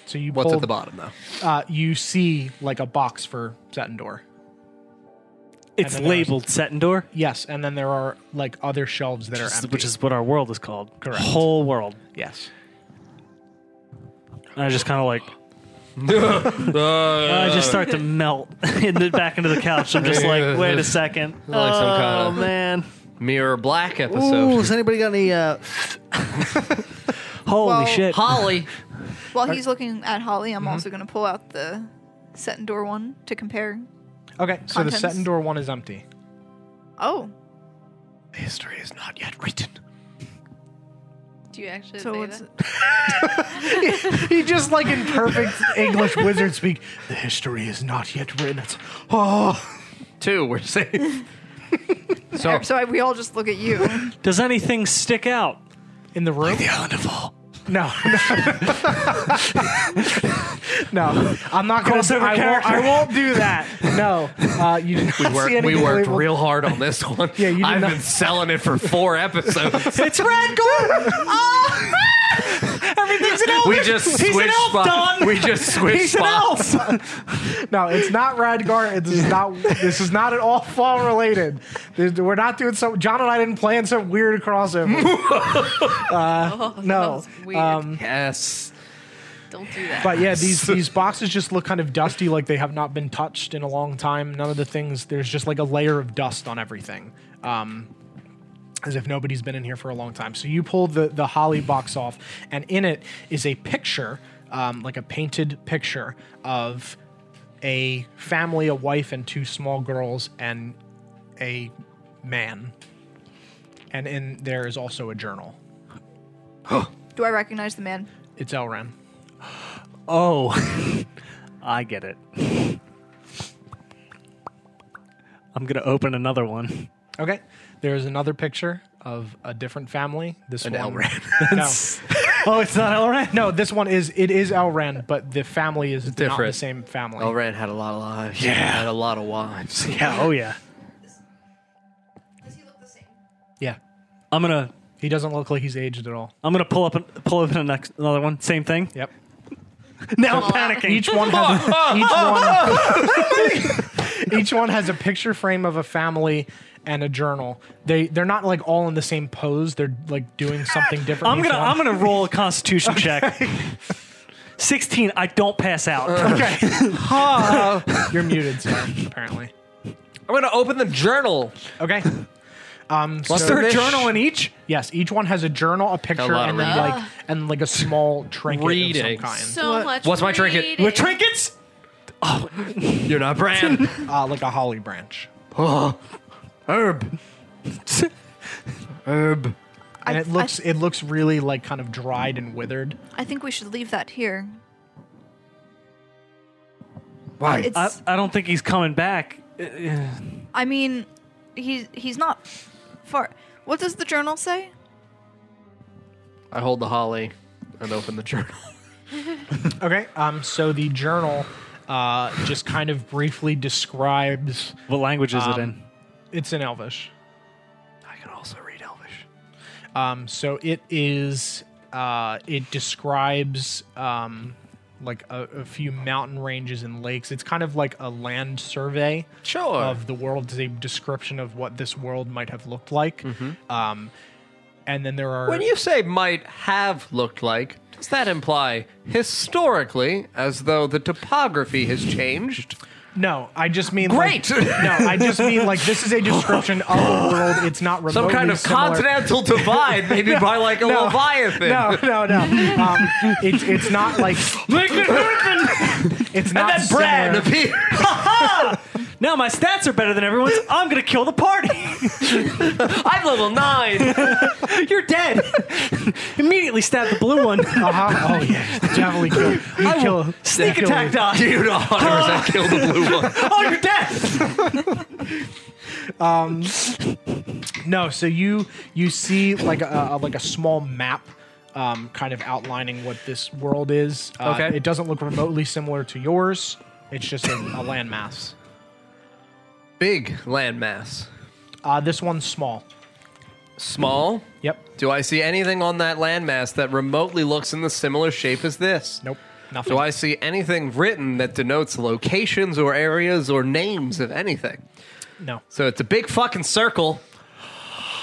Speaker 1: so you
Speaker 3: what's
Speaker 1: pull,
Speaker 3: at the bottom though?
Speaker 1: Uh, you see like a box for Setendor. And
Speaker 2: It's
Speaker 1: then there's-
Speaker 2: labeled Setendor,
Speaker 1: Yes, and then there are like other shelves that are empty.
Speaker 2: which is what our world is called.
Speaker 1: Correct.
Speaker 2: Whole world.
Speaker 1: yes.
Speaker 2: And I just kind of like. I just start
Speaker 3: Uh.
Speaker 2: to melt in the, back into the couch. I'm just like, wait a second.
Speaker 3: like some
Speaker 2: oh
Speaker 3: kinda-
Speaker 2: man!
Speaker 3: Mirror Black
Speaker 2: Ooh,
Speaker 3: episode.
Speaker 2: has anybody got any? Uh... Holy
Speaker 5: Well,
Speaker 2: shit!
Speaker 3: Holly.
Speaker 5: While he's looking at Holly, I'm also going to pull out the set and door one to compare.
Speaker 1: Okay, so the
Speaker 5: Contents.
Speaker 1: Setendor one is empty.
Speaker 5: Oh,
Speaker 3: History is not yet written.
Speaker 4: Do you actually
Speaker 5: so
Speaker 4: say
Speaker 5: it's
Speaker 4: that?
Speaker 1: He just like in perfect English wizard speak. The history is not yet written. It's, oh,
Speaker 3: Two, we're safe.
Speaker 5: so, I, we all just look at you.
Speaker 2: Does anything stick out?
Speaker 1: in the room.
Speaker 2: Island of All.
Speaker 1: No, no, I'm not going to.
Speaker 2: Crossover
Speaker 1: I won't, I
Speaker 2: character.
Speaker 1: won't do that. No, uh, you did
Speaker 3: We
Speaker 1: not see
Speaker 3: worked, we
Speaker 1: anything
Speaker 3: worked
Speaker 1: labeled-
Speaker 3: real hard on this one.
Speaker 1: Yeah, you did
Speaker 3: I've
Speaker 1: not-
Speaker 3: been selling it for four episodes.
Speaker 2: It's Radgar. Everything's an elf.
Speaker 3: We just
Speaker 2: He's an
Speaker 3: switched
Speaker 2: elf,
Speaker 3: spots.
Speaker 2: Don.
Speaker 3: We just switched
Speaker 2: He's an
Speaker 3: spots.
Speaker 2: elf.
Speaker 1: No, it's not Radgar. This is not. This is not at all fall related. This- we're not doing so. John and I didn't plan some weird crossover. Uh,
Speaker 4: Oh, that
Speaker 1: No, um,
Speaker 4: was weird.
Speaker 3: Yes.
Speaker 4: Don't do that.
Speaker 1: but yeah, these these boxes just look kind of dusty, like they have not been touched in a long time. None of the things. There's just like a layer of dust on everything, um, as if nobody's been in here for a long time. So you pull the the holly box off, and in it is a picture, um, like a painted picture of a family, a wife, and two small girls, and a man. And in there is also a journal.
Speaker 5: Do I recognize the man?
Speaker 1: It's Elran.
Speaker 2: Oh, I get it. I'm gonna open another one.
Speaker 1: Okay. There is another picture of a different family. This
Speaker 3: An
Speaker 1: one.
Speaker 2: It's- oh, it's not Elran.
Speaker 1: No. No, this one is it is Elran, but the family is not the
Speaker 3: different.
Speaker 1: same family.
Speaker 3: Elrond Oh, had a lot of lives. Yeah. Had a lot of wives.
Speaker 2: Yeah. Oh, yeah.
Speaker 1: Yeah.
Speaker 2: I'm gonna
Speaker 1: He doesn't look like he's aged at all.
Speaker 2: I'm gonna pull up an, pull up an next, another one. Same thing.
Speaker 1: Yep.
Speaker 2: Now I'm panicking.
Speaker 1: Each one has a, each one each one has a picture frame of a family and a journal. They they're not like all in the same pose. They're like doing something different.
Speaker 2: I'm
Speaker 1: each
Speaker 2: gonna
Speaker 1: one.
Speaker 2: I'm gonna roll a Constitution check. Sixteen. I don't pass out.
Speaker 1: You're muted, sir, apparently.
Speaker 3: I'm gonna open the journal.
Speaker 1: Okay. Um,
Speaker 3: What's
Speaker 1: so-
Speaker 3: their
Speaker 2: Journal in each.
Speaker 1: Yes, each one has a journal, a picture,
Speaker 3: lot of
Speaker 1: and then
Speaker 3: reading.
Speaker 1: like and like a small trinket
Speaker 3: Reading.
Speaker 1: of some kind,
Speaker 4: so much.
Speaker 3: What's my trinket?
Speaker 4: reading.
Speaker 2: With trinkets.
Speaker 3: You're not Bran.
Speaker 1: uh, like a holly branch,
Speaker 3: Herb. Herb.
Speaker 1: and
Speaker 5: I-
Speaker 1: it looks it looks really like kind of dried and withered.
Speaker 5: I think we should leave that here.
Speaker 3: Why?
Speaker 5: It's.
Speaker 2: I, I don't think he's coming back.
Speaker 5: I mean, he's he's not far. What does the journal say?
Speaker 3: I hold the holly and open the journal.
Speaker 1: Okay, um, so the journal uh, just kind of briefly describes.
Speaker 2: What language is it
Speaker 1: Um,
Speaker 2: in?
Speaker 1: It's in Elvish.
Speaker 3: I can also read Elvish.
Speaker 1: Um, so it is. Uh, it describes um, like a, a few mountain ranges and lakes. It's kind of like a land survey.
Speaker 3: Sure.
Speaker 1: of the world is a description of what this world might have looked like. Um, and then there are
Speaker 3: Mm-hmm. when you say might have looked like, does that imply historically, as though the topography has changed?
Speaker 1: no, I just mean
Speaker 3: Great!
Speaker 1: Like, no, I just mean like this is a description of the world. It's not remotely
Speaker 3: Some kind of
Speaker 1: similar.
Speaker 3: continental divide, maybe by like a
Speaker 1: No.
Speaker 3: leviathan.
Speaker 1: No, no, no. Um, it's it's not like
Speaker 2: Make it happen!
Speaker 1: it's not
Speaker 2: then Brad
Speaker 1: similar-
Speaker 3: Appear-
Speaker 2: Now my stats are better than everyone's. I'm gonna kill the party.
Speaker 3: I'm level nine.
Speaker 2: You're dead. Immediately stab the blue one.
Speaker 1: Uh-huh. Oh yeah, definitely kill. You
Speaker 2: I
Speaker 1: kill
Speaker 2: will sneak
Speaker 1: kill
Speaker 2: attack
Speaker 1: it.
Speaker 2: die.
Speaker 3: Dude, 100% kill the blue one.
Speaker 2: Oh, you're dead.
Speaker 1: No, so you you see like a, a like a small map, um, kind of outlining what this world is. Uh,
Speaker 3: Okay.
Speaker 1: It doesn't look remotely similar to yours. It's just a, a landmass.
Speaker 3: Big landmass.
Speaker 1: Uh, this one's small.
Speaker 3: Small.
Speaker 1: Yep.
Speaker 3: Do I see anything on that landmass that remotely looks in the similar shape as this?
Speaker 1: Nope. Nothing.
Speaker 3: Do I see anything written that denotes locations or areas or names of anything?
Speaker 1: No.
Speaker 3: So it's a big fucking circle,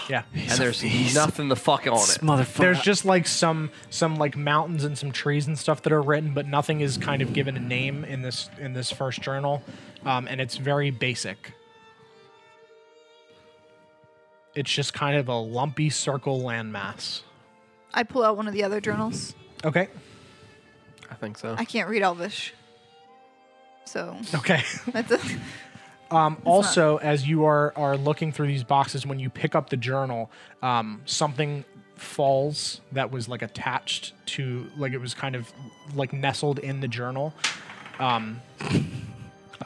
Speaker 1: Yeah.
Speaker 3: and there's nothing the fuck on it.
Speaker 2: Motherfucker.
Speaker 1: There's just like some some like mountains and some trees and stuff that are written, but nothing is kind of given a name in this in this first journal, um, and it's very basic. It's just kind of a lumpy circle landmass.
Speaker 5: I pull out one of the other journals.
Speaker 1: Okay.
Speaker 3: I think so.
Speaker 5: I can't read Elvish, so
Speaker 1: Okay.
Speaker 5: that's a,
Speaker 1: Um, also, as you are are looking through these boxes, when you pick up the journal, um, something falls that was like attached to, like it was kind of like nestled in the journal.
Speaker 3: I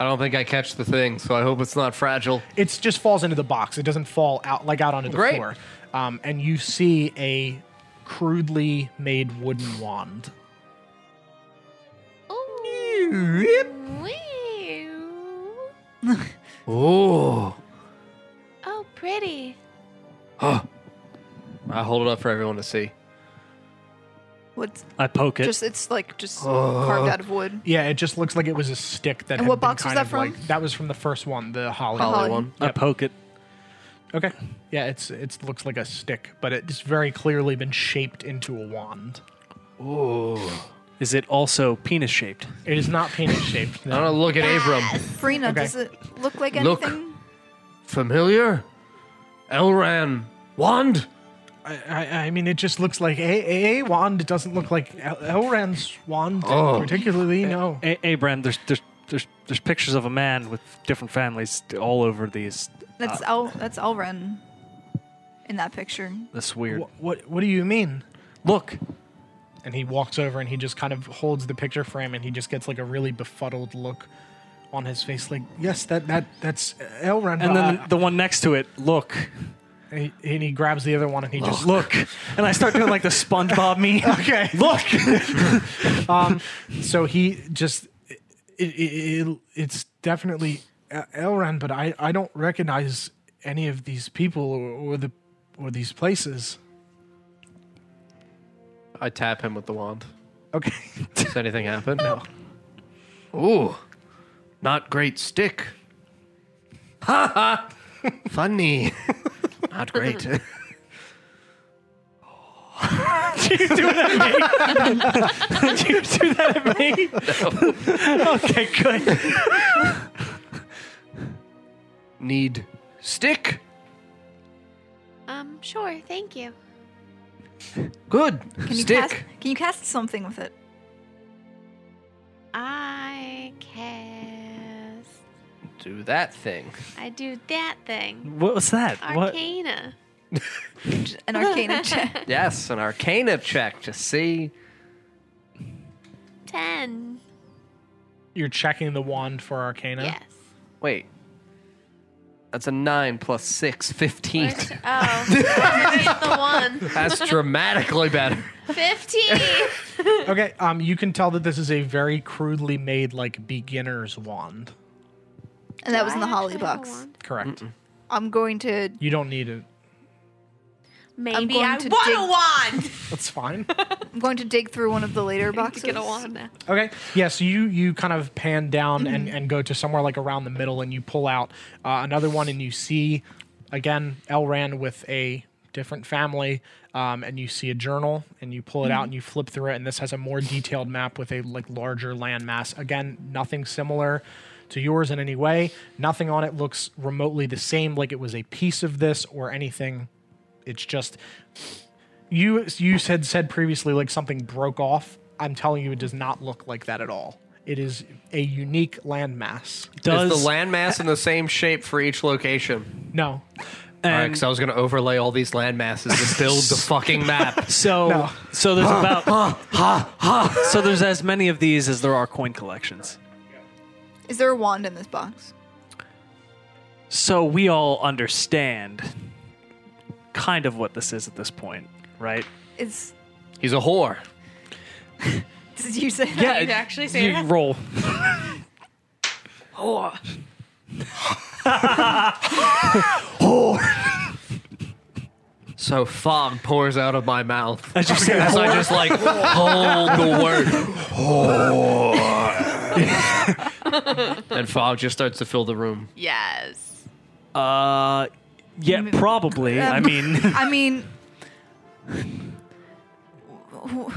Speaker 3: don't think I catch the thing, so I hope it's not fragile.
Speaker 1: It just falls into the box. It doesn't fall out like out onto the
Speaker 3: Great.
Speaker 1: floor. Um, and you see a crudely made wooden wand.
Speaker 4: Ooh. Wee.
Speaker 3: Ooh.
Speaker 4: Oh, pretty.
Speaker 3: I hold it up for everyone to see.
Speaker 5: What's
Speaker 2: I poke it.
Speaker 5: just? It's like just carved out of wood.
Speaker 1: Yeah, it just looks like it was a stick that.
Speaker 5: And
Speaker 1: had
Speaker 5: what
Speaker 1: been
Speaker 5: box was
Speaker 1: kind
Speaker 5: that
Speaker 1: of,
Speaker 5: from?
Speaker 1: Like, that was from the first one, the holly.
Speaker 3: Holly
Speaker 5: Holly.
Speaker 3: one.
Speaker 2: I poke it.
Speaker 1: Okay. Yeah, it's it looks like a stick, but it's very clearly been shaped into a wand.
Speaker 2: Is it also penis shaped?
Speaker 1: It is not penis shaped.
Speaker 3: I'm
Speaker 1: No.
Speaker 3: gonna look at Abram.
Speaker 5: Brina,
Speaker 1: Okay.
Speaker 5: does it look like
Speaker 3: Look.
Speaker 5: anything?
Speaker 3: Familiar? Elran. Wand?
Speaker 1: I, I, I mean, it just looks like a, a, a wand. It doesn't look like El- Elran's wand
Speaker 3: Oh.
Speaker 1: particularly. No.
Speaker 2: A- Abram, there's there's there's there's pictures of a man with different families all over these.
Speaker 3: Uh,
Speaker 5: That's Al. That's Elren. In that picture,
Speaker 2: That's weird.
Speaker 1: What, what what do you mean?
Speaker 2: Look,
Speaker 1: And he walks over and he just kind of holds the picture frame and he just gets like a really befuddled look on his face. Like, yes, that that that's Elran.
Speaker 2: and
Speaker 1: but
Speaker 2: then
Speaker 1: I-
Speaker 2: the, the one next to it. Look,
Speaker 1: And he, and he grabs the other one and he just
Speaker 2: look, and I start doing like the SpongeBob me.
Speaker 1: okay
Speaker 2: Look,
Speaker 1: um so he just it, it, it, it's definitely El- elran but i i don't recognize any of these people or, or the or these places
Speaker 3: I tap him with the wand.
Speaker 1: okay
Speaker 3: Does anything happen? No. Ooh. Not great stick. Ha ha! Funny. Not great.
Speaker 2: Did you do that at me? Did you do that at me? okay, good.
Speaker 3: Need stick?
Speaker 4: Um, sure, thank you.
Speaker 3: Good.
Speaker 5: can you
Speaker 3: stick.
Speaker 5: cast? Can you cast something with it?
Speaker 4: I cast.
Speaker 3: Do that thing.
Speaker 4: I do that thing.
Speaker 2: What was that? What?
Speaker 4: Arcana.
Speaker 5: An arcana check.
Speaker 3: Yes, an arcana check to see.
Speaker 4: Ten.
Speaker 1: you're checking the wand for arcana
Speaker 4: Yes.
Speaker 3: Wait. That's a 9 plus 6, 15.
Speaker 4: Where's- Oh, I missed the one.
Speaker 3: That's dramatically better.
Speaker 4: Fifteen.
Speaker 1: okay um you can tell that this is a very crudely made like beginner's wand
Speaker 5: And that was in the
Speaker 4: I
Speaker 5: holly
Speaker 4: actually have a
Speaker 5: box.
Speaker 4: wand.
Speaker 1: correct
Speaker 5: I'm going to.
Speaker 1: you don't need it
Speaker 4: Maybe
Speaker 5: going
Speaker 4: I
Speaker 5: to
Speaker 4: want
Speaker 5: dig-
Speaker 4: a wand.
Speaker 1: that's fine
Speaker 5: I'm going to dig through one of the later
Speaker 4: to
Speaker 5: boxes.
Speaker 4: get a wand now.
Speaker 1: Okay. Yeah, so you you kind of pan down and, and go to somewhere like around the middle, and you pull out uh, another one, and you see again Elran with a different family, um, and you see a journal, and you pull it out and you flip through it, and this has a more detailed map with a like larger landmass. Again, nothing similar to yours in any way. Nothing on it looks remotely the same, like it was a piece of this or anything. It's just you you had said previously like something broke off. I'm telling you, it does not look like that at all. It is a unique landmass.
Speaker 2: Does
Speaker 3: Is the landmass in the same shape for each location?
Speaker 1: No,
Speaker 2: and
Speaker 3: Because I was going to overlay all these landmasses to build the fucking map.
Speaker 2: so
Speaker 1: No.
Speaker 2: so there's about so there's as many of these as there are coin collections.
Speaker 5: Is there a wand in this box?
Speaker 2: So we all understand kind of what this is at this point, right?
Speaker 5: Is
Speaker 3: He's a whore.
Speaker 5: did you say? that?
Speaker 2: Yeah,
Speaker 4: You'd actually say
Speaker 2: you
Speaker 4: that?
Speaker 2: roll.
Speaker 3: So fog pours out of my mouth
Speaker 2: As you say
Speaker 3: as
Speaker 2: that,
Speaker 3: I just like hold the word whore. and fog just starts to fill the room.
Speaker 4: Yes.
Speaker 2: uh, yeah, probably. I
Speaker 5: Um,
Speaker 2: mean,
Speaker 5: I mean, wh-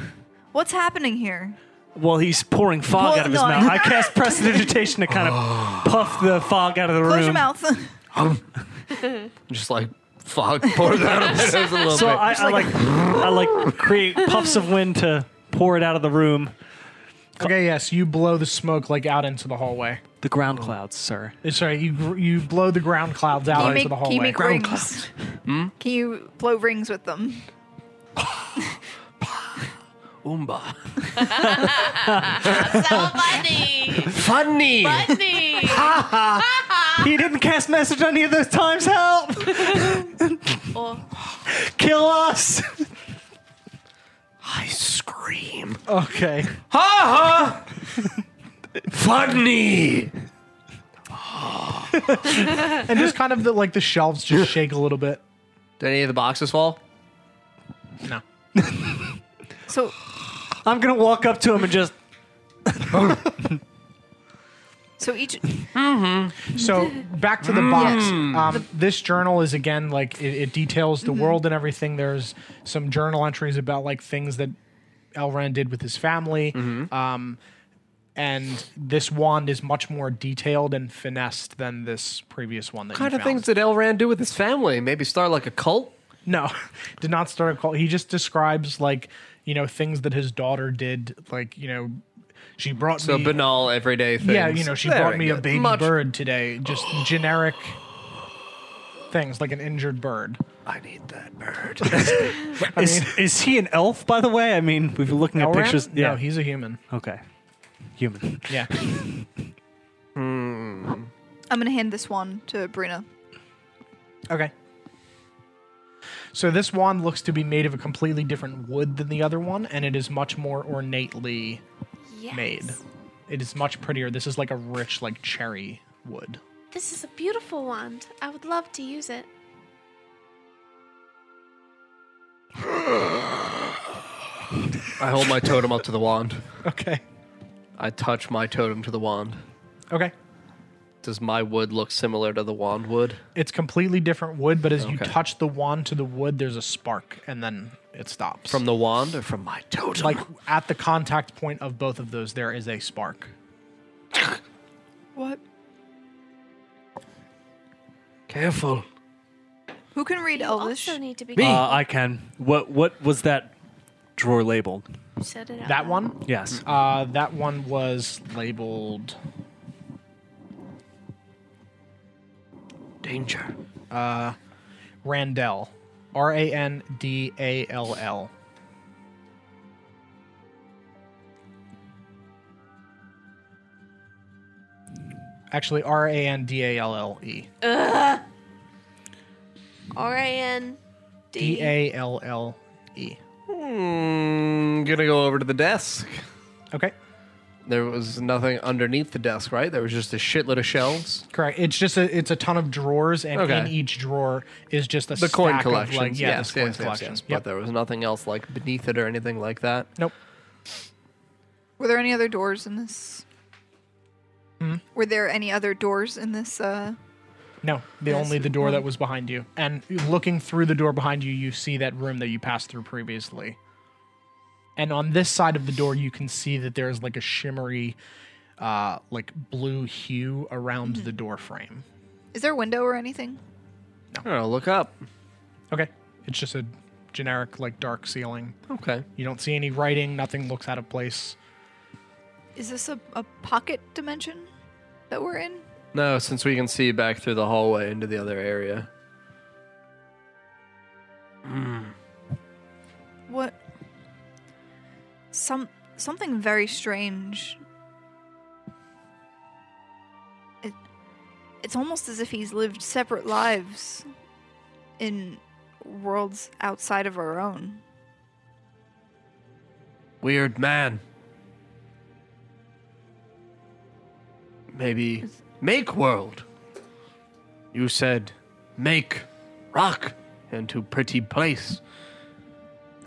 Speaker 5: what's happening here?
Speaker 2: Well, he's pouring fog
Speaker 5: Well,
Speaker 2: out of his
Speaker 5: no,
Speaker 2: mouth.
Speaker 5: I-
Speaker 2: I cast prestidigitation to kind of puff the fog out of the room.
Speaker 5: Close your mouth.
Speaker 3: Um. Just like fog pours out of my nose a little
Speaker 2: So
Speaker 3: bit.
Speaker 2: I, I like, I like create puffs of wind to pour it out of the room.
Speaker 1: Okay, yes, you blow the smoke like out into the hallway.
Speaker 2: The ground clouds, sir.
Speaker 1: Uh, Sorry, you gr- you blow the ground clouds out
Speaker 5: Can you
Speaker 1: into
Speaker 5: make,
Speaker 1: the hallway. Hmm?
Speaker 5: can you make
Speaker 3: Ground
Speaker 5: rings? Can you blow rings with them?
Speaker 3: Oomba.
Speaker 4: So funny.
Speaker 3: Funny.
Speaker 4: Funny.
Speaker 2: He didn't cast message any of those times. Help!
Speaker 4: Oh.
Speaker 2: Kill us!
Speaker 3: I scream.
Speaker 1: okay.
Speaker 3: Ha ha! Funny!
Speaker 1: and just kind of the like the shelves just shake a little bit.
Speaker 3: Did any of the boxes fall?
Speaker 1: No.
Speaker 5: So
Speaker 2: I'm gonna walk up to him and just
Speaker 5: So each
Speaker 1: So back to the box. Um, this journal is again like it, it details the world and everything. There's some journal entries about like things that Elrond did with his family. Um, and this wand is much more detailed and finessed than this previous one. That
Speaker 3: kind
Speaker 1: you
Speaker 3: of
Speaker 1: found.
Speaker 3: things did Elrond do with his family? Maybe start like a cult?
Speaker 1: No, did not start a cult. He just describes like you know things that his daughter did. Like you know, she brought
Speaker 3: So
Speaker 1: me.
Speaker 3: banal, everyday things.
Speaker 1: Yeah, you know, she
Speaker 3: There
Speaker 1: brought
Speaker 3: we
Speaker 1: me a
Speaker 3: go.
Speaker 1: baby
Speaker 3: Much-
Speaker 1: bird today. Just generic things like an injured bird.
Speaker 3: I need that bird.
Speaker 2: is, is he an elf by the way? I mean, we've been looking at
Speaker 1: Elrond?
Speaker 2: pictures. Yeah.
Speaker 1: No, he's a human.
Speaker 2: okay. Human.
Speaker 1: Yeah.
Speaker 5: I'm gonna hand this one to Brina.
Speaker 1: okay. So this wand looks to be made of a completely different wood than the other one, and it is much more ornately
Speaker 4: Yes.
Speaker 1: made. It is much prettier. This is like a rich, like cherry wood.
Speaker 4: This is a beautiful wand. I would love to use it.
Speaker 3: I hold my totem up to the wand.
Speaker 1: Okay.
Speaker 3: I touch my totem to the wand.
Speaker 1: Okay.
Speaker 3: Does my wood look similar to the wand wood?
Speaker 1: It's completely different wood, but as you
Speaker 3: Okay.
Speaker 1: touch the wand to the wood, there's a spark, and then it stops.
Speaker 3: From the wand or from my totem?
Speaker 1: like at the contact point of both of those, there is a spark.
Speaker 5: What?
Speaker 3: careful.
Speaker 5: Who can read
Speaker 4: You
Speaker 5: Elvish?
Speaker 4: also need to be.
Speaker 2: Uh, I can. What what was that drawer labeled?
Speaker 4: You said it out
Speaker 1: That
Speaker 4: loud.
Speaker 1: one,
Speaker 2: Yes.
Speaker 1: uh, that one was labeled.
Speaker 3: Danger.
Speaker 1: Randell. R A N D A L L. Actually, R A N D A L L E.
Speaker 4: R A N
Speaker 1: D
Speaker 4: D. E.
Speaker 1: A L L E.
Speaker 3: Hmm, gonna go over to the desk.
Speaker 1: Okay,
Speaker 3: There was nothing underneath the desk, right? There was just a shitload of shelves.
Speaker 1: correct. It's just a, it's a ton of drawers, and
Speaker 3: Okay.
Speaker 1: in each drawer is just a
Speaker 3: The coin
Speaker 1: stack
Speaker 3: collection.
Speaker 1: Of like, yeah, this
Speaker 3: yes,
Speaker 1: coin
Speaker 3: yes, yes,
Speaker 1: collection.
Speaker 3: yes.
Speaker 1: Yep.
Speaker 3: But there was nothing else like beneath it or anything like that.
Speaker 1: Nope.
Speaker 5: Were there any other doors in this?
Speaker 1: Hmm?
Speaker 5: Were there any other doors in this? Uh,
Speaker 1: No, the only the door that was behind you. And looking through the door behind you, you see that room that you passed through previously. And on this side of the door, you can see that there's like a shimmery, uh, like blue hue around the door frame.
Speaker 5: is there a window or anything?
Speaker 3: I don't know, look up.
Speaker 1: Okay, it's just a generic like dark ceiling.
Speaker 3: Okay.
Speaker 1: You don't see any writing. Nothing looks out of place.
Speaker 5: Is this a, a pocket dimension that we're in?
Speaker 3: No, since we can see back through the hallway into the other area.
Speaker 5: What? Some something very strange. It, it's almost as if he's lived separate lives in worlds outside of our own.
Speaker 3: Weird man. Maybe make world. You said make rock into pretty place.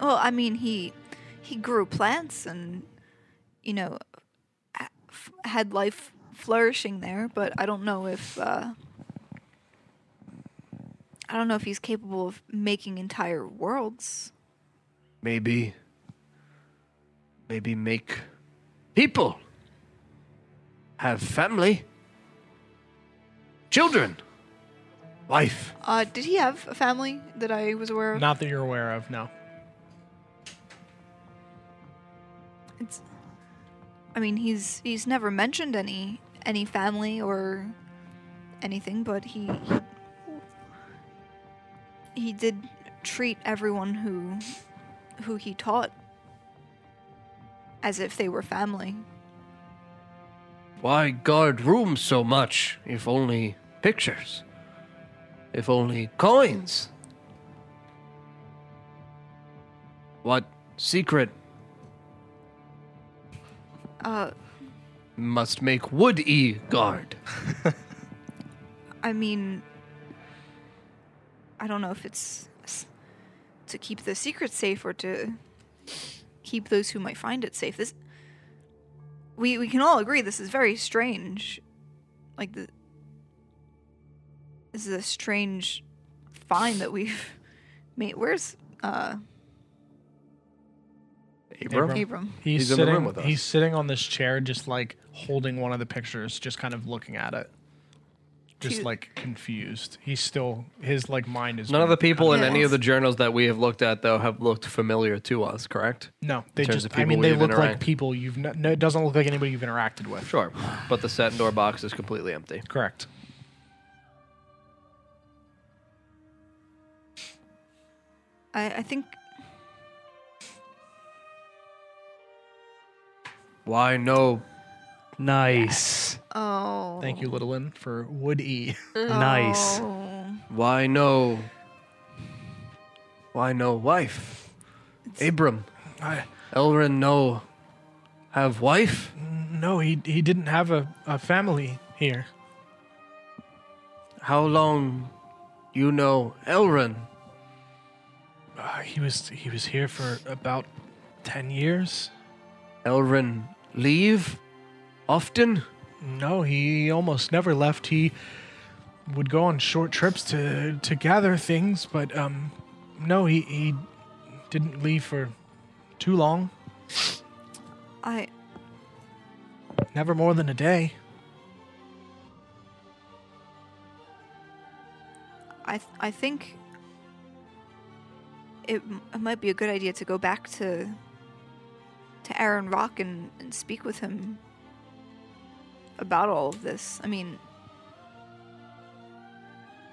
Speaker 5: Well, I mean, he he grew plants and you know ha- f- had life flourishing there, but I don't know if uh, I don't know if he's capable of making entire worlds.
Speaker 3: Maybe. Maybe make people have family, children, wife.
Speaker 5: Uh, did he have a family that I was aware of?
Speaker 1: Not that you're aware of. No.
Speaker 5: It's, I mean, he's he's never mentioned any any family or anything, but he he, he did treat everyone who who he taught as if they were family.
Speaker 3: Why guard rooms so much if only pictures? If only coins? What secret
Speaker 5: Uh,
Speaker 3: must make wood e guard?
Speaker 5: I mean, I don't know if it's s- to keep the secret safe or to keep those who might find it safe. This we we can all agree this is very strange. Like the this is a strange find that we've made. Where's uh
Speaker 3: Abram.
Speaker 5: Abram?
Speaker 1: He's,
Speaker 3: He's in the
Speaker 1: sitting.
Speaker 3: room with us.
Speaker 1: He's sitting on this chair, just like holding one of the pictures, just kind of looking at it, just
Speaker 5: Cute.
Speaker 1: like confused. He's still his like mind is
Speaker 3: None of the people in
Speaker 5: Yes.
Speaker 3: any of the journals that we have looked at, though, have looked familiar to us, correct?
Speaker 1: no. They
Speaker 3: terms of
Speaker 1: just. I
Speaker 3: people
Speaker 1: mean, they
Speaker 3: we've
Speaker 1: look like
Speaker 3: interact-
Speaker 1: people you've. No, no, it doesn't look like anybody you've interacted with.
Speaker 3: Sure. But the set and door box is completely empty.
Speaker 1: Correct.
Speaker 5: I I think
Speaker 3: Why no?
Speaker 2: Nice.
Speaker 5: oh
Speaker 1: Thank you, Little Lynn, for Wood E.
Speaker 2: Nice.
Speaker 5: oh,
Speaker 3: Why no? Why no wife? Abram,
Speaker 1: I,
Speaker 3: Elrin, no. Have wife?
Speaker 1: no, he he didn't have a, a family here.
Speaker 3: How long? You know Elrin.
Speaker 1: Uh, he was he was here for about ten years.
Speaker 3: Elrin leave often.
Speaker 1: No, he almost never left. He would go on short trips to to gather things, but um, no, he he didn't leave for too long.
Speaker 5: I
Speaker 1: Never more than a day.
Speaker 5: I th- I think it, m- it might be a good idea to go back to to Aaron Rock and, and speak with him about all of this. I mean,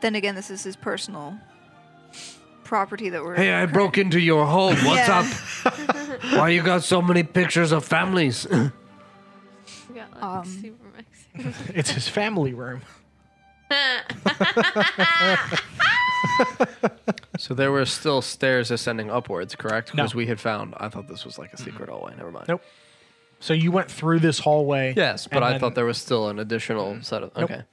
Speaker 5: then again, this is his personal property that we're.
Speaker 3: Hey, I broke into your home. What's
Speaker 5: Yeah.
Speaker 3: up? Why you got so many pictures of families?
Speaker 4: We got like
Speaker 5: Um,
Speaker 4: super mixed.
Speaker 1: It's his family room.
Speaker 3: so there were still stairs ascending upwards, correct?
Speaker 1: No. Mm-hmm.
Speaker 3: Because we had found. I thought this was like a secret hallway. Never mind.
Speaker 1: Nope. So you went through this hallway.
Speaker 3: Yes, but
Speaker 1: and
Speaker 3: I
Speaker 1: then-
Speaker 3: thought there was still an additional set of. Okay.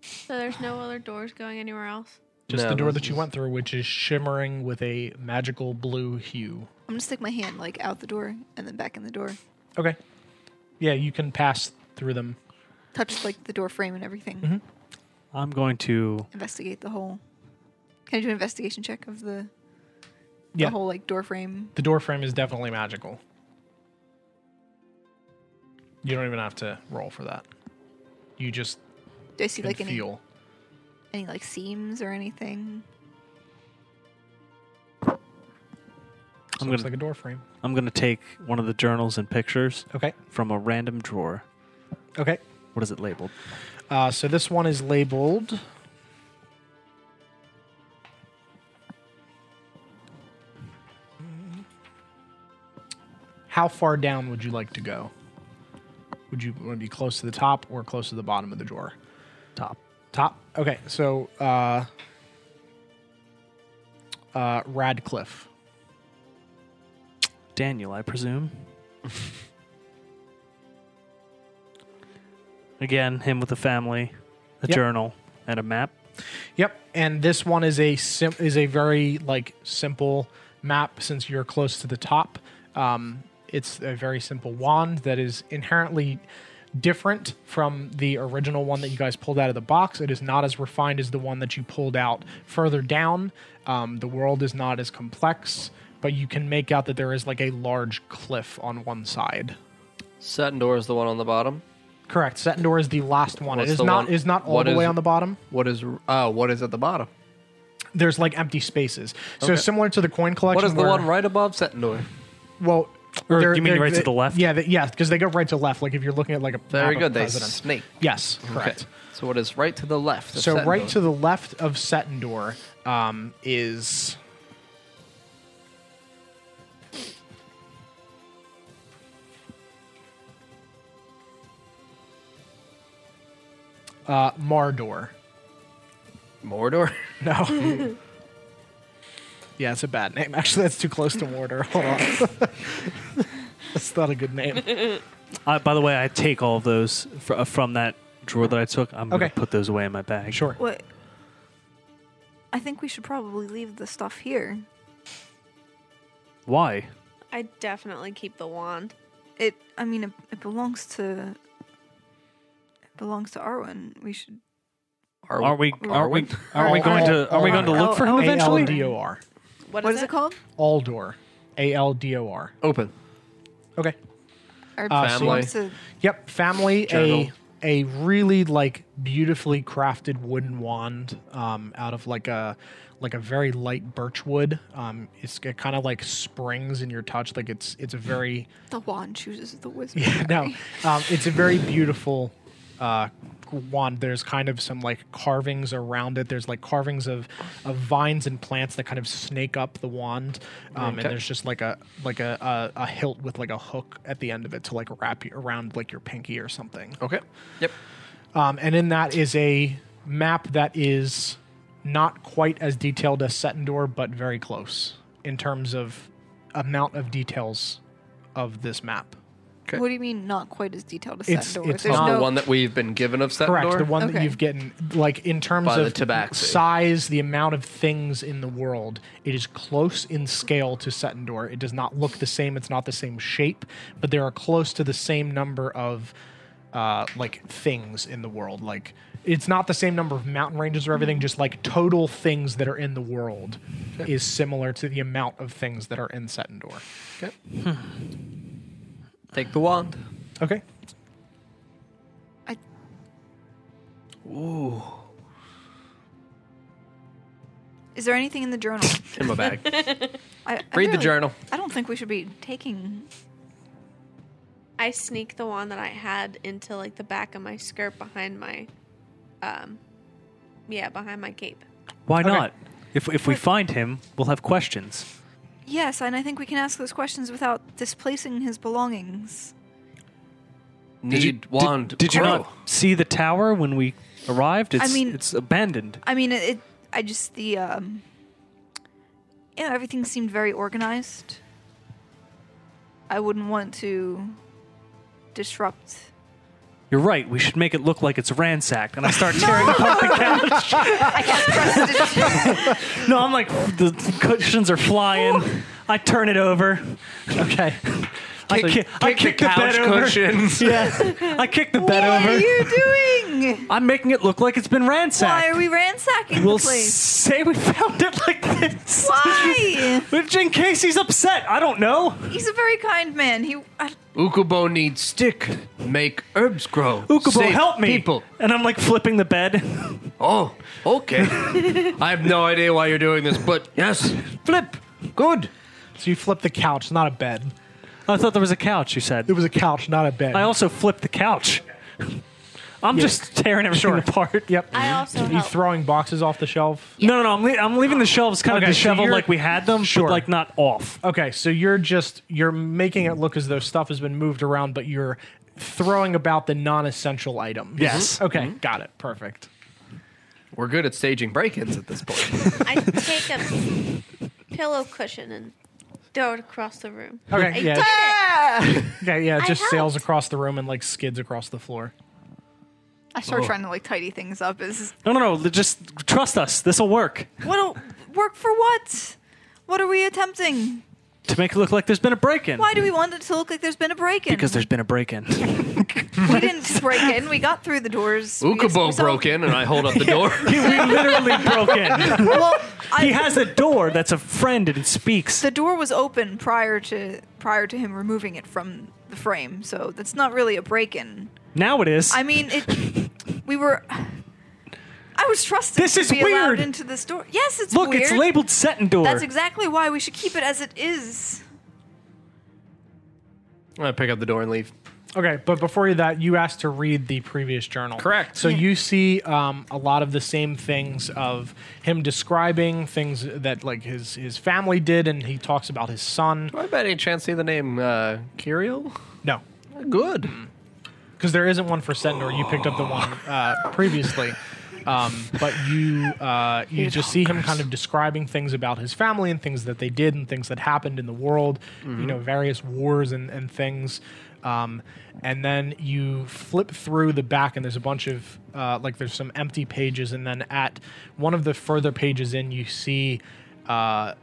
Speaker 4: so there's no other doors going anywhere else.
Speaker 1: just
Speaker 3: No,
Speaker 1: the door
Speaker 3: this
Speaker 1: that you went through, which is shimmering with a magical blue hue.
Speaker 5: I'm gonna stick my hand like out the door and then back in the door,
Speaker 1: Okay. Yeah, you can pass through them.
Speaker 5: touch like the door frame and everything,
Speaker 3: Mm-hmm.
Speaker 2: I'm going to.
Speaker 5: investigate the whole. Can I do an investigation check of the
Speaker 1: Yeah.
Speaker 5: the whole like door frame?
Speaker 1: The door frame is definitely magical. You don't even have to roll for that. You just
Speaker 5: Do I see
Speaker 1: can
Speaker 5: like any
Speaker 1: feel.
Speaker 5: any like seams or anything?
Speaker 1: So
Speaker 2: I'm
Speaker 1: looks
Speaker 2: gonna.
Speaker 1: like a door frame.
Speaker 2: I'm gonna take one of the journals and pictures
Speaker 1: Okay.
Speaker 2: from a random drawer.
Speaker 1: Okay.
Speaker 2: What is it labeled?
Speaker 1: Uh, so this one is labeled. How far down would you like to go? Would you want to be close to the top or close to the bottom of the drawer?
Speaker 2: Top.
Speaker 1: Top. Okay, so uh, uh, Radcliffe.
Speaker 2: Daniel, I presume. Again, him with the family, the
Speaker 1: Yep.
Speaker 2: journal, and a map.
Speaker 1: Yep, and this one is a sim- is a very like simple map since you're close to the top. Um, it's a very simple wand that is inherently different from the original one that you guys pulled out of the box. It is not as refined as the one that you pulled out further down. Um, the world is not as complex, but you can make out that there is like a large cliff on one side.
Speaker 3: Satindor is the one on the bottom.
Speaker 1: Correct. Setendor is the last one.
Speaker 3: What's
Speaker 1: it is
Speaker 3: the
Speaker 1: not
Speaker 3: one-
Speaker 1: is not all
Speaker 3: what
Speaker 1: the way
Speaker 3: is-
Speaker 1: on the bottom.
Speaker 3: What is? Uh, what is at the bottom?
Speaker 1: there's like empty spaces. So
Speaker 3: Okay.
Speaker 1: similar to the coin collection.
Speaker 3: What is the
Speaker 1: where-
Speaker 3: one right above Setindor?
Speaker 1: Well,
Speaker 2: Or
Speaker 1: they're-
Speaker 2: do you mean
Speaker 1: they're-
Speaker 2: right to the left?
Speaker 1: Yeah, they, yeah, because they go right to left. Like if you're looking at like a map
Speaker 3: Very
Speaker 1: of
Speaker 3: good. They
Speaker 1: presidents.
Speaker 3: snake.
Speaker 1: yes,
Speaker 3: Okay.
Speaker 1: correct.
Speaker 3: So what is right to the left? of
Speaker 1: So right
Speaker 3: Setindor?
Speaker 1: to the left of Setendor um, is uh, Mardor.
Speaker 3: Mordor.
Speaker 1: No. yeah, it's a bad name. Actually, that's too close to Mordor. Hold on. that's not a good name.
Speaker 2: I, Uh, by the way, I take all of those fr- uh, from that drawer that I took. I'm
Speaker 1: Okay.
Speaker 2: gonna put those away in my bag.
Speaker 1: Sure.
Speaker 5: What? I think we should probably leave the stuff here.
Speaker 2: Why?
Speaker 4: I definitely keep the wand.
Speaker 5: It, I mean, it, it belongs to. It belongs to Arwen. We should.
Speaker 3: Are,
Speaker 2: Are we? Are we?
Speaker 3: Arwen?
Speaker 2: Are we going to? Are we going to look for him eventually?
Speaker 1: A-L-D-O-R.
Speaker 5: what is it called?
Speaker 1: Aldor. A-L-D-O-R.
Speaker 3: open?
Speaker 1: Okay.
Speaker 5: Our
Speaker 1: Uh,
Speaker 5: it belongs to-
Speaker 1: Yep, family
Speaker 3: Journal.
Speaker 1: a a really like beautifully crafted wooden wand um, out of like a like a very light birch wood. Um, it's it kind of like springs in your touch, like it's it's a very
Speaker 5: the wand chooses the wizard.
Speaker 1: yeah, no, um, it's a very beautiful uh, wand. There's kind of some like carvings around it. There's like carvings of, of vines and plants that kind of snake up the wand, um, and
Speaker 3: Okay.
Speaker 1: there's just like a like a, a a hilt with like a hook at the end of it to like wrap you around like your pinky or something.
Speaker 3: Okay. Yep.
Speaker 1: Um, and in that is a map that is not quite as detailed as Setendor, but very close in terms of amount of details of this map.
Speaker 3: Okay.
Speaker 5: What do you mean, not quite as detailed as
Speaker 1: It's-
Speaker 5: Sandor?
Speaker 1: it's
Speaker 5: There's
Speaker 1: not-
Speaker 3: On
Speaker 5: no
Speaker 3: the one that we've been given of Setendor?
Speaker 1: Correct. The one that
Speaker 5: Okay.
Speaker 1: you've gotten, like in terms
Speaker 3: By the
Speaker 1: of
Speaker 3: Tabaxi.
Speaker 1: size, the amount of things in the world, it is close in scale to Setendor. It does not look the same. It's not the same shape, but there are close to the same number of uh, like things in the world. Like it's not the same number of mountain ranges or everything. Just like total things that are in the world is similar to the amount of things that are in Setendor.
Speaker 3: Okay. Take the wand.
Speaker 1: Okay.
Speaker 5: I,
Speaker 3: Ooh.
Speaker 5: is there anything in the journal?
Speaker 3: In my bag.
Speaker 5: I, I
Speaker 3: Read the
Speaker 5: really-
Speaker 3: journal.
Speaker 5: I don't think we should be taking.
Speaker 4: I sneak the wand that I had into like the back of my skirt behind my, um, yeah, behind my cape.
Speaker 2: Why not? If if we find him, we'll have questions.
Speaker 5: Yes, and I think we can ask those questions without displacing his belongings.
Speaker 3: Need wand.
Speaker 2: Did, you
Speaker 3: grow.
Speaker 2: not see the tower when we arrived? It's,
Speaker 5: mean-
Speaker 2: it's abandoned.
Speaker 5: I mean, it. it I just the. Um, you know, everything seemed very organized. I wouldn't want to disrupt.
Speaker 2: You're right. We should make it look like it's ransacked. And I start tearing apart the couch.
Speaker 5: I guess Preston-
Speaker 2: No, I'm like the cushions are flying. I turn it over.
Speaker 1: Okay.
Speaker 2: I kick, I
Speaker 3: kick the
Speaker 2: kick the,
Speaker 3: couch
Speaker 2: bed over.
Speaker 3: cushions.
Speaker 2: Yeah, I kick the bed
Speaker 5: what
Speaker 2: over.
Speaker 5: are you doing?
Speaker 2: I'm making it look like it's been ransacked.
Speaker 5: Why are we ransacking
Speaker 2: We'll
Speaker 5: the place?
Speaker 2: say we found it like this.
Speaker 5: Why?
Speaker 2: But in case he's upset, I don't know.
Speaker 5: He's a very kind man. He. I,
Speaker 3: Ukubo needs stick. Make herbs grow.
Speaker 2: Ukubo,
Speaker 3: Save
Speaker 2: help me.
Speaker 3: People.
Speaker 2: And I'm like flipping the bed.
Speaker 3: Oh, okay. I have no idea why you're doing this, but yes, flip. Good.
Speaker 1: So you flip the couch, not a bed.
Speaker 2: I thought there was a couch, you
Speaker 1: It
Speaker 2: said.
Speaker 1: was a couch, not a bed.
Speaker 2: I also flipped the couch. I'm just tearing everything apart.
Speaker 1: Yep.
Speaker 4: I also
Speaker 1: Mm-hmm. You
Speaker 4: help.
Speaker 1: throwing boxes off the shelf?
Speaker 2: No, no, no. I'm, le- I'm leaving the shelves kind
Speaker 1: Okay, so
Speaker 2: of disheveled
Speaker 1: you're-
Speaker 2: like we had them,
Speaker 1: Sure.
Speaker 2: but like not off.
Speaker 1: Okay, so you're just you're making it look as though stuff has been moved around, but you're throwing about the non-essential items.
Speaker 2: Yes.
Speaker 1: Okay, got it. Perfect.
Speaker 3: We're good at staging break-ins at this point.
Speaker 4: I take a pillow cushion and throw it across the room. I
Speaker 1: Okay, yeah,
Speaker 4: did it!
Speaker 1: okay, yeah. It
Speaker 4: I
Speaker 1: just sails
Speaker 4: helped.
Speaker 1: across the room and like skids across the floor.
Speaker 5: I start
Speaker 2: Oh.
Speaker 5: trying to like tidy things up. Is
Speaker 2: No, no, no. Just trust us. This will work.
Speaker 5: what work for what? What are we attempting?
Speaker 2: To make it look like there's been a break in.
Speaker 5: Why do we want it to look like there's been a break in?
Speaker 2: Because there's been a break in.
Speaker 5: we didn't break in. We got through the doors. We
Speaker 3: Ukubo
Speaker 5: solved-
Speaker 3: broke in, and I hold up the door.
Speaker 2: we literally broke in.
Speaker 5: Well, I,
Speaker 2: He has a door that's a friend and it speaks.
Speaker 5: the door was open prior to prior to him removing it from the frame, so that's not really a break in.
Speaker 2: Now it is.
Speaker 5: I mean, it. We were. I was trusted
Speaker 2: This
Speaker 5: to
Speaker 2: is
Speaker 5: be allowed
Speaker 2: weird.
Speaker 5: into this door. Yes, it's
Speaker 2: Look,
Speaker 5: weird.
Speaker 2: it's labeled Setendor.
Speaker 5: That's exactly why we should keep it as it is.
Speaker 3: I pick up the door and leave.
Speaker 1: Okay, but before that, you asked to read the previous journal.
Speaker 3: Correct.
Speaker 1: So you see um, a lot of the same things of him describing things that like his his family did, and he talks about his son.
Speaker 3: Do I by any chance see the name uh, Kiriel?
Speaker 1: No,
Speaker 3: Good.
Speaker 1: because there isn't one for Sendor. You picked up the one uh, previously, um, but you uh, you just see him kind of describing things about his family and things that they did and things that happened in the world. You know, various wars and and things. Um, and then you flip through the back, and there's a bunch of uh, like there's some empty pages, and then at one of the further pages in, you see uh,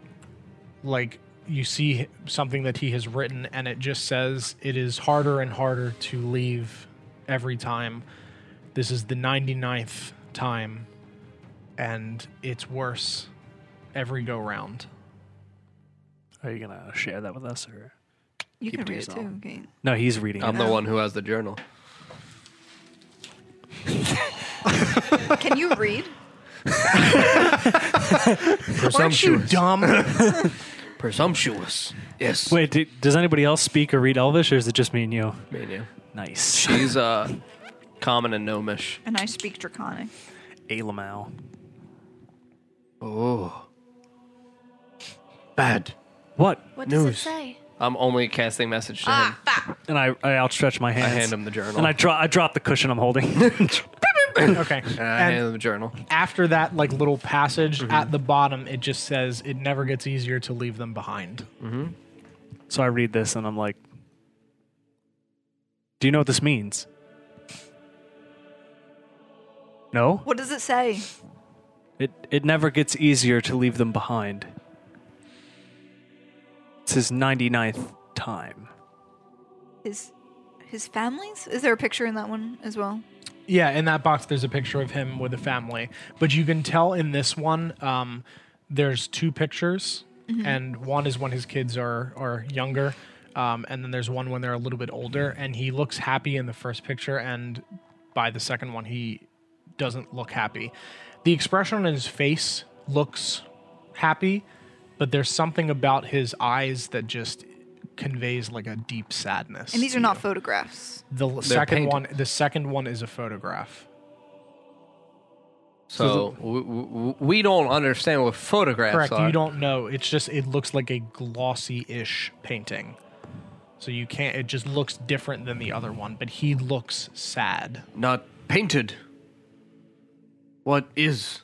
Speaker 1: like you see something that he has written, and it just says it is harder and harder to leave every time. This is the 99th time, and it's worse every go round.
Speaker 2: Are you gonna share that with us or?
Speaker 5: You
Speaker 2: Keep
Speaker 5: can
Speaker 2: it to
Speaker 5: read it
Speaker 2: yourself.
Speaker 5: too. Okay.
Speaker 2: No, he's reading.
Speaker 3: I'm
Speaker 2: it.
Speaker 3: the one who has the journal.
Speaker 5: Can you read?
Speaker 1: Aren't you
Speaker 3: Presumptuous.
Speaker 1: dumb?
Speaker 3: Presumptuous. Yes.
Speaker 2: Wait, do, does anybody else speak or read Elvish, or is it just me and you?
Speaker 3: Me and you.
Speaker 2: Nice.
Speaker 3: She's uh, common and gnomish.
Speaker 5: And I speak Draconic.
Speaker 2: Alamau.
Speaker 3: Oh. Bad.
Speaker 2: What?
Speaker 4: What does
Speaker 3: News.
Speaker 4: it say?
Speaker 3: I'm only casting message to him.
Speaker 4: Ah, fuck.
Speaker 2: And I, I outstretch my hands.
Speaker 3: I hand him the journal.
Speaker 2: And I drop I drop the cushion I'm holding.
Speaker 1: okay.
Speaker 3: And I hand him the journal.
Speaker 1: after that like little passage at the bottom it just says it never gets easier to leave them behind
Speaker 2: so I read this and I'm like, Do you know what this means? No?
Speaker 5: What does it say?
Speaker 2: It it never gets easier to leave them behind. It's his 99th time.
Speaker 5: His his families? Is there a picture in that one as well?
Speaker 1: yeah in that box there's a picture of him with a family but you can tell in this one um, there's two pictures
Speaker 5: Mm-hmm.
Speaker 1: and one is when his kids are are younger um, and then there's one when they're a little bit older and he looks happy in the first picture and by the second one he doesn't look happy the expression on his face looks happy but there's something about his eyes that just conveys like a deep sadness
Speaker 5: And these
Speaker 1: to
Speaker 5: are not
Speaker 1: you.
Speaker 5: photographs.
Speaker 1: the l- second
Speaker 3: painted.
Speaker 1: one the second one is a photograph
Speaker 3: So w- w- we don't understand what photographs
Speaker 1: Correct.
Speaker 3: are.
Speaker 1: You don't know. It's just it looks like a glossy-ish painting. So you can't it just looks different than the other one, but he looks sad.
Speaker 3: Not painted. What is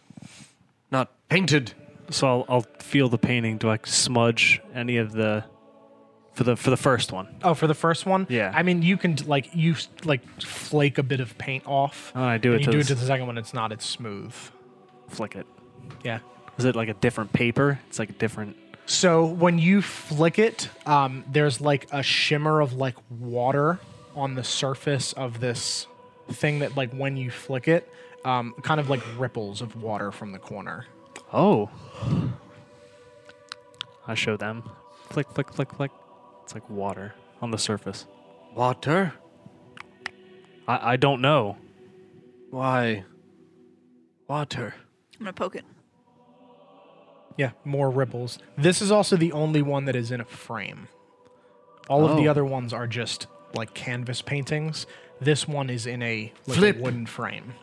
Speaker 3: not painted?
Speaker 2: So I'll, I'll feel the painting. Do I smudge any of the for the for the first one?
Speaker 1: Oh, for the first one?
Speaker 2: Yeah.
Speaker 1: I mean, you can like you s- like flake a bit of paint off.
Speaker 2: Oh, I do
Speaker 1: and You
Speaker 2: it to
Speaker 1: do
Speaker 2: this-
Speaker 1: it to the second one, it's not it's smooth.
Speaker 2: Flick it.
Speaker 1: Yeah.
Speaker 2: Is it like a different paper? It's like a different.
Speaker 1: So when you flick it, um, there's like a shimmer of like water on the surface of this thing that like when you flick it, um, kind of like ripples of water from the corner.
Speaker 2: Oh. I show them. Flick, flick, flick, flick. It's like water on the surface.
Speaker 3: Water?
Speaker 2: I, I don't know.
Speaker 3: Why? Water.
Speaker 5: I'm gonna poke it.
Speaker 1: Yeah, more ripples. This is also the only one that is in a frame. All of the
Speaker 2: Oh.
Speaker 1: other ones are just like canvas paintings. This one is in a, like, a
Speaker 3: Flip.
Speaker 1: wooden frame.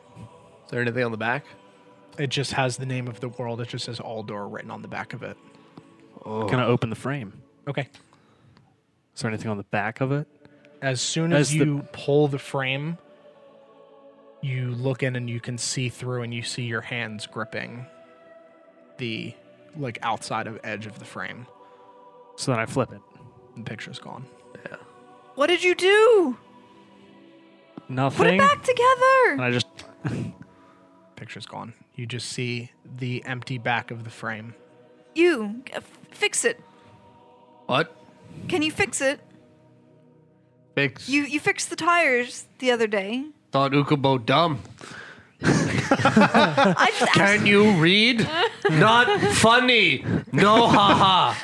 Speaker 3: Is there anything on the back?
Speaker 1: It just has the name of the world. It just says Aldor written on the back of it.
Speaker 2: Can I open the frame?
Speaker 1: Okay.
Speaker 2: Is there anything on the back of it?
Speaker 1: As soon as,
Speaker 2: As the-
Speaker 1: you pull the frame, you look in and you can see through and you see your hands gripping the like outside of edge of the frame.
Speaker 2: So then I flip it.
Speaker 1: The picture's gone.
Speaker 5: What did you do? Put
Speaker 2: Nothing.
Speaker 5: it back
Speaker 2: And
Speaker 5: together.
Speaker 2: I just.
Speaker 1: Picture's gone. You just see the empty back of the frame.
Speaker 5: You uh, f- fix it.
Speaker 3: What?
Speaker 5: Can you fix it?
Speaker 3: Fix.
Speaker 5: You you fixed the tires the other day.
Speaker 3: Thought Ukubo dumb.
Speaker 5: I just asked
Speaker 3: Can you read? Not funny. No, haha.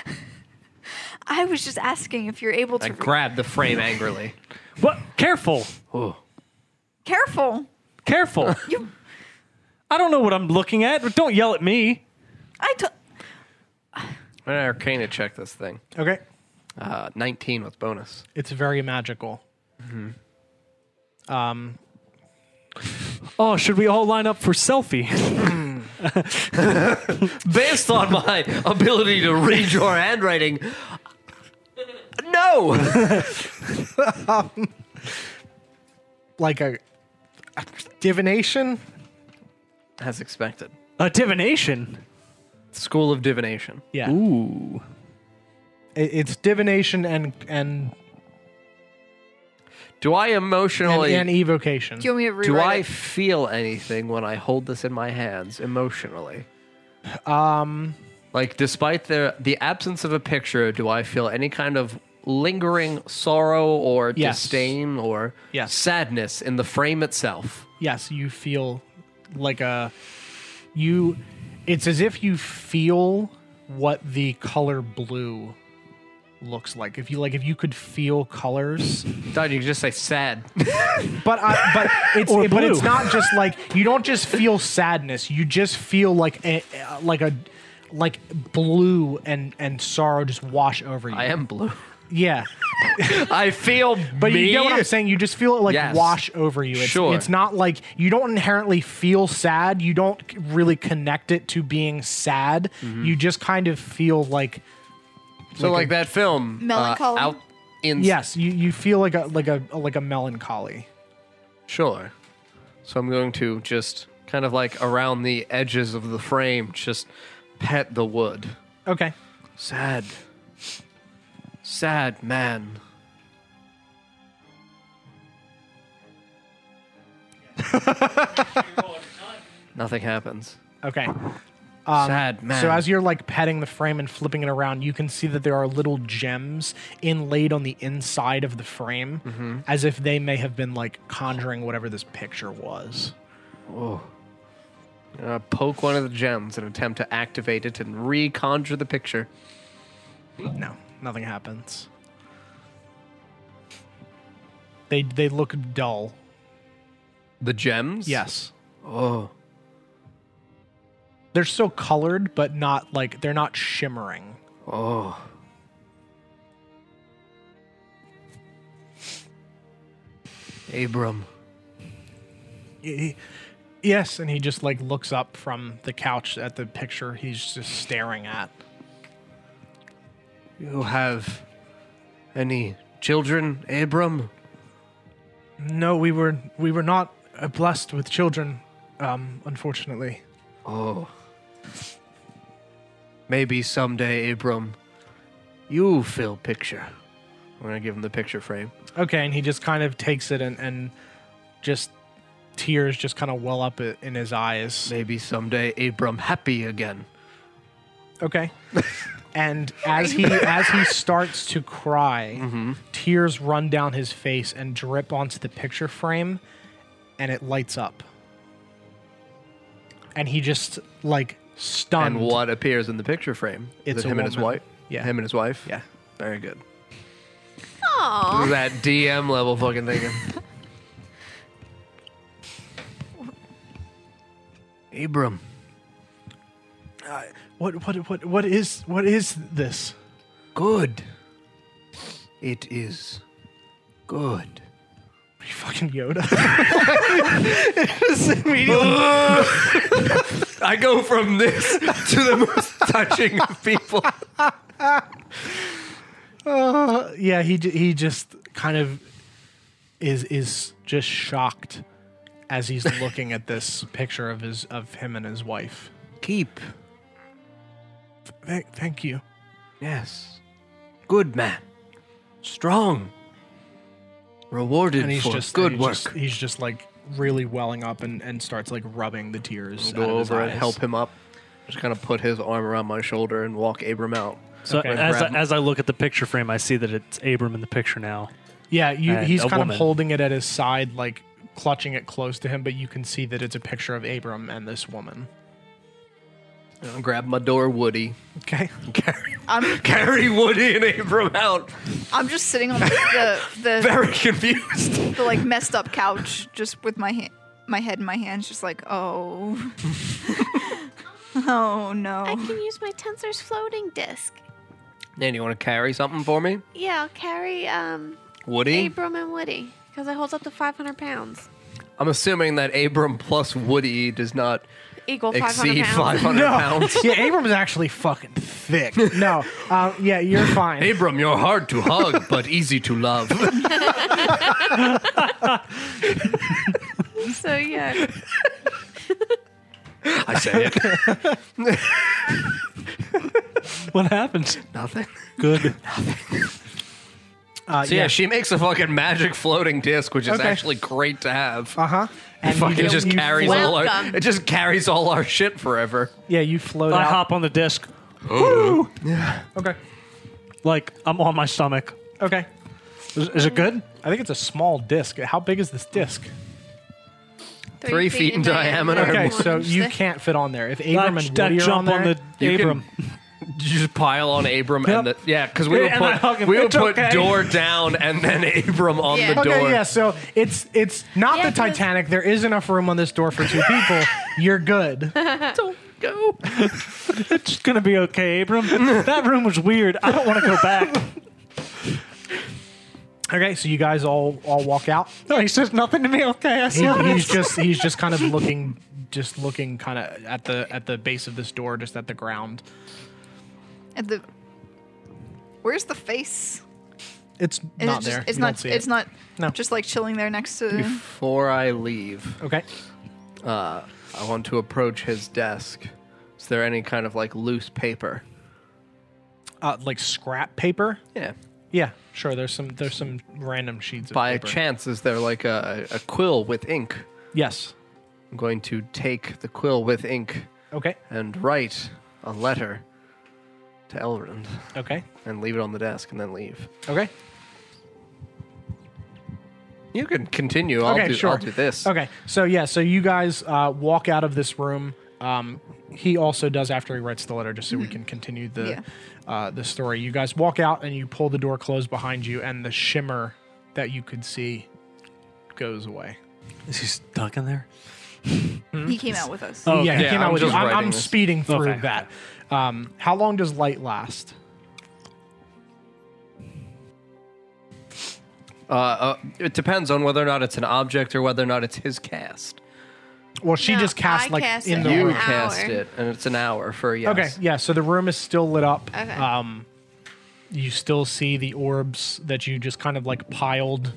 Speaker 5: I was just asking if you're able to.
Speaker 3: I
Speaker 5: read.
Speaker 3: grabbed the frame angrily.
Speaker 2: What? Careful!
Speaker 3: Oh,
Speaker 5: Careful.
Speaker 2: Careful!
Speaker 5: You.
Speaker 2: I don't know what I'm looking at, but don't yell at me.
Speaker 5: I took.
Speaker 3: I'm gonna Arcana check this thing.
Speaker 1: Okay.
Speaker 3: Uh, 19 with bonus.
Speaker 1: It's very magical. Um,
Speaker 2: Oh, should we all line up for selfie?
Speaker 3: Based on my ability to read your handwriting, no.
Speaker 1: like a, a divination.
Speaker 3: As expected.
Speaker 2: A divination.
Speaker 3: School of Divination.
Speaker 1: Yeah,
Speaker 2: Ooh.
Speaker 1: I- it's divination and and
Speaker 3: Do I
Speaker 1: and,
Speaker 3: emotionally
Speaker 1: and evocation.
Speaker 5: Do you want me to rewrite
Speaker 3: do I
Speaker 5: it?
Speaker 3: feel anything when I hold this in my hands emotionally?
Speaker 1: Um,
Speaker 3: Like despite the the absence of a picture, do I feel any kind of lingering sorrow or
Speaker 1: Yes.
Speaker 3: disdain or
Speaker 1: Yes.
Speaker 3: sadness in the frame itself?
Speaker 1: yes, you feel like a you. It's as if you feel what the color blue looks like. If you like, if you could feel colors.
Speaker 3: Don, you could just say sad.
Speaker 1: But I, but it's
Speaker 2: Or
Speaker 1: but it's
Speaker 2: blue.
Speaker 1: not just like you don't just feel sadness. You just feel like a, a- like a like blue and and sorrow just wash over you.
Speaker 3: I am blue.
Speaker 1: yeah.
Speaker 3: I feel
Speaker 1: But
Speaker 3: me.
Speaker 1: you get what I'm saying. You just feel it like
Speaker 3: Yes.
Speaker 1: wash over you. It's,
Speaker 3: Sure.
Speaker 1: It's not like you don't inherently feel sad. You don't c- really connect it to being sad. You just kind of feel like
Speaker 3: So like that film uh,
Speaker 5: Melancholy?
Speaker 3: out in
Speaker 1: yes, you, you feel like a like a like a melancholy.
Speaker 3: Sure. So I'm going to just kind of like around the edges of the frame, just pet the wood.
Speaker 1: Okay.
Speaker 3: Sad. Sad man. Nothing happens.
Speaker 1: Okay.
Speaker 3: Sad man.
Speaker 1: Um, So as you're like petting the frame and flipping it around, you can see that there are little gems inlaid on the inside of the frame, as if they may have been like conjuring whatever this picture was.
Speaker 3: I'm gonna poke one of the gems and attempt to activate it and reconjure the picture.
Speaker 1: No, nothing happens. They they look dull.
Speaker 3: The gems?
Speaker 1: Yes.
Speaker 3: Oh.
Speaker 1: They're still colored, but not like they're not shimmering.
Speaker 3: Oh. Abram.
Speaker 1: Y- y- Yes, and he just like looks up from the couch at the picture he's just staring at.
Speaker 3: You have any children, Abram?
Speaker 1: No, we were we were not uh, blessed with children, um, unfortunately.
Speaker 3: Oh. Maybe someday, Abram, you fill picture. We're gonna give him the picture frame.
Speaker 1: Okay, and he just kind of takes it and, and just tears just kind of well up i- in his eyes.
Speaker 3: Maybe someday, Abram happy again.
Speaker 1: Okay. and as he as he starts to cry, tears run down his face and drip onto the picture frame and it lights up. And he just like stunned.
Speaker 3: And what appears in the picture frame? Is
Speaker 1: It's a
Speaker 3: it him and his
Speaker 1: woman.
Speaker 3: wife?
Speaker 1: Yeah.
Speaker 3: Him and his wife?
Speaker 1: Yeah.
Speaker 3: Very good.
Speaker 4: Aw.
Speaker 3: That DM level fucking thinking. Abram,
Speaker 1: What what what what is what is this?
Speaker 3: good. It is good.
Speaker 1: Are you fucking Yoda?
Speaker 3: I go from this to the most touching of people.
Speaker 1: uh, yeah, he j- he just kind of is is just shocked as he's looking at this picture of his of him and his wife.
Speaker 3: Keep.
Speaker 1: Th- thank you.
Speaker 3: Yes. Good man. Strong. Rewarded
Speaker 1: and he's
Speaker 3: for
Speaker 1: just
Speaker 3: good
Speaker 1: he's
Speaker 3: work.
Speaker 1: Just, he's just like really welling up and, and starts like rubbing the tears. out
Speaker 3: go
Speaker 1: of his
Speaker 3: over and
Speaker 1: eyes.
Speaker 3: help him up. Just kind of put his arm around my shoulder and walk Abram out.
Speaker 2: So
Speaker 1: Okay.
Speaker 2: as, I,
Speaker 3: Grab-
Speaker 2: as I look at the picture frame, I see that it's Abram in the picture now.
Speaker 1: Yeah, you,
Speaker 2: And
Speaker 1: he's
Speaker 2: a
Speaker 1: kind
Speaker 2: woman.
Speaker 1: of holding it at his side, like clutching it close to him, but you can see that it's a picture of Abram and this woman.
Speaker 3: I'll grab my door, Woody.
Speaker 1: Okay.
Speaker 3: Carry,
Speaker 5: I'm
Speaker 3: carry Woody and Abram out.
Speaker 5: I'm just sitting on the the,
Speaker 3: Very confused.
Speaker 5: the, like messed up couch, just with my ha- my head in my hands, just like oh, oh
Speaker 4: I
Speaker 5: no.
Speaker 4: can use my tensor's floating disc.
Speaker 3: Nan, you want to carry something for me?
Speaker 4: Yeah, I'll carry um,
Speaker 3: Woody?
Speaker 4: Abram and Woody because I hold up to 500 pounds.
Speaker 3: I'm assuming that Abram plus Woody does not
Speaker 4: Equal 500
Speaker 3: exceed
Speaker 4: pounds.
Speaker 3: 500 pounds.
Speaker 1: yeah, Abram's actually fucking thick. No, um, yeah, you're fine.
Speaker 3: Abram, you're hard to hug, but easy to love.
Speaker 4: So yeah,
Speaker 3: I say it.
Speaker 2: What happened?
Speaker 3: Nothing.
Speaker 2: Good.
Speaker 1: Uh,
Speaker 3: So yeah, she makes a fucking magic floating disc, which is
Speaker 1: Okay.
Speaker 3: actually great to have.
Speaker 1: uh huh.
Speaker 3: It fucking just carries all our
Speaker 4: Welcome.
Speaker 3: it just carries all our shit forever.
Speaker 1: Yeah, you float
Speaker 2: I
Speaker 1: out.
Speaker 2: hop on the disc,
Speaker 1: Okay.
Speaker 2: like I'm on my stomach.
Speaker 1: Okay.
Speaker 2: Is, is it good?
Speaker 1: I think it's a small disc. How big is this disc?
Speaker 3: Three feet in diameter.
Speaker 1: Okay,
Speaker 3: Okay,
Speaker 1: so
Speaker 4: Orange
Speaker 1: you
Speaker 4: thick.
Speaker 1: can't fit on there. If Abram and
Speaker 2: that
Speaker 1: Woody are on
Speaker 2: jump
Speaker 1: there,
Speaker 2: on, the
Speaker 3: You can-
Speaker 2: Abram.
Speaker 3: You just pile on Abram and the
Speaker 2: Yep.
Speaker 3: yeah, because we would
Speaker 2: And I hug
Speaker 3: put
Speaker 2: him.
Speaker 3: we would
Speaker 2: It's
Speaker 3: put
Speaker 2: okay.
Speaker 3: door down and then Abram on
Speaker 4: Yeah.
Speaker 3: the door.
Speaker 1: okay, yeah. So it's it's not the
Speaker 4: Yeah, 'cause-
Speaker 1: Titanic. There is enough room on this door for two people. You're good.
Speaker 3: Don't go.
Speaker 2: it's gonna be okay, Abram. that room was weird. I don't want to go back.
Speaker 1: Okay, so you guys all all walk out.
Speaker 2: No, he says nothing to me. Okay, I
Speaker 1: He-
Speaker 2: see.
Speaker 1: he's just he's just kind of looking just looking kind of at the at the base of this door, just at the ground.
Speaker 5: At the where's the face?
Speaker 1: It's
Speaker 5: Is
Speaker 1: not
Speaker 5: it just,
Speaker 1: there.
Speaker 5: It's
Speaker 1: You
Speaker 5: not.
Speaker 1: don't see
Speaker 5: it's
Speaker 1: it.
Speaker 5: not.
Speaker 1: No.
Speaker 5: Just like chilling there next to.
Speaker 3: Before I leave, uh,
Speaker 1: Okay.
Speaker 3: I want to approach his desk. Is there any kind of like loose paper?
Speaker 1: Uh, like scrap paper.
Speaker 3: Yeah.
Speaker 1: Yeah, sure. There's some there's some random sheets. Of
Speaker 3: By
Speaker 1: paper.
Speaker 3: chance, is there like a, a quill with ink?
Speaker 1: Yes.
Speaker 3: I'm going to take the quill with ink
Speaker 1: Okay.
Speaker 3: and write a letter to Elrond
Speaker 1: Okay.
Speaker 3: and leave it on the desk and then leave.
Speaker 1: Okay.
Speaker 3: You can continue. I'll,
Speaker 1: okay,
Speaker 3: do,
Speaker 1: sure.
Speaker 3: I'll do this.
Speaker 1: Okay, so yeah, so you guys uh, walk out of this room. Um, he also does after he writes the letter, just
Speaker 4: Mm-hmm.
Speaker 1: so we can continue the uh, the story. You guys walk out and you pull the door closed behind you, and the shimmer that you could see goes away.
Speaker 2: Is he stuck in there?
Speaker 5: He came out with us.
Speaker 2: Oh,
Speaker 1: Yeah, he
Speaker 2: okay.
Speaker 3: Yeah,
Speaker 1: came out
Speaker 3: I'm
Speaker 1: with. you.
Speaker 3: just
Speaker 1: I'm,
Speaker 3: writing
Speaker 1: I'm
Speaker 3: this.
Speaker 1: speeding through
Speaker 2: Okay.
Speaker 1: that. Um, how long does light last?
Speaker 3: Uh, uh, it depends on whether or not it's an object or whether or not it's his cast.
Speaker 1: Well, she
Speaker 4: No,
Speaker 1: just cast
Speaker 4: I
Speaker 1: like
Speaker 4: cast
Speaker 1: in
Speaker 4: it.
Speaker 1: the
Speaker 4: You
Speaker 1: room.
Speaker 3: You
Speaker 4: An
Speaker 3: cast
Speaker 4: hour.
Speaker 3: it, and it's an hour for a
Speaker 1: Okay,
Speaker 3: yes.
Speaker 1: yeah. So the room is still lit up.
Speaker 4: Okay.
Speaker 1: Um, you still see the orbs that you just kind of like piled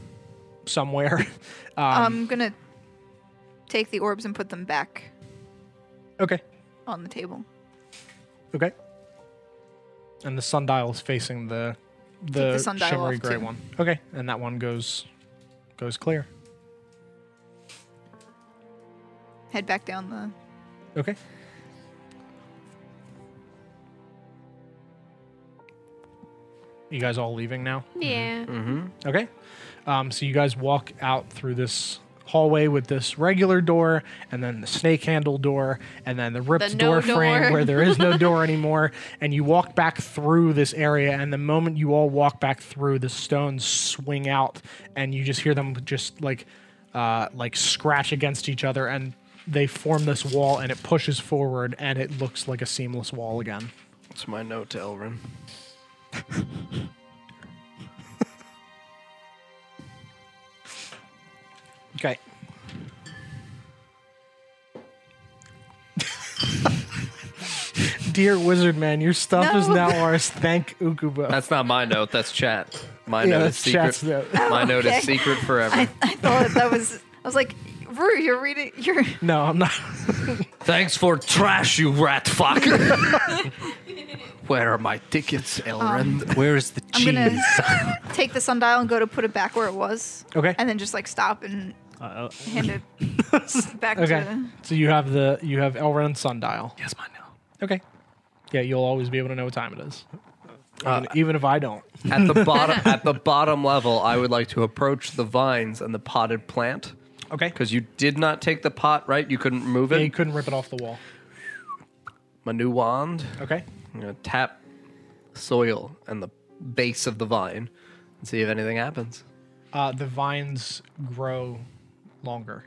Speaker 1: somewhere. Um,
Speaker 3: Um,
Speaker 5: I'm gonna take the orbs and put them back
Speaker 1: okay,
Speaker 5: on the table.
Speaker 1: okay. And the sundial is facing the the,
Speaker 5: the sundial
Speaker 1: shimmery
Speaker 5: off,
Speaker 1: gray
Speaker 5: too.
Speaker 1: one. Okay, and that one goes goes clear.
Speaker 5: Head back down the.
Speaker 1: Okay. You guys all leaving now?
Speaker 4: Yeah.
Speaker 1: Okay. Um, so you guys walk out through this hallway with this regular door and then the snake handle door and then the ripped
Speaker 4: The no
Speaker 1: door frame
Speaker 4: door.
Speaker 1: where there is no door anymore and you walk back through this area and the moment you all walk back through the stones swing out and you just hear them just like uh, like scratch against each other and they form this wall and it pushes forward and it looks like a seamless wall again
Speaker 3: That's my note to Elrond.
Speaker 1: okay Dear wizard man, your stuff is
Speaker 5: No.
Speaker 1: now ours. Thank Ukubo.
Speaker 3: That's not my note. That's chat. My
Speaker 1: Yeah,
Speaker 3: note
Speaker 1: that's
Speaker 3: is secret.
Speaker 1: chat's note.
Speaker 3: My note
Speaker 5: okay.
Speaker 3: is secret forever.
Speaker 5: I, I thought that was. I was like, Rue, you're reading. You're.
Speaker 1: no, I'm not.
Speaker 3: Thanks for trash, you rat fuck. Where are my tickets, Elrond?
Speaker 2: Where is the
Speaker 5: I'm gonna take the sundial and go to put it back where it was.
Speaker 1: Okay.
Speaker 5: And then just like stop and
Speaker 2: Uh,
Speaker 5: hand it back
Speaker 1: Okay.
Speaker 5: to.
Speaker 1: So you have the you have Elrond sundial.
Speaker 2: yes, my no.
Speaker 1: Okay. Yeah, you'll always be able to know what time it is. Even- even if I don't.
Speaker 3: at the bottom, at the bottom level, I would like to approach the vines and the potted plant
Speaker 1: Okay.
Speaker 3: because you did not take the pot, right? You couldn't move
Speaker 1: Yeah, you
Speaker 3: it.
Speaker 1: couldn't rip it off the wall.
Speaker 3: My new wand.
Speaker 1: Okay.
Speaker 3: I'm gonna tap soil and the base of the vine and see if anything happens.
Speaker 1: Uh, the vines grow longer.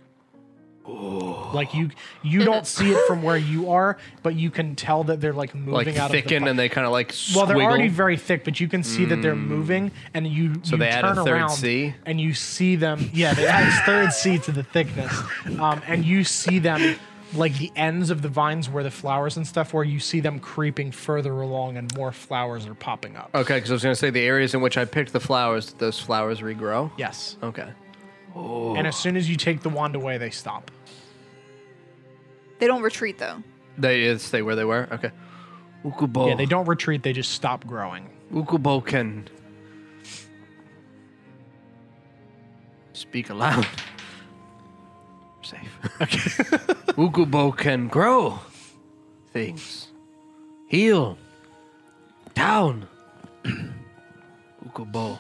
Speaker 1: Like you, you don't see it from where you are, but you can tell that they're like moving
Speaker 3: Like
Speaker 1: out
Speaker 3: thicken
Speaker 1: of the.
Speaker 3: and they kind of like squiggle. Hmm.
Speaker 1: well, they're already very thick, but you can see that they're moving, and you so you
Speaker 3: they add a
Speaker 1: turn
Speaker 3: third
Speaker 1: around
Speaker 3: C?
Speaker 1: and you see them. Yeah, they add a third C to the thickness, um, and you see them like the ends of the vines where the flowers and stuff, where you see them creeping further along, and more flowers are popping up.
Speaker 3: okay, because I was gonna say the areas in which I picked the flowers, did those flowers regrow.
Speaker 1: Yes,
Speaker 3: Okay.
Speaker 1: and as soon as you take the wand away, they stop.
Speaker 5: They don't retreat though.
Speaker 3: They did stay where they were. Okay. Ukubo. Oh.
Speaker 1: Yeah, they don't retreat; they just stop growing.
Speaker 3: Ukuboken. Speak aloud. Safe. Ukubo can grow things, heal, down. Ukubo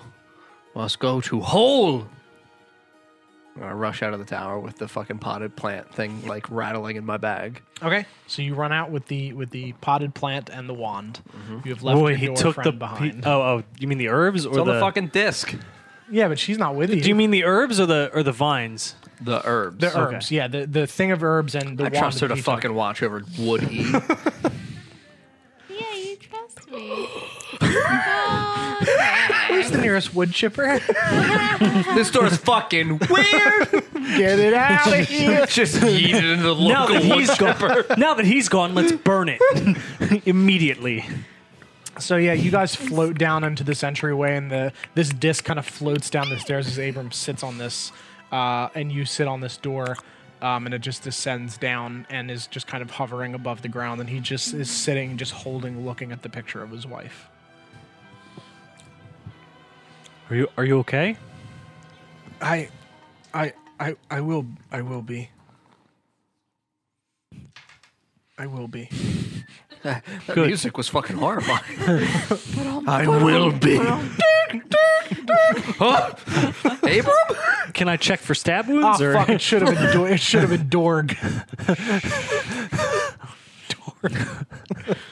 Speaker 3: must go to whole. I rush out of the tower with the fucking potted plant thing like rattling in my bag.
Speaker 1: Okay, so you run out with the with the potted plant and the wand.
Speaker 3: Mm-hmm.
Speaker 1: You have left
Speaker 2: Boy,
Speaker 1: your
Speaker 2: he
Speaker 1: door
Speaker 2: took
Speaker 1: friend
Speaker 2: the
Speaker 1: behind.
Speaker 2: He, oh, oh, you mean the herbs or
Speaker 3: It's on
Speaker 2: the,
Speaker 3: the fucking disc.
Speaker 1: yeah, but she's not with you.
Speaker 2: Do you mean the herbs or the or the vines?
Speaker 3: The herbs.
Speaker 1: the herbs? Yeah, the, the thing of herbs and the
Speaker 3: I
Speaker 1: wand.
Speaker 3: trust her
Speaker 1: that
Speaker 3: to
Speaker 1: he took.
Speaker 3: fucking watch over Woody.
Speaker 4: Yeah, you trust me. Okay.
Speaker 1: Where's the nearest wood chipper?
Speaker 3: this door's fucking weird.
Speaker 1: Get it out of here.
Speaker 3: Just yeet it into the
Speaker 2: Now
Speaker 3: local
Speaker 2: that
Speaker 3: wood
Speaker 2: he's gone,
Speaker 3: chipper.
Speaker 2: now that he's gone, let's burn it immediately.
Speaker 1: So yeah, you guys float down into this entryway, and the this disc kind of floats down the stairs as Abram sits on this, uh, and you sit on this door, um, and it just descends down and is just kind of hovering above the ground, and he just is sitting, just holding, looking at the picture of his wife.
Speaker 2: Are you are you okay?
Speaker 1: I, I, I, I will, I will be. I will be.
Speaker 3: That music was fucking horrifying. I will be. Huh? Abram?
Speaker 2: Can I check for stab
Speaker 1: Oh
Speaker 2: wounds? or?
Speaker 1: fuck! It should have been. Do- it should have been Dorg.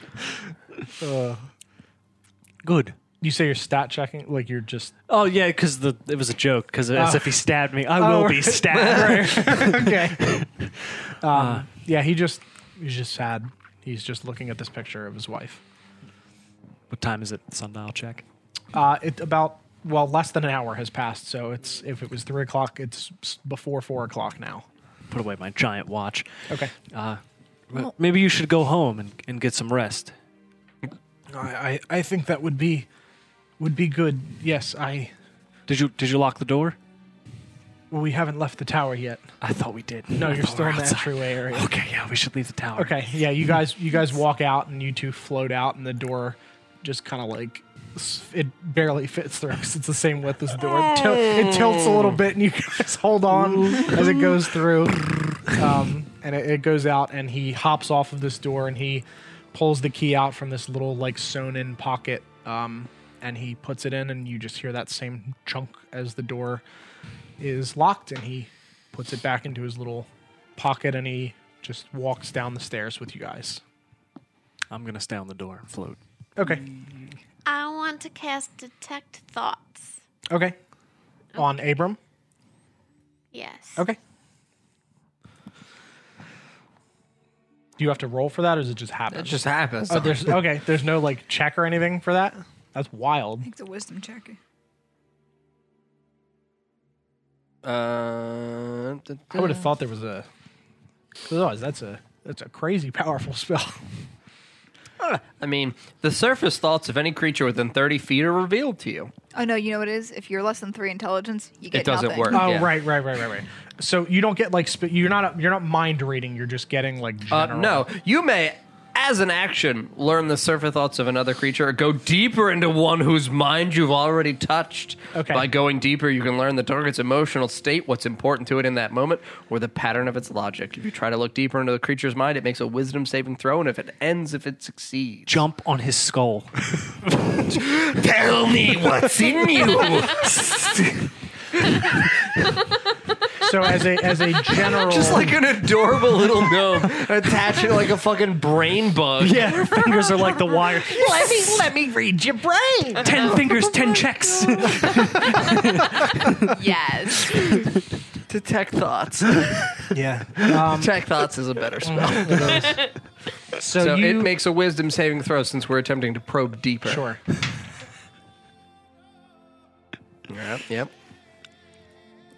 Speaker 2: Good.
Speaker 1: Uh, You say you're stat checking, like you're just
Speaker 2: Oh yeah, because the it was a joke. Because as if he stabbed me, I will be
Speaker 1: right.
Speaker 2: stabbed.
Speaker 1: okay. Um, yeah, he just he's just sad. He's just looking at this picture of his wife.
Speaker 2: What time is it? Sundial check.
Speaker 1: Uh, it about well less than an hour has passed, so it's if it was three o'clock, it's s- before four o'clock now.
Speaker 2: Put away my giant watch.
Speaker 1: Okay.
Speaker 2: M- Maybe you should go home and, and get some rest.
Speaker 1: I, I I think that would be would be good. Yes, I.
Speaker 2: Did you did you lock the door?
Speaker 1: Well, we haven't left the tower yet.
Speaker 2: I thought we did.
Speaker 1: No,
Speaker 2: I
Speaker 1: you're
Speaker 2: thought
Speaker 1: still
Speaker 2: we were
Speaker 1: in the
Speaker 2: outside.
Speaker 1: entryway area.
Speaker 2: Okay, yeah, we should leave the tower.
Speaker 1: Okay. Yeah, you guys you guys walk out and you two float out, and the door just kind of like s- it barely fits through 'cause it's the same width as the door. It, til- it tilts a little bit, and you guys hold on as it goes through. Um, and it, it goes out, and he hops off of this door, and he pulls the key out from this little like sewn in pocket, um, and he puts it in, and you just hear that same chunk as the door is locked, and he puts it back into his little pocket, and he just walks down the stairs with you guys.
Speaker 2: I'm gonna stay on the door and float.
Speaker 1: Okay.
Speaker 4: I want to cast detect thoughts.
Speaker 1: Okay. On Abram.
Speaker 4: Yes.
Speaker 1: Okay. Do you have to roll for that, or does it just happen?
Speaker 3: That just happens.
Speaker 1: oh, there's okay. There's no like check or anything for that. That's wild.
Speaker 5: It's a wisdom check.
Speaker 3: Uh, da-
Speaker 1: I would have thought there was a. 'cause Otherwise, Oh, that's a that's a crazy powerful spell.
Speaker 3: I mean, the surface thoughts of any creature within 30 feet are revealed to you.
Speaker 5: Oh no, you know what it is? If you're less than three intelligence, you get
Speaker 3: doesn't
Speaker 5: nothing.
Speaker 3: work.
Speaker 1: Oh,
Speaker 3: Yeah.
Speaker 1: right, right, right, right, right. So you don't get like sp- you're not you're not mind reading. You're just getting like
Speaker 3: Uh,
Speaker 1: general.
Speaker 3: no, you may, as an action, learn the surface thoughts of another creature or go deeper into one whose mind you've already touched.
Speaker 1: Okay.
Speaker 3: By going deeper, you can learn the target's emotional state, what's important to it in that moment, or the pattern of its logic. If you try to look deeper into the creature's mind, it makes a wisdom saving throw, and if it ends, if it succeeds.
Speaker 2: Jump on his skull.
Speaker 3: Tell me what's in you.
Speaker 1: So as a as a general,
Speaker 3: Just like an adorable little gnome, attach it like a fucking brain bug.
Speaker 2: Yeah, her fingers are like the wire.
Speaker 3: Let me let me read your brain.
Speaker 2: ten fingers, ten checks.
Speaker 4: Yes.
Speaker 3: Detect thoughts.
Speaker 1: yeah. Um,
Speaker 3: Detect thoughts is a better spell.
Speaker 1: so
Speaker 3: So
Speaker 1: you,
Speaker 3: it makes a wisdom saving throw since we're attempting to probe deeper.
Speaker 1: sure.
Speaker 3: Yep. Yep.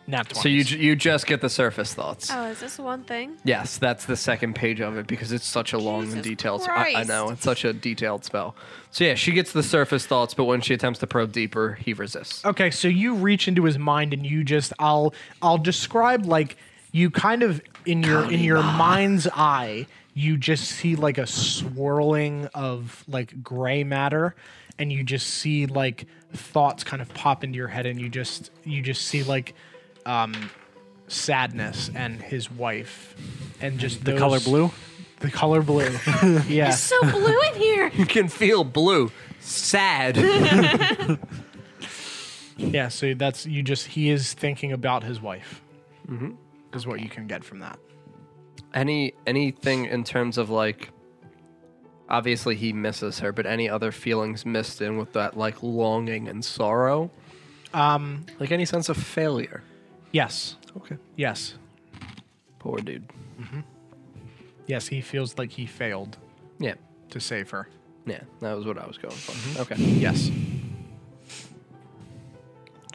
Speaker 1: Not 20s.
Speaker 3: So you ju- you just get the surface thoughts.
Speaker 4: Oh, is this one thing?
Speaker 3: Yes, that's the second page of it because it's such a long and
Speaker 4: Jesus
Speaker 3: detailed. I, I
Speaker 4: Christ.
Speaker 3: know it's such a detailed spell. So yeah, she gets the surface thoughts, but when she attempts to probe deeper, he resists.
Speaker 1: Okay, so you reach into his mind and you just I'll I'll describe like you kind of in your in your mind's eye, you just see like a swirling of like gray matter and you just see like thoughts kind of pop into your head and you just you just see like sadness and his wife, and just
Speaker 2: The color
Speaker 1: those-
Speaker 2: blue.
Speaker 1: The color blue. yeah.
Speaker 4: It's so blue in here.
Speaker 3: You can feel blue. Sad.
Speaker 1: Yeah, so that's you just he is thinking about his wife. Mm-hmm. Is what you can get from that.
Speaker 3: any anything in terms of like obviously he misses her, but any other feelings missed in with that like longing and sorrow? Um like any sense of failure.
Speaker 1: Yes.
Speaker 3: Okay.
Speaker 1: Yes.
Speaker 3: Poor dude.
Speaker 1: Yes, he feels like he failed
Speaker 3: Yeah.
Speaker 1: to save her.
Speaker 3: Yeah. That was what I was going for. Okay.
Speaker 1: Yes.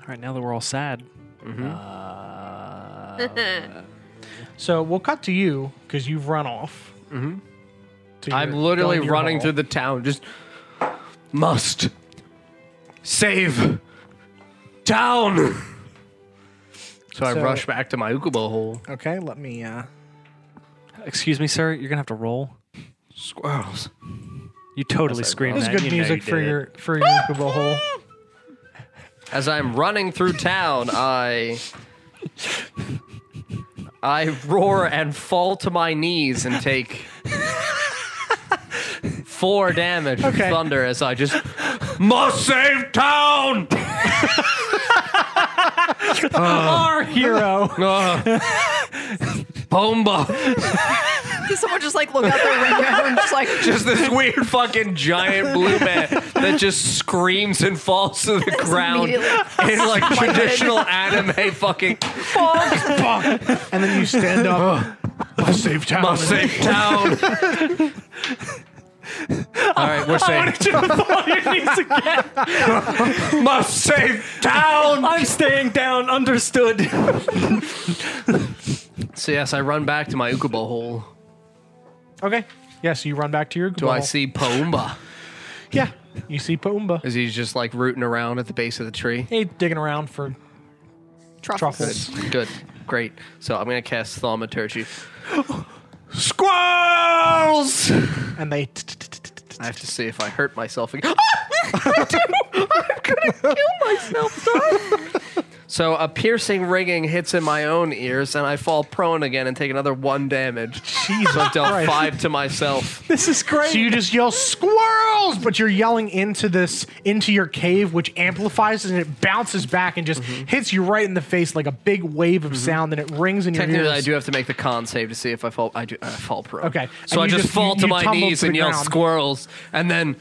Speaker 2: All right, now that we're all sad.
Speaker 1: So we'll cut to you because you've run off. Mm-hmm.
Speaker 3: I'm literally running through the town. Just must save town. So, I
Speaker 1: So-
Speaker 3: rush back to my ukubo hole.
Speaker 1: Okay, let me. uh
Speaker 2: Excuse me, sir. You're gonna have to roll.
Speaker 3: Squirrels.
Speaker 2: You totally
Speaker 3: Yes, I
Speaker 2: screamed.
Speaker 1: This is
Speaker 2: that.
Speaker 1: good
Speaker 2: You know
Speaker 1: music
Speaker 2: you
Speaker 1: for
Speaker 2: did it.
Speaker 1: your for your Ukubo hole.
Speaker 3: As I'm running through town, I I roar and fall to my knees and take four damage from
Speaker 1: Okay.
Speaker 3: thunder as I just must save town.
Speaker 1: Our hero.
Speaker 3: Uh, Bomba.
Speaker 5: Does someone just like look out their window and just like
Speaker 3: just this weird fucking giant blue man that just screams and falls to the ground in
Speaker 5: immediately
Speaker 3: like traditional anime fucking
Speaker 1: and then you stand up.
Speaker 3: Oh,
Speaker 1: I saved town.
Speaker 3: must save town. All right, we're safe. Must save town.
Speaker 2: I'm staying down. Understood.
Speaker 3: So yes, I run back to my ukubo hole.
Speaker 1: Okay. Yes, you run back to your.
Speaker 3: Do I see Pomba?
Speaker 1: Yeah, you see Pumbaa.
Speaker 3: Is he just like rooting around at the base of the tree?
Speaker 1: Hey, digging around for
Speaker 5: truffles.
Speaker 1: truffles.
Speaker 3: Good, great. So I'm gonna cast thaumaturgy.
Speaker 1: Squirrels. And they.
Speaker 3: I have to see if I hurt myself again. So a piercing ringing hits in my own ears, and I fall prone again and take another one damage. so I've dealt
Speaker 1: Christ.
Speaker 3: five to myself.
Speaker 2: this is great.
Speaker 1: So you just yell squirrels, but you're yelling into this into your cave, which amplifies and it bounces back and just
Speaker 3: Mm-hmm.
Speaker 1: hits you right in the face like a big wave of sound, and it rings in your
Speaker 3: Technically,
Speaker 1: ears.
Speaker 3: I do have to make the con save to see if I fall. I do. I fall prone.
Speaker 1: Okay.
Speaker 3: So I
Speaker 1: And you
Speaker 3: just,
Speaker 1: just-
Speaker 3: fall
Speaker 1: you-
Speaker 3: to
Speaker 1: you
Speaker 3: my
Speaker 1: tumble
Speaker 3: knees
Speaker 1: to the
Speaker 3: and yell
Speaker 1: ground.
Speaker 3: squirrels, and then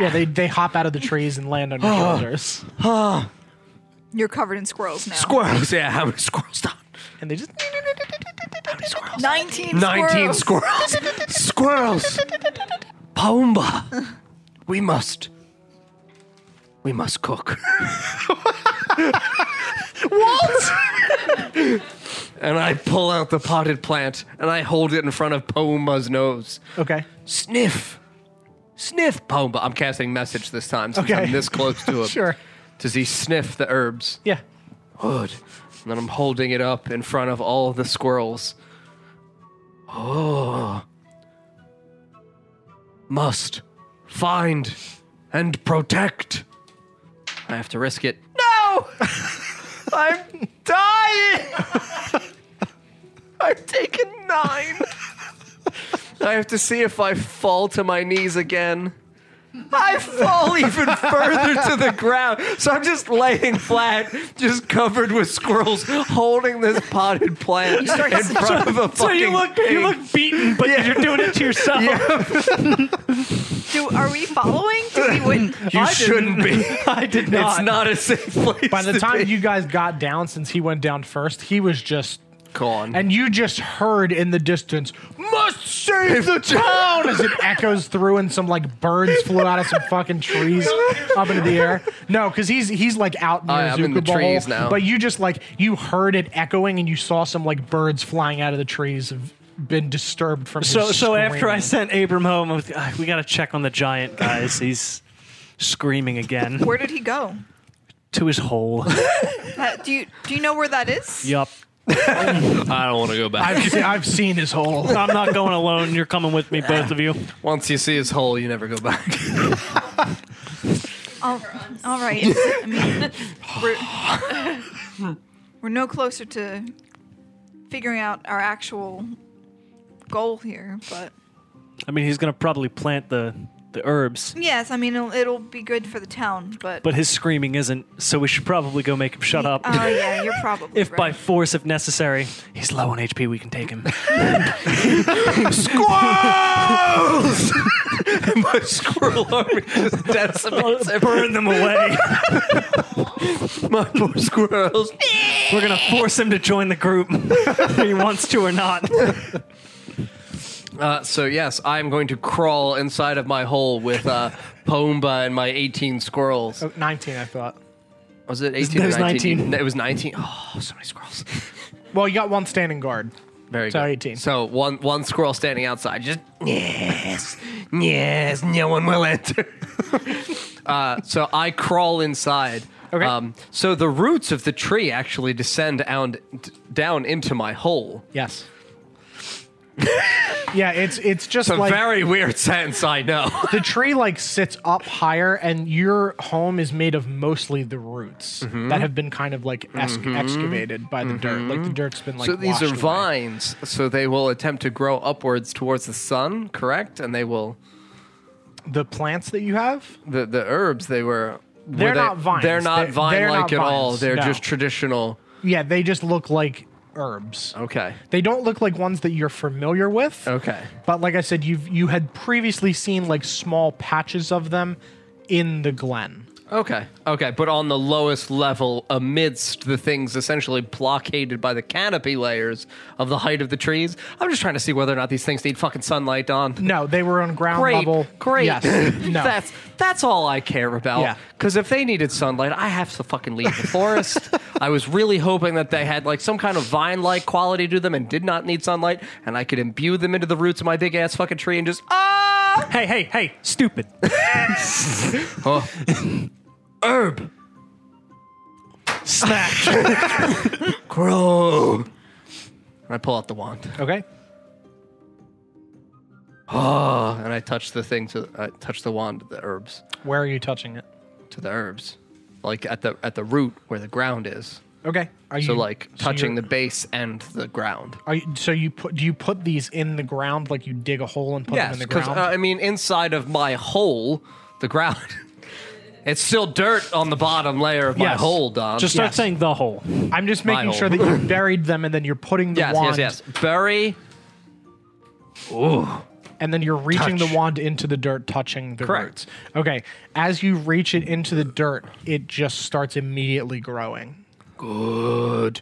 Speaker 1: Yeah, they they hop out of the trees and land on your shoulders,
Speaker 5: You're covered in squirrels now.
Speaker 3: squirrels. Yeah, how many squirrels? Down?
Speaker 1: and they just.
Speaker 3: How many squirrels?
Speaker 5: Nineteen.
Speaker 3: Nineteen
Speaker 5: squirrels.
Speaker 3: squirrels. squirrels. Pomba, we must. We must cook.
Speaker 1: What?
Speaker 3: And I pull out the potted plant and I hold it in front of Pomba's nose.
Speaker 1: okay.
Speaker 3: Oh. Sniff. Sniff, Pomba. I'm casting message this time since
Speaker 1: Okay.
Speaker 3: I'm this close to him.
Speaker 1: Sure.
Speaker 3: Does he sniff the herbs?
Speaker 1: Yeah.
Speaker 3: Good. And then I'm holding it up in front of all the squirrels. Oh. Must find and protect. I have to risk it. No! I'm dying! I've taken nine. I have to see if I fall to my knees again. I fall even further to the ground. So I'm just laying flat, just covered with squirrels, holding this potted plant in front of a fucking
Speaker 2: So you look
Speaker 3: pig.
Speaker 2: you look beaten, but you're doing it to yourself.
Speaker 5: Do are we following? Do we win?
Speaker 3: You shouldn't be.
Speaker 2: I did not.
Speaker 3: It's not a safe place.
Speaker 1: By the
Speaker 3: to
Speaker 1: time
Speaker 3: be.
Speaker 1: you guys got down, since he went down first, he was just
Speaker 3: gone,
Speaker 1: and you just heard in the distance, "Must save the town!" as it echoes through, and some like birds flew out of some fucking trees up into the air. No, because he's he's like out near
Speaker 3: Oh, yeah, I'm in the
Speaker 1: Zuccobo
Speaker 3: trees
Speaker 1: Hole,
Speaker 3: now.
Speaker 1: But you just like you heard it echoing, and you saw some like birds flying out of the trees have been disturbed from. his
Speaker 2: So so after I
Speaker 1: screaming.
Speaker 2: sent Abram home, I was- "Ah, we got to check on the giant guys. He's screaming again
Speaker 5: Where did he go?
Speaker 2: to his hole.
Speaker 5: That- Uh, do you do you know where that is?
Speaker 2: yup.
Speaker 3: I don't want to go back.
Speaker 1: I've, se- I've seen his whole.
Speaker 2: I'm not going alone. You're coming with me, both of you.
Speaker 3: Once you see his hole, you never go back.
Speaker 5: Oh, all right. I mean, we're, We're no closer to figuring out our actual goal here, but
Speaker 2: I mean, he's gonna probably plant the the herbs,
Speaker 5: yes, I mean it'll, it'll be good for the town, but
Speaker 2: but his screaming isn't. So we should probably go make him shut up.
Speaker 5: Oh yeah, you're probably
Speaker 2: If by
Speaker 5: right.
Speaker 2: force, if necessary, he's low on HP, we can take him.
Speaker 3: Squirrels! and my squirrel army just decimates
Speaker 2: Burn
Speaker 3: everyone.
Speaker 2: them away.
Speaker 3: My poor squirrels.
Speaker 2: We're gonna force him to join the group, whether he wants to or not.
Speaker 3: Uh, so yes, I'm going to crawl inside of my hole with uh, Pomba and my 18 squirrels.
Speaker 1: Oh, 19, I thought.
Speaker 3: Was it 18
Speaker 2: There's
Speaker 3: or 19?
Speaker 2: 19.
Speaker 3: No, It was 19. Oh, so many squirrels.
Speaker 1: Well, you got one standing guard.
Speaker 3: Very
Speaker 1: So
Speaker 3: good.
Speaker 1: 18.
Speaker 3: So one one squirrel standing outside, just yes, yes, no one will enter. uh, so I crawl inside. Um,
Speaker 1: Okay.
Speaker 3: so the roots of the tree actually descend down, d- down into my hole.
Speaker 1: Yes. yeah, it's it's just
Speaker 3: It's a
Speaker 1: like
Speaker 3: very weird sentence, I know.
Speaker 1: the tree like sits up higher, and your home is made of mostly the roots
Speaker 3: Mm-hmm.
Speaker 1: that have been kind of like ex- excavated by the dirt. Like the dirt's been like.
Speaker 3: Mm-hmm. so these
Speaker 1: washed
Speaker 3: are
Speaker 1: away.
Speaker 3: vines. So they will attempt to grow upwards towards the sun, correct? And they will
Speaker 1: The plants that you have.
Speaker 3: the the herbs they were. were
Speaker 1: They're
Speaker 3: they-
Speaker 1: not vines.
Speaker 3: They're not
Speaker 1: They're-
Speaker 3: vine
Speaker 1: they're not
Speaker 3: like at all.
Speaker 1: vines,
Speaker 3: They're
Speaker 1: no.
Speaker 3: just traditional.
Speaker 1: Yeah, they just look like herbs.
Speaker 3: Okay.
Speaker 1: They don't look like ones that you're familiar with.
Speaker 3: Oh. Okay.
Speaker 1: But like I said, you've you had previously seen like small patches of them in the glen.
Speaker 3: Okay. Okay. But on the lowest level, amidst the things essentially blockaded by the canopy layers of the height of the trees, I'm just trying to see whether or not these things need fucking sunlight on.
Speaker 1: No, they were on ground
Speaker 3: Great.
Speaker 1: level.
Speaker 3: Great.
Speaker 1: Yes. No.
Speaker 3: That's that's all I care
Speaker 1: Yeah.
Speaker 3: about. Because if they needed sunlight, I have to fucking leave the forest. I was really hoping that they had like some kind of vine-like quality to them and did not need sunlight, and I could imbue them into the roots of my big ass fucking tree and just ah
Speaker 2: Hey, hey, hey, stupid.
Speaker 3: herb
Speaker 2: Smack.
Speaker 3: grow. And I pull out the wand.
Speaker 1: okay.
Speaker 3: Oh,
Speaker 1: Ah.
Speaker 3: and I touch the thing to I touch the wand to the herbs
Speaker 1: Where are you touching it?
Speaker 3: to the herbs, like at the at the root where the ground is.
Speaker 1: Okay. Are
Speaker 3: So
Speaker 1: you
Speaker 3: like
Speaker 1: so
Speaker 3: touching the
Speaker 1: you're-
Speaker 3: base and the ground.
Speaker 1: Are you, so you put do you put these in the ground like you dig a hole and put them in
Speaker 3: Yes,
Speaker 1: the
Speaker 3: because
Speaker 1: ground?
Speaker 3: uh, I mean inside of my hole, the ground. it's still dirt on the bottom layer of my
Speaker 1: Yes.
Speaker 3: hole, Don.
Speaker 2: Just start
Speaker 1: Yes.
Speaker 2: saying the whole.
Speaker 1: I'm just
Speaker 3: my
Speaker 1: making
Speaker 3: hole.
Speaker 1: sure that you buried them and then you're putting the
Speaker 3: yes,
Speaker 1: wand
Speaker 3: yes, yes. Bury.
Speaker 1: and then you're reaching
Speaker 3: Touch.
Speaker 1: the wand into the dirt, touching the
Speaker 3: Correct.
Speaker 1: roots. Okay. As you reach it into the dirt, it just starts immediately growing.
Speaker 3: Good.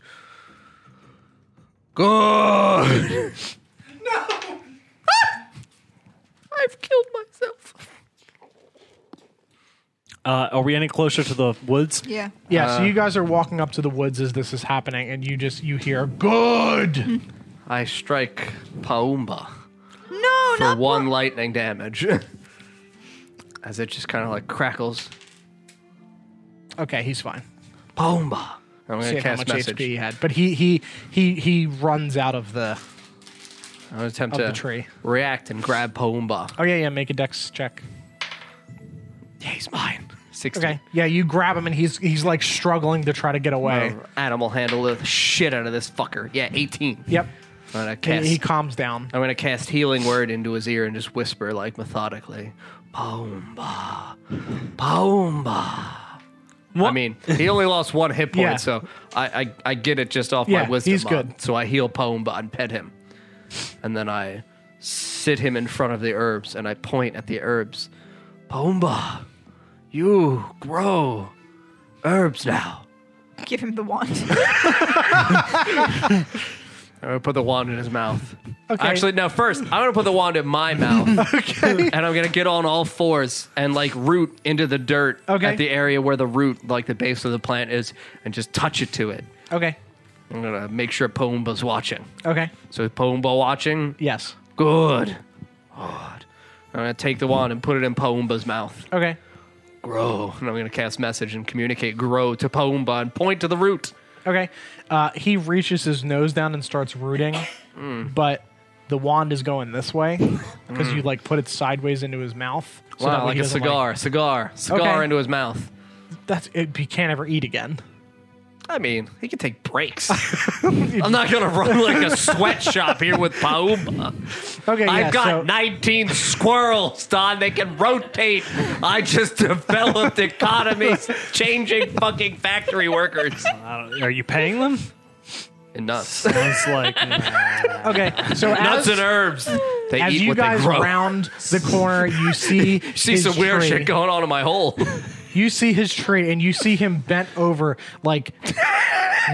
Speaker 3: Good. no. I've killed myself.
Speaker 2: Uh, are we any closer to the woods?
Speaker 5: yeah.
Speaker 1: Yeah, so you
Speaker 3: Uh.
Speaker 1: guys are walking up to the woods as this is happening, and you just you hear
Speaker 3: Hmm.
Speaker 1: good.
Speaker 3: I strike Paumba
Speaker 5: No,
Speaker 3: for
Speaker 5: not
Speaker 3: one lightning damage. As it just kind of like crackles.
Speaker 1: Okay, he's fine.
Speaker 3: Paumba. I'm going
Speaker 1: See
Speaker 3: to
Speaker 1: how
Speaker 3: cast
Speaker 1: much
Speaker 3: message.
Speaker 1: HP he had, but he he he he runs out of the.
Speaker 3: I'm going to attempt
Speaker 1: Up
Speaker 3: to
Speaker 1: the tree.
Speaker 3: react and grab Paumba.
Speaker 1: Oh yeah, yeah. Make a dex check.
Speaker 3: Yeah, he's mine. 16.
Speaker 1: Okay. Yeah, you grab him and he's he's like struggling to try to get away.
Speaker 3: Um, Animal handle the shit out of this fucker. Yeah, 18.
Speaker 1: Yep.
Speaker 3: I'm gonna
Speaker 1: He,
Speaker 3: cast,
Speaker 1: he calms down.
Speaker 3: I'm gonna cast healing word into his ear and just whisper like methodically, Paumba, Paumba. I
Speaker 2: What?
Speaker 3: mean, he only lost one hit point,
Speaker 1: Yeah.
Speaker 3: so I, I I get it just off
Speaker 1: Yeah,
Speaker 3: my wisdom.
Speaker 1: he's
Speaker 3: mod.
Speaker 1: good.
Speaker 3: So I heal Paumba and pet him, and then I sit him in front of the herbs and I point at the herbs. Paumba, you grow herbs now.
Speaker 5: Give him the wand.
Speaker 3: I'm gonna put the wand in his mouth.
Speaker 1: Okay.
Speaker 3: Actually, no. First, I'm gonna put the wand in my mouth. okay. And I'm gonna get on all fours and like root into the dirt
Speaker 1: Okay.
Speaker 3: at the area where the root, like the base of the plant, is, and just touch it to it.
Speaker 1: Okay.
Speaker 3: I'm gonna make sure Pomba's watching.
Speaker 1: Okay.
Speaker 3: So is Pomba watching.
Speaker 1: Yes.
Speaker 3: Good. Good. I'm gonna take the wand and put it in Pomba's mouth.
Speaker 1: Okay.
Speaker 3: Grow. And I'm gonna cast message and communicate grow to Pomba and point to the root.
Speaker 1: Okay. Uh, he reaches his nose down and starts rooting,
Speaker 3: Mm.
Speaker 1: but the wand is going this way because you like put it sideways into his mouth. so that
Speaker 3: wow,
Speaker 1: way
Speaker 3: like
Speaker 1: he
Speaker 3: a
Speaker 1: doesn't,
Speaker 3: cigar, cigar, cigar
Speaker 1: Okay.
Speaker 3: into his mouth.
Speaker 1: that's it, he can't ever eat again.
Speaker 3: I mean, he can take breaks. I'm not gonna run like a sweatshop here with Pauba.
Speaker 1: Okay, yeah,
Speaker 3: I've got
Speaker 1: so-
Speaker 3: 19 squirrels, Don. They can rotate. I just developed economies, changing fucking factory workers.
Speaker 2: I don't- Uh, Are you paying them?
Speaker 3: And nuts,
Speaker 2: Sounds like
Speaker 1: Okay, so as,
Speaker 3: nuts and herbs. They
Speaker 1: as
Speaker 3: eat
Speaker 1: you
Speaker 3: what
Speaker 1: guys
Speaker 3: they grow.
Speaker 1: round the corner, you see
Speaker 3: See
Speaker 1: his
Speaker 3: some weird
Speaker 1: tree.
Speaker 3: shit going on in my hole.
Speaker 1: You see his tree, and you see him bent over, like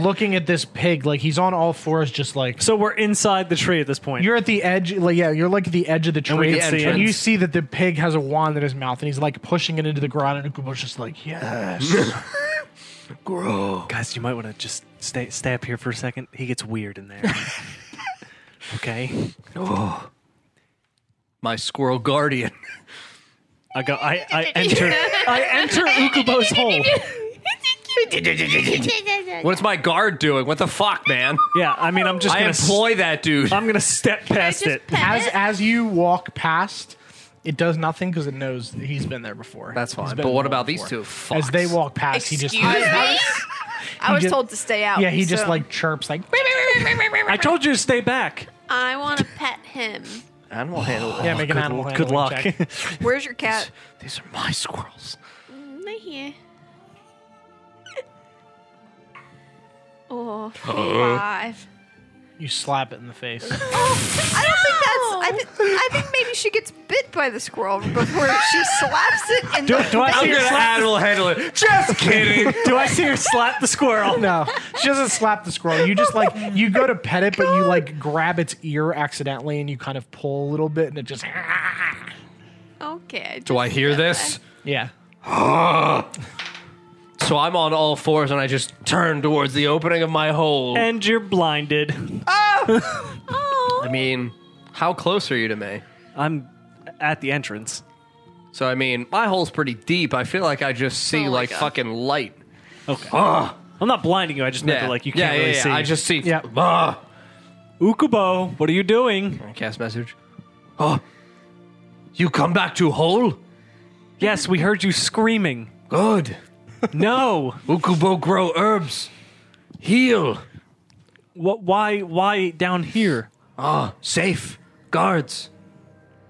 Speaker 1: looking at this pig, like he's on all fours, just like
Speaker 2: so. We're inside the tree at this point.
Speaker 1: You're at the edge, like yeah, you're like at the edge of the tree,
Speaker 2: we
Speaker 1: and,
Speaker 2: can see it.
Speaker 1: you see that the pig has a wand in his mouth, and he's like pushing it into the ground, and Ukubo's just like, yes.
Speaker 2: guys, you might want to just stay stay up here for a second. He gets weird in there. okay,
Speaker 3: My squirrel guardian.
Speaker 2: I go. I, I enter. I enter Ukubo's hole.
Speaker 3: What's my guard doing? What the fuck, man?
Speaker 2: Yeah, I mean, I'm just.
Speaker 3: I
Speaker 2: Gonna s-
Speaker 3: employ that dude.
Speaker 2: I'm gonna step past it.
Speaker 1: as as you walk past, it does nothing because it knows that he's been there before.
Speaker 3: That's
Speaker 1: He's
Speaker 3: fine.
Speaker 1: been
Speaker 3: But what
Speaker 1: there
Speaker 3: about
Speaker 1: before.
Speaker 3: these two? Fucks.
Speaker 1: As they walk past, he
Speaker 4: Excuse
Speaker 1: just
Speaker 4: me.
Speaker 5: I was, I was
Speaker 1: just-
Speaker 5: told to stay out.
Speaker 1: yeah, he just
Speaker 5: so-
Speaker 1: like chirps like
Speaker 2: I told you to stay back. Oh,
Speaker 4: I want to pet him.
Speaker 3: animal handle.
Speaker 1: yeah, make an
Speaker 2: Good-
Speaker 1: animal
Speaker 2: good
Speaker 1: handling
Speaker 2: luck.
Speaker 1: check.
Speaker 5: Where's your cat?
Speaker 3: These are my squirrels.
Speaker 4: Mm, Right here. Oh, five.
Speaker 1: You slap it in the face.
Speaker 5: Oh, I don't think that's. I, th- I think maybe she gets bit by the squirrel before she slaps it. And
Speaker 2: Do, do I
Speaker 3: I'm
Speaker 2: see her
Speaker 3: gonna
Speaker 2: slap?
Speaker 3: animal handle it. Just kidding.
Speaker 2: Do I see her slap the squirrel?
Speaker 1: No, she doesn't slap the squirrel. You just like you go to pet it, but you like grab its ear accidentally, and you kind of pull a little bit, and it just
Speaker 4: Okay. I
Speaker 3: Do I
Speaker 4: just
Speaker 3: hear
Speaker 4: did
Speaker 3: this?
Speaker 1: yeah.
Speaker 3: So I'm on all fours and I just turn towards the opening of my hole.
Speaker 2: And you're blinded.
Speaker 4: that. Oh.
Speaker 3: I mean, how close are you to me?
Speaker 2: I'm at the entrance.
Speaker 3: So I mean, my hole's pretty deep. I feel like I just see
Speaker 4: Oh my
Speaker 3: like
Speaker 4: God.
Speaker 3: fucking light. Ah.
Speaker 2: Okay. I'm not blinding you. I just meant that like you
Speaker 3: yeah,
Speaker 2: can't
Speaker 3: yeah,
Speaker 2: really
Speaker 3: yeah.
Speaker 2: see.
Speaker 3: I just see.
Speaker 1: Yeah.
Speaker 3: Ah!
Speaker 2: Ukubo, what are you doing?
Speaker 3: Cast message. Oh, you come back to hole?
Speaker 2: Yes, we heard you screaming.
Speaker 3: Good.
Speaker 2: No.
Speaker 3: Ukubo grow herbs. Heal.
Speaker 2: what? Why? Why down here?
Speaker 3: Ah, safe. Guards.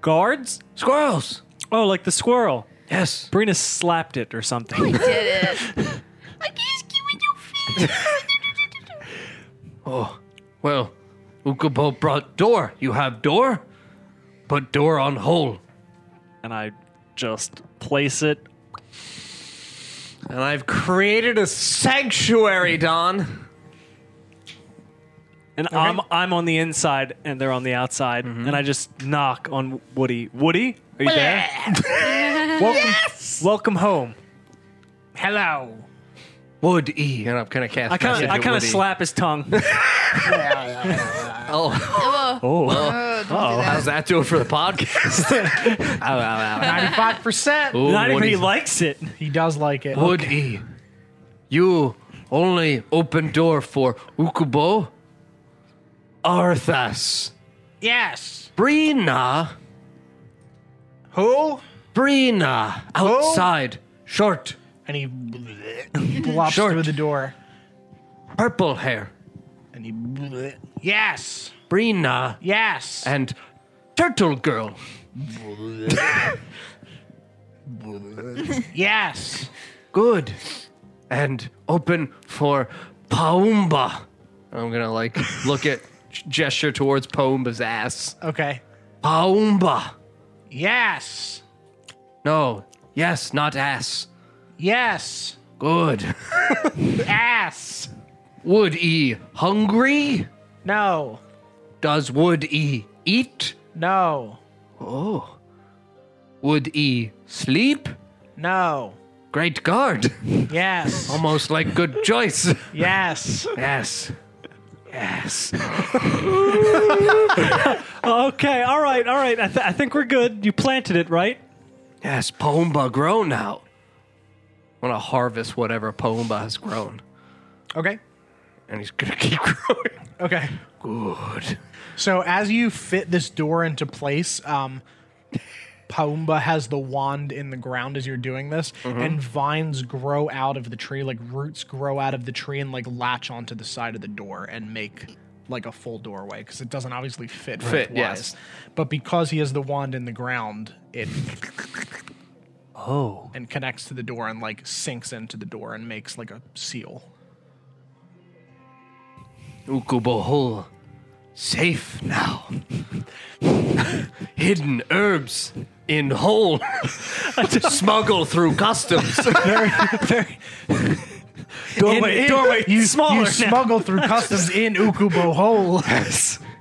Speaker 2: Guards?
Speaker 3: Squirrels.
Speaker 2: Oh, like the squirrel.
Speaker 3: Yes.
Speaker 2: Brina slapped it or something.
Speaker 4: Did it. I guess you with your feet.
Speaker 3: Well, Ukubo brought door. You have door? Put door on hole.
Speaker 2: and I just place it.
Speaker 3: And I've created a sanctuary, Don.
Speaker 2: And I'm I'm on the inside and they're on the outside. And I just knock on Woody. Woody, are you there? welcome, welcome home. Hello.
Speaker 3: Wood E. And I'm kind of cast.
Speaker 2: I kind of I
Speaker 3: E.
Speaker 2: kind of slap his tongue.
Speaker 3: Oh,
Speaker 5: Oh, don't do that.
Speaker 3: how's that doing for the podcast? Ow, ow,
Speaker 1: Ninety-five percent.
Speaker 3: ow. Ooh,
Speaker 2: Not
Speaker 3: Woody.
Speaker 2: everybody likes it.
Speaker 1: He does like it.
Speaker 3: Wood E. You only open door for Ukubo, Arthas,
Speaker 1: Yes.
Speaker 3: Brina,
Speaker 1: Who?
Speaker 3: Brina, outside, short,
Speaker 1: And he blops
Speaker 3: Short.
Speaker 1: through the door.
Speaker 3: purple hair,
Speaker 1: And he yes,
Speaker 3: Brina,
Speaker 1: yes.
Speaker 3: and Turtle Girl.
Speaker 1: Yes.
Speaker 3: Good. And open for Paumba. I'm gonna like look at gesture towards Paumba's ass.
Speaker 1: Okay.
Speaker 3: Paumba.
Speaker 1: Yes.
Speaker 3: No. Yes, not ass.
Speaker 1: Yes.
Speaker 3: Good.
Speaker 1: Ass.
Speaker 3: Would E hungry?
Speaker 1: No.
Speaker 3: Does Would E eat?
Speaker 1: No.
Speaker 3: Oh. Would E sleep?
Speaker 1: No.
Speaker 3: Great guard.
Speaker 1: Yes.
Speaker 3: Almost like good choice.
Speaker 1: Yes.
Speaker 3: Yes. Yes.
Speaker 2: Okay, all right, all right. I, th- I think we're good. You planted it, right?
Speaker 3: Yes, Pomba grow now. I want to harvest whatever Pomba has grown,
Speaker 1: Okay.
Speaker 3: and he's gonna keep growing.
Speaker 1: Okay.
Speaker 3: Good.
Speaker 1: So as you fit this door into place, um, Paumba has the wand in the ground as you're doing this,
Speaker 3: Mm-hmm.
Speaker 1: and vines grow out of the tree, like roots grow out of the tree and like latch onto the side of the door and make like a full doorway because it doesn't obviously fit.
Speaker 3: Fit,
Speaker 1: width-wise.
Speaker 3: yes.
Speaker 1: But because he has the wand in the ground, it
Speaker 2: Oh.
Speaker 1: and connects to the door and like sinks into the door and makes like a seal.
Speaker 3: Ukubohol. Safe now. Hidden herbs in hole. Smuggle through customs.
Speaker 1: Very
Speaker 2: Doorway,
Speaker 1: in-
Speaker 2: doorway.
Speaker 1: You,
Speaker 2: smaller
Speaker 1: you
Speaker 2: now.
Speaker 1: smuggle through customs in Ukubo Hole.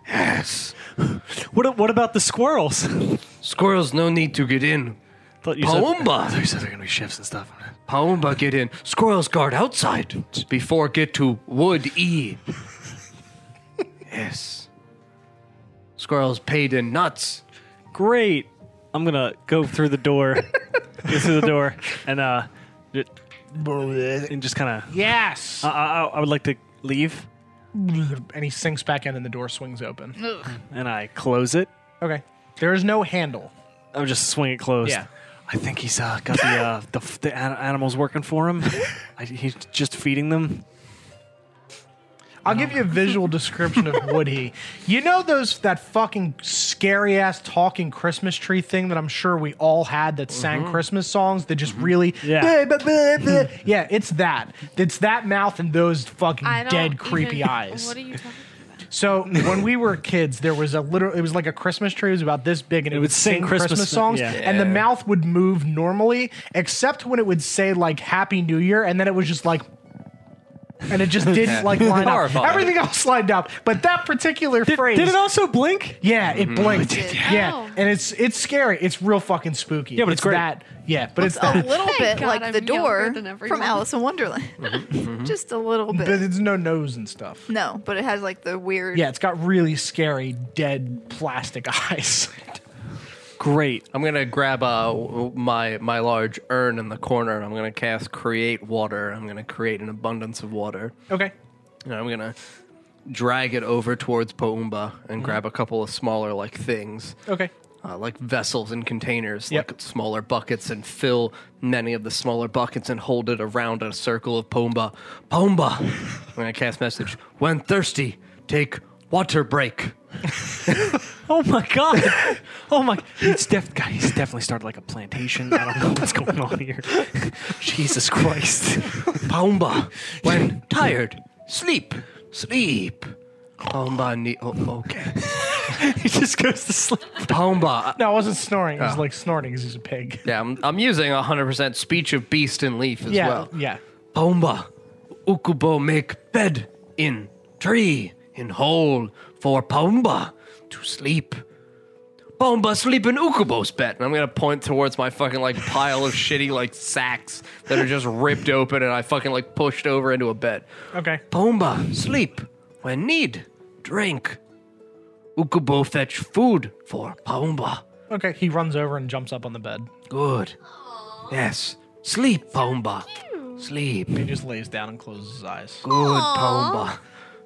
Speaker 3: yes.
Speaker 2: What, what about the squirrels?
Speaker 3: Squirrels, no need to get in.
Speaker 2: Thought you said-
Speaker 3: Paumba.
Speaker 2: You said they're going to be shifts and stuff.
Speaker 3: Paumba, get in. Squirrels guard outside before get to wood E. yes. Squirrels paid in nuts.
Speaker 2: Great. I'm going to go through the door. go through the door and uh ju- and just kind of
Speaker 1: Yes.
Speaker 2: I, I I would like to leave
Speaker 1: and he sinks back in and the door swings open.
Speaker 2: and I close it.
Speaker 1: Okay. There is no handle.
Speaker 2: I'll just swing it closed.
Speaker 1: Yeah.
Speaker 2: I think he's uh, got the uh, the, f- the an- animals working for him. I, he's just feeding them.
Speaker 1: I'll give you a visual description of Woody. You know those that fucking scary ass talking Christmas tree thing that I'm sure we all had that sang Christmas songs that just really
Speaker 2: Yeah.
Speaker 1: Blah, blah, blah, blah. yeah, it's that. It's that mouth and those fucking
Speaker 4: I don't
Speaker 1: dead creepy
Speaker 4: even-
Speaker 1: eyes.
Speaker 4: What are you talking about?
Speaker 1: So when we were kids, there was a little. It was like a Christmas tree. It was about this big, and it, would sing, Christmas, songs.
Speaker 2: yeah.
Speaker 1: And the mouth would move normally, except when it would say like "Happy New Year," and then it was just like. And it just didn't like line up.
Speaker 3: Horrifying.
Speaker 1: Everything else lined up, but that particular phrase.
Speaker 2: Did it Mm-hmm. also blink?
Speaker 1: yeah, it blinked. Yeah,
Speaker 4: Oh.
Speaker 1: and it's it's scary. It's real fucking spooky. Yeah,
Speaker 2: but it's great.
Speaker 1: That, yeah, but it's
Speaker 5: a
Speaker 1: that.
Speaker 5: little
Speaker 4: Thank
Speaker 5: bit
Speaker 4: God
Speaker 5: like
Speaker 4: I'm
Speaker 5: the door
Speaker 4: younger than
Speaker 5: from
Speaker 4: everyone.
Speaker 5: Alice in Wonderland.
Speaker 2: Mm-hmm,
Speaker 5: Just a little
Speaker 1: But
Speaker 5: bit.
Speaker 1: it's no nose and stuff.
Speaker 5: No, but it has like the weird.
Speaker 1: Yeah, it's got really scary dead plastic eyes.
Speaker 2: Great.
Speaker 3: I'm gonna grab uh, w- my my large urn in the corner, and I'm gonna cast create water. I'm gonna create an abundance of water,
Speaker 1: okay.
Speaker 3: and I'm gonna drag it over towards Poumba and grab a couple of smaller like things,
Speaker 1: Okay.
Speaker 3: uh, like vessels and containers,
Speaker 1: Yep.
Speaker 3: like smaller buckets, and fill many of the smaller buckets and hold it around a circle of Poumba. Poumba, I'm gonna cast message. When thirsty, take water break.
Speaker 2: Oh my god. Oh my. He's def- God, he's definitely started like a plantation. I don't know what's going on here. Jesus Christ.
Speaker 3: Pomba, when tired, sleep, sleep. Pomba, ne- oh, okay.
Speaker 2: he just goes to sleep. Oh.
Speaker 3: Pomba.
Speaker 1: No, I wasn't snoring. I was like snorting because he's a pig.
Speaker 3: Yeah, I'm, I'm using 100% speech of beast and leaf as
Speaker 1: Yeah,
Speaker 3: well.
Speaker 1: yeah.
Speaker 3: Pomba, Ukubo make bed in tree in hole for Pomba to sleep. Pomba sleep in Ukubo's bed. And I'm gonna point towards my fucking like pile of shitty like sacks that are just ripped open and I fucking like pushed over into a bed.
Speaker 1: Okay.
Speaker 3: Pomba, sleep. When need, drink. Ukubo fetch food for Pomba.
Speaker 1: Okay. He runs over and jumps up on the bed.
Speaker 3: Good. Yes. Sleep, Pomba. Sleep.
Speaker 1: He just lays down and closes his eyes.
Speaker 3: Good, Pomba.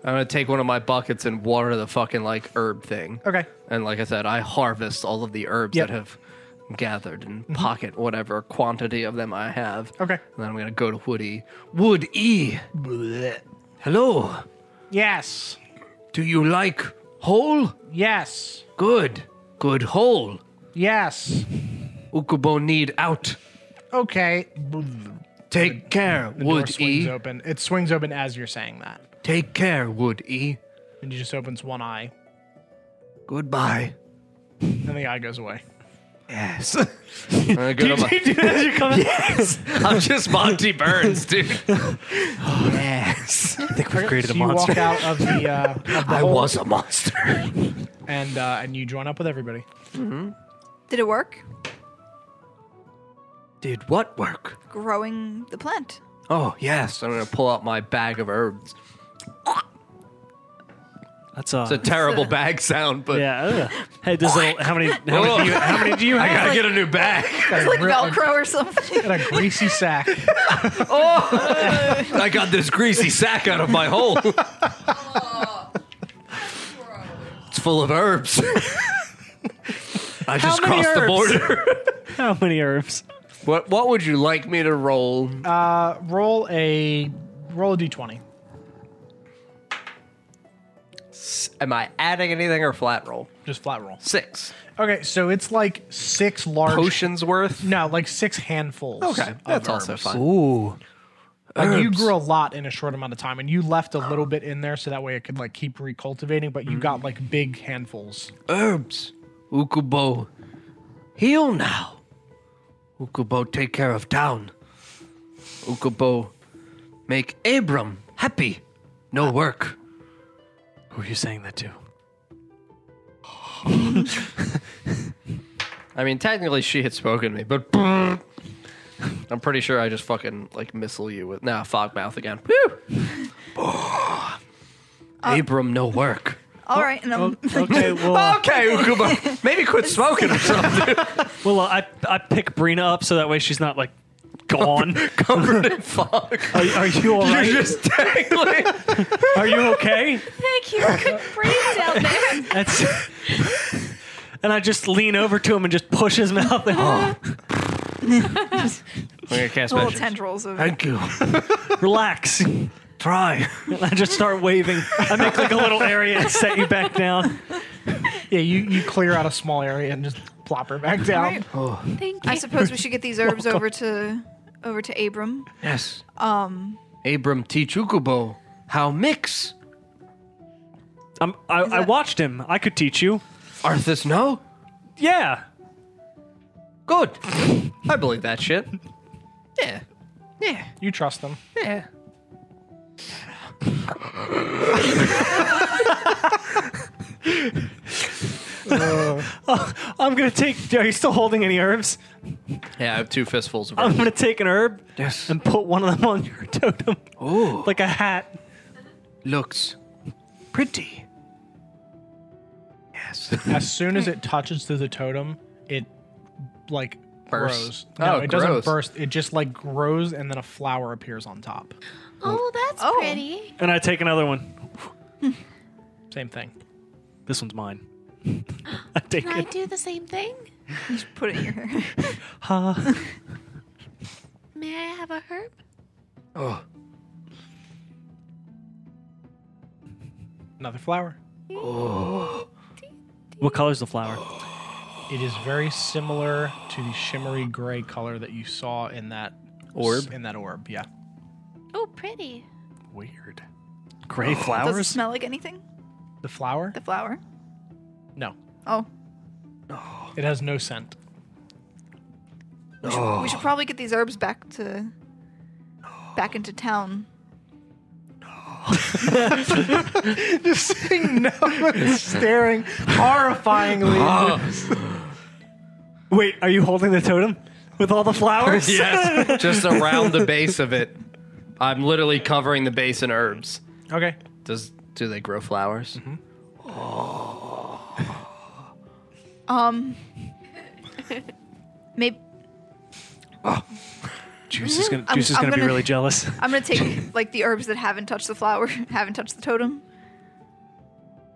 Speaker 3: I'm gonna take one of my buckets and water the fucking like herb thing.
Speaker 1: Okay.
Speaker 3: And like I said, I harvest all of the herbs
Speaker 1: Yep. Mm-hmm.
Speaker 3: that have gathered and pocket whatever quantity of them I have.
Speaker 1: Okay.
Speaker 3: And then I'm gonna go to Woody. Wood E. Hello.
Speaker 1: Yes.
Speaker 3: Do you like hole?
Speaker 1: Yes.
Speaker 3: Good. Good hole.
Speaker 1: Yes.
Speaker 3: Ukubo need out.
Speaker 1: Okay.
Speaker 3: Take care,
Speaker 1: The door
Speaker 3: Wood
Speaker 1: swings
Speaker 3: E.
Speaker 1: open. It swings open as you're saying that,
Speaker 3: Take care, Wood E.
Speaker 1: and he just opens one eye,
Speaker 3: Goodbye.
Speaker 1: and the eye goes away.
Speaker 3: Yes. I'm, gonna go to my- I'm just Monty Burns, dude. yes.
Speaker 2: I think we've created
Speaker 1: So
Speaker 2: a
Speaker 1: you walk
Speaker 2: monster.
Speaker 1: out of the, uh, of the
Speaker 3: I
Speaker 1: hole,
Speaker 3: was a monster.
Speaker 1: and uh, and you join up with everybody.
Speaker 5: Did it work?
Speaker 3: Did what work?
Speaker 5: Growing the plant.
Speaker 3: Oh, yes. I'm going to pull out my bag of herbs.
Speaker 2: That's uh,
Speaker 3: It's a terrible bag sound, but Oh,
Speaker 2: yeah. ugh. Oh Hey, does it, how many? How many, do you, how many do you
Speaker 3: I
Speaker 2: have?
Speaker 3: got to get a new bag.
Speaker 5: It's like Velcro or something.
Speaker 1: Got a greasy sack.
Speaker 3: I got this greasy sack out of my hole. it's full of herbs. I
Speaker 2: How
Speaker 3: just
Speaker 2: many
Speaker 3: crossed the
Speaker 2: herbs?
Speaker 3: border.
Speaker 2: How many herbs?
Speaker 3: what What would you like me to roll?
Speaker 1: Roll a roll a d20.
Speaker 3: Am I adding anything or flat roll?
Speaker 1: Just flat roll.
Speaker 3: Six
Speaker 1: Okay, so it's like six large.
Speaker 3: potions worth.
Speaker 1: No, like six handfuls.
Speaker 3: Okay,
Speaker 1: of
Speaker 3: that's also
Speaker 1: herbs.
Speaker 3: fine.
Speaker 2: Ooh.
Speaker 1: Like you grew a lot in a short amount of time, and you left a little bit in there so that way it could like keep recultivating. But
Speaker 3: Mm-hmm.
Speaker 1: you got like big handfuls.
Speaker 3: herbs. Ukubo, heal now. Ukubo, take care of town. Ukubo, make Abram happy. No work.
Speaker 2: Who are you saying that to?
Speaker 3: I mean, technically, she had spoken to me, but I'm pretty sure I just fucking like missile you with now nah, fog mouth again. Whew. Abram, no work.
Speaker 5: All right, and I'm
Speaker 2: Okay, well,
Speaker 3: Okay, Ukubo, maybe quit smoking or something.
Speaker 2: well, I I pick Brina up so that way she's not like gone.
Speaker 3: Covered in fog.
Speaker 2: Are, are you all
Speaker 3: You're
Speaker 2: right?
Speaker 3: just dangling.
Speaker 2: Are you okay?
Speaker 4: Thank you. I couldn't breathe down there.
Speaker 2: That's. And I just lean over to him and just push his mouth.
Speaker 3: Okay, cast
Speaker 5: little
Speaker 3: magic.
Speaker 5: tendrils of.
Speaker 3: Thank you.
Speaker 2: Relax.
Speaker 3: Try.
Speaker 2: And I just start waving. I make like a little area and set you back down.
Speaker 1: Yeah, you you clear out a small area and just plop her back down.
Speaker 5: Right.
Speaker 4: Thank you.
Speaker 5: I suppose we should get these herbs over to over to Abram.
Speaker 3: Yes. Um. Abram teach Ukubo how mix.
Speaker 2: i I, I watched him. I could teach you.
Speaker 3: Arthas, no?
Speaker 2: Yeah.
Speaker 3: Good. I believe that shit. Yeah. Yeah.
Speaker 1: You trust them.
Speaker 3: Yeah.
Speaker 2: I'm gonna take. Are you still holding any herbs?
Speaker 3: Yeah, I have two fistfuls of
Speaker 2: I'm
Speaker 3: it.
Speaker 2: gonna take an herb
Speaker 3: Yes.
Speaker 2: and put one of them on your totem,
Speaker 3: Ooh.
Speaker 2: like a hat.
Speaker 3: Looks pretty. Yes.
Speaker 1: As soon as it touches to the totem, it like
Speaker 3: Bursts.
Speaker 1: grows. No,
Speaker 3: Oh,
Speaker 1: it
Speaker 3: grows.
Speaker 1: doesn't burst. It just like grows and then a flower appears on top.
Speaker 4: oh, that's
Speaker 5: Oh.
Speaker 4: pretty.
Speaker 2: And I take another one.
Speaker 1: Same thing.
Speaker 2: This one's mine. I take
Speaker 4: Can I
Speaker 2: it.
Speaker 4: do the same thing?
Speaker 5: You should put it in your hair.
Speaker 4: May I have a herb?
Speaker 3: Oh.
Speaker 1: Another flower.
Speaker 2: What color's the flower?
Speaker 1: It is very similar to the shimmery gray color that you saw in that
Speaker 3: Orb?
Speaker 1: In that orb, yeah.
Speaker 4: Oh, pretty.
Speaker 1: Weird.
Speaker 2: Gray
Speaker 5: Does it
Speaker 2: flowers.
Speaker 5: smell like anything?
Speaker 1: The flower?
Speaker 5: The flower?
Speaker 1: No,
Speaker 5: Oh,
Speaker 1: it has no scent.
Speaker 5: we should, we should probably get these herbs back to back into town.
Speaker 1: Just saying no, staring horrifyingly.
Speaker 2: Wait, are you holding the totem with all the flowers?
Speaker 3: Yes. Just around the base of it. I'm literally covering the base in herbs.
Speaker 1: okay.
Speaker 3: Does do they grow flowers?
Speaker 5: Um, maybe
Speaker 2: Juice is gonna.
Speaker 5: I'm-
Speaker 2: Juice is
Speaker 5: Mm-hmm. I'm
Speaker 2: gonna, be
Speaker 5: gonna-
Speaker 2: really jealous.
Speaker 5: I'm gonna take like the herbs that haven't touched the flower, haven't touched the totem.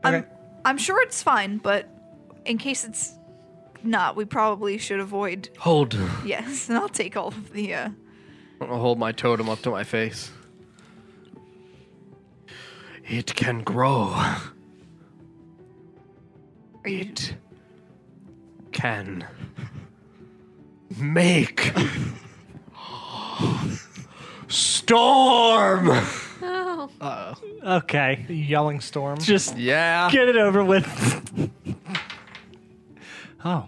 Speaker 5: I'm
Speaker 1: Okay.
Speaker 5: I'm sure it's fine, but in case it's not, we probably should avoid.
Speaker 3: Hold.
Speaker 5: Yes, and I'll take all of the. Uh,
Speaker 3: I'll hold my totem up to my face. It can grow.
Speaker 5: are you
Speaker 3: It can make storm.
Speaker 4: Oh,
Speaker 2: Okay.
Speaker 1: Yelling storm.
Speaker 2: Just
Speaker 3: Yeah.
Speaker 2: get it over with. oh,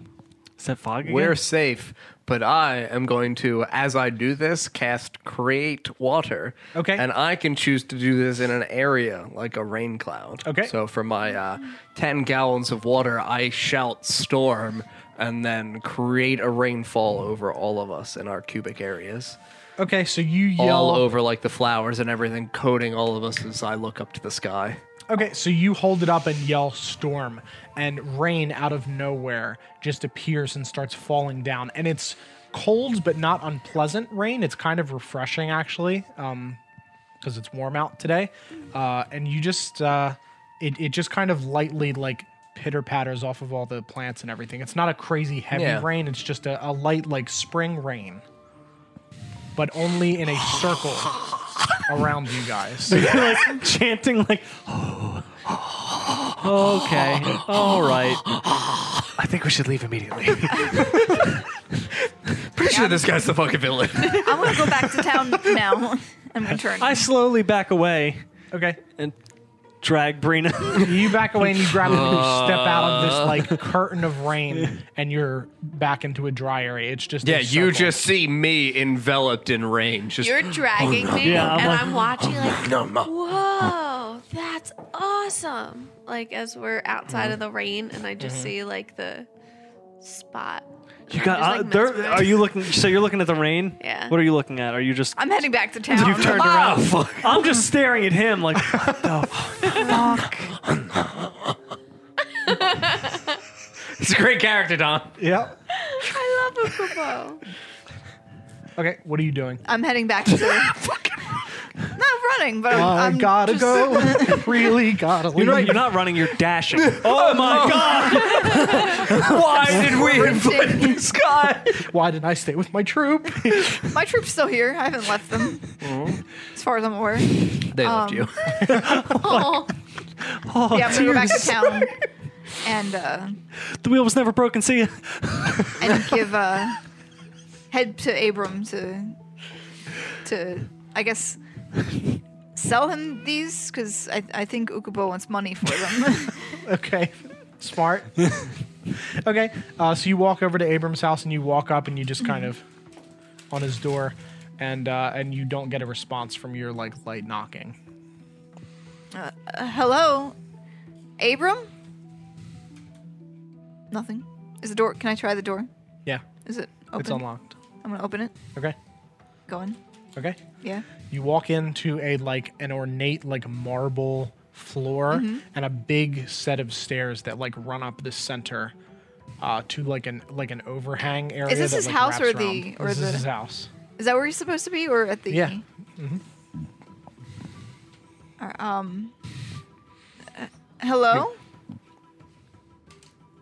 Speaker 2: is that fog again?
Speaker 3: We're safe, but I am going to, as I do this, cast create water.
Speaker 1: Okay.
Speaker 3: And I can choose to do this in an area like a rain cloud.
Speaker 1: Okay.
Speaker 3: So for my uh, 10 gallons of water, I shout storm and then create a rainfall over all of us in our cubic areas.
Speaker 1: Okay, so you yell
Speaker 3: all over like the flowers and everything, coating all of us as I look up to the sky.
Speaker 1: Okay, so you hold it up and yell storm, and rain out of nowhere just appears and starts falling down. And it's cold but not unpleasant rain. It's kind of refreshing, actually, um, because it's warm out today. Uh, and you just, uh, it, it just kind of lightly like pitter patters off of all the plants and everything. It's not a crazy heavy
Speaker 3: Yeah.
Speaker 1: rain, it's just a, a light, like spring rain, but only in a circle around you guys.
Speaker 2: like chanting like okay all right i think we should leave immediately
Speaker 3: Pretty sure this guy's the fucking villain.
Speaker 5: I'm gonna go back to town now and return.
Speaker 2: i slowly back away
Speaker 1: Okay.
Speaker 2: and drag brina
Speaker 1: You back away and you grab him and you step out of
Speaker 3: Uh.
Speaker 1: this like curtain of rain and you're back into a dry area. It's just a
Speaker 3: yeah, you
Speaker 1: circle.
Speaker 3: just see me enveloped in rain. Just
Speaker 4: You're dragging me,
Speaker 2: Yeah, I'm
Speaker 4: and
Speaker 2: like-
Speaker 4: I'm watching like,
Speaker 3: no, no.
Speaker 4: whoa, that's awesome! Like as we're outside
Speaker 2: Mm-hmm.
Speaker 4: of the rain, and I just see like the spot.
Speaker 2: you got
Speaker 4: Just,
Speaker 2: uh,
Speaker 4: like,
Speaker 2: there,
Speaker 4: mesmerized.
Speaker 2: are you looking so you're looking at the rain
Speaker 4: Yeah.
Speaker 2: what are you looking at are you just
Speaker 5: I'm heading back to town.
Speaker 2: You've turned
Speaker 3: Oh, fuck.
Speaker 2: i'm just staring at him like what the fuck
Speaker 3: It's a great character, Don.
Speaker 1: Yeah.
Speaker 4: I love Ukubo.
Speaker 1: Okay, what are you doing?
Speaker 5: I'm heading back to. not running, but
Speaker 2: Oh
Speaker 5: I'm,
Speaker 1: I
Speaker 5: I'm
Speaker 1: gotta
Speaker 5: just-
Speaker 1: go. really gotta leave.
Speaker 2: you're right you're not running you're dashing oh my god
Speaker 3: Why did we invite
Speaker 5: Dang,
Speaker 3: this guy?
Speaker 1: Why didn't I stay with my troop?
Speaker 5: My troop's still here. I haven't left them, as far as I'm aware.
Speaker 3: They left
Speaker 4: Um,
Speaker 3: you.
Speaker 4: Oh,
Speaker 1: Oh,
Speaker 5: yeah, I'm gonna go back to town and uh,
Speaker 2: the wheel was never broken see ya
Speaker 5: and give uh, head to Abram to to I guess sell him these because I, I think Ukubo wants money for them.
Speaker 1: Okay. Smart. okay. Uh, so you walk over to Abram's house and you walk up and you just kind of on his door and uh, and you don't get a response from your like light knocking.
Speaker 5: Hello, Abram. Nothing. Is the door? Can I try the door?
Speaker 1: Yeah.
Speaker 5: Is it open?
Speaker 1: It's unlocked.
Speaker 5: I'm gonna open it.
Speaker 1: Okay.
Speaker 5: Go in.
Speaker 1: Okay.
Speaker 5: Yeah.
Speaker 1: You walk into a like an ornate like marble floor
Speaker 5: Mm-hmm.
Speaker 1: and a big set of stairs that like run up the center uh, to like an like an overhang area.
Speaker 5: this
Speaker 1: that,
Speaker 5: his
Speaker 1: like,
Speaker 5: house
Speaker 1: wraps
Speaker 5: or the-
Speaker 1: around.
Speaker 5: or
Speaker 1: this
Speaker 5: the-
Speaker 1: is his house?
Speaker 5: Is that where he's supposed to be, or at the?
Speaker 1: Yeah.
Speaker 5: Or, um. uh, hello.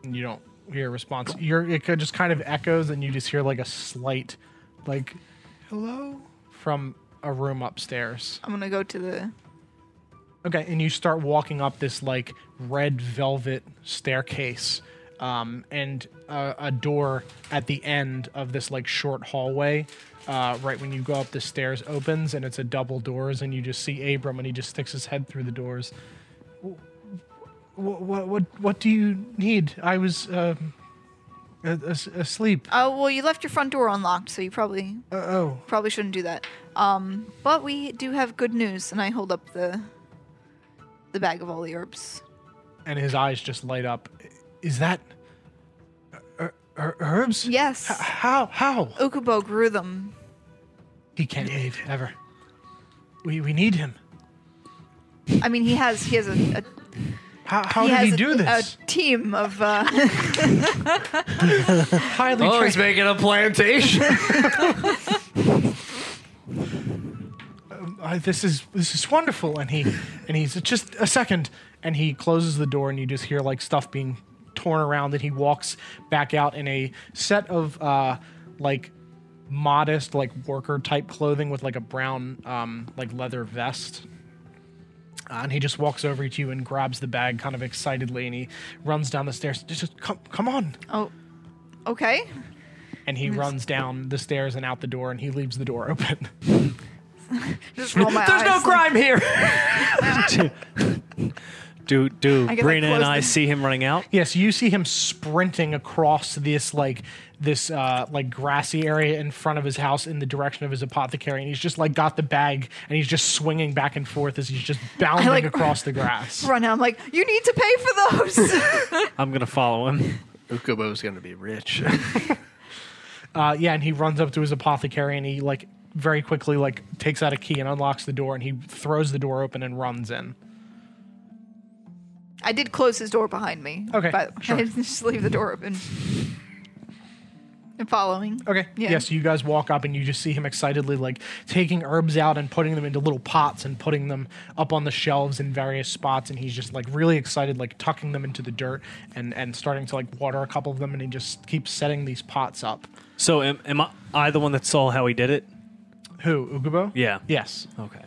Speaker 1: and you don't hear a response. You're, it could- just kind of echoes, and you just hear like a slight, like, hello from a room upstairs.
Speaker 5: I'm gonna go to the.
Speaker 1: Okay, and you start walking up this like red velvet staircase, um, and uh, a door at the end of this like short hallway. Uh, right when you go up the stairs opens and it's a double doors and you just see Abram and he just sticks his head through the doors. What what what, what do you need? I was um, a- as- asleep.
Speaker 5: Oh well, you left your front door unlocked, so you probably
Speaker 1: Uh, oh,
Speaker 5: probably shouldn't do that. Um, but we do have good news, and I hold up the the bag of all the herbs.
Speaker 1: and his eyes just light up. Is that er- er- herbs?
Speaker 5: Yes.
Speaker 1: H- how how?
Speaker 5: Ukubo grew them.
Speaker 1: He can't leave ever. We we need him.
Speaker 5: I mean, he has he has a, a
Speaker 1: How, how
Speaker 5: he
Speaker 1: did
Speaker 5: has
Speaker 1: he
Speaker 5: a-
Speaker 1: do this?
Speaker 5: a team of uh,
Speaker 1: Highly
Speaker 3: Oh, he's
Speaker 1: trained.
Speaker 3: making a plantation.
Speaker 1: Uh, this is this is wonderful. And he and he's just a second. And he closes the door, and you just hear like stuff being torn around. And he walks back out in a set of uh, like modest like worker type clothing with like a brown um, like leather vest. Uh, and he just walks over to you and grabs the bag kind of excitedly, and he runs down the stairs. Just, just come, come on,
Speaker 5: oh, okay.
Speaker 1: and he runs down the stairs and out the door and he leaves the door open
Speaker 5: Just roll my
Speaker 3: There's
Speaker 5: eyes,
Speaker 3: no
Speaker 5: like-
Speaker 3: crime here.
Speaker 2: do do
Speaker 5: I guess I
Speaker 2: brina and
Speaker 5: closed
Speaker 2: i
Speaker 5: the-
Speaker 2: see him running out
Speaker 1: yes you see him sprinting across this like this uh like grassy area in front of his house in the direction of his apothecary and he's just like got the bag and he's just swinging back and forth as he's just bounding
Speaker 5: like-
Speaker 1: across the grass
Speaker 5: Run out. I'm like, you need to pay for those.
Speaker 2: i'm gonna follow him
Speaker 3: Ukubo's gonna be rich.
Speaker 1: uh yeah and he runs up to his apothecary and he like very quickly like takes out a key and unlocks the door and he throws the door open and runs in
Speaker 5: I did close his door behind me.
Speaker 1: Okay,
Speaker 5: But
Speaker 1: sure.
Speaker 5: I didn't just leave the door open. and following.
Speaker 1: Okay.
Speaker 5: Yeah.
Speaker 1: Yes, you guys walk up and you just see him excitedly like taking herbs out and putting them into little pots and putting them up on the shelves in various spots and he's just like really excited like tucking them into the dirt and and starting to like water a couple of them and he just keeps setting these pots up.
Speaker 2: So am, am I, I the one that saw how he did it?
Speaker 1: Who? Ugubo?
Speaker 2: Yeah.
Speaker 1: Yes.
Speaker 2: Okay.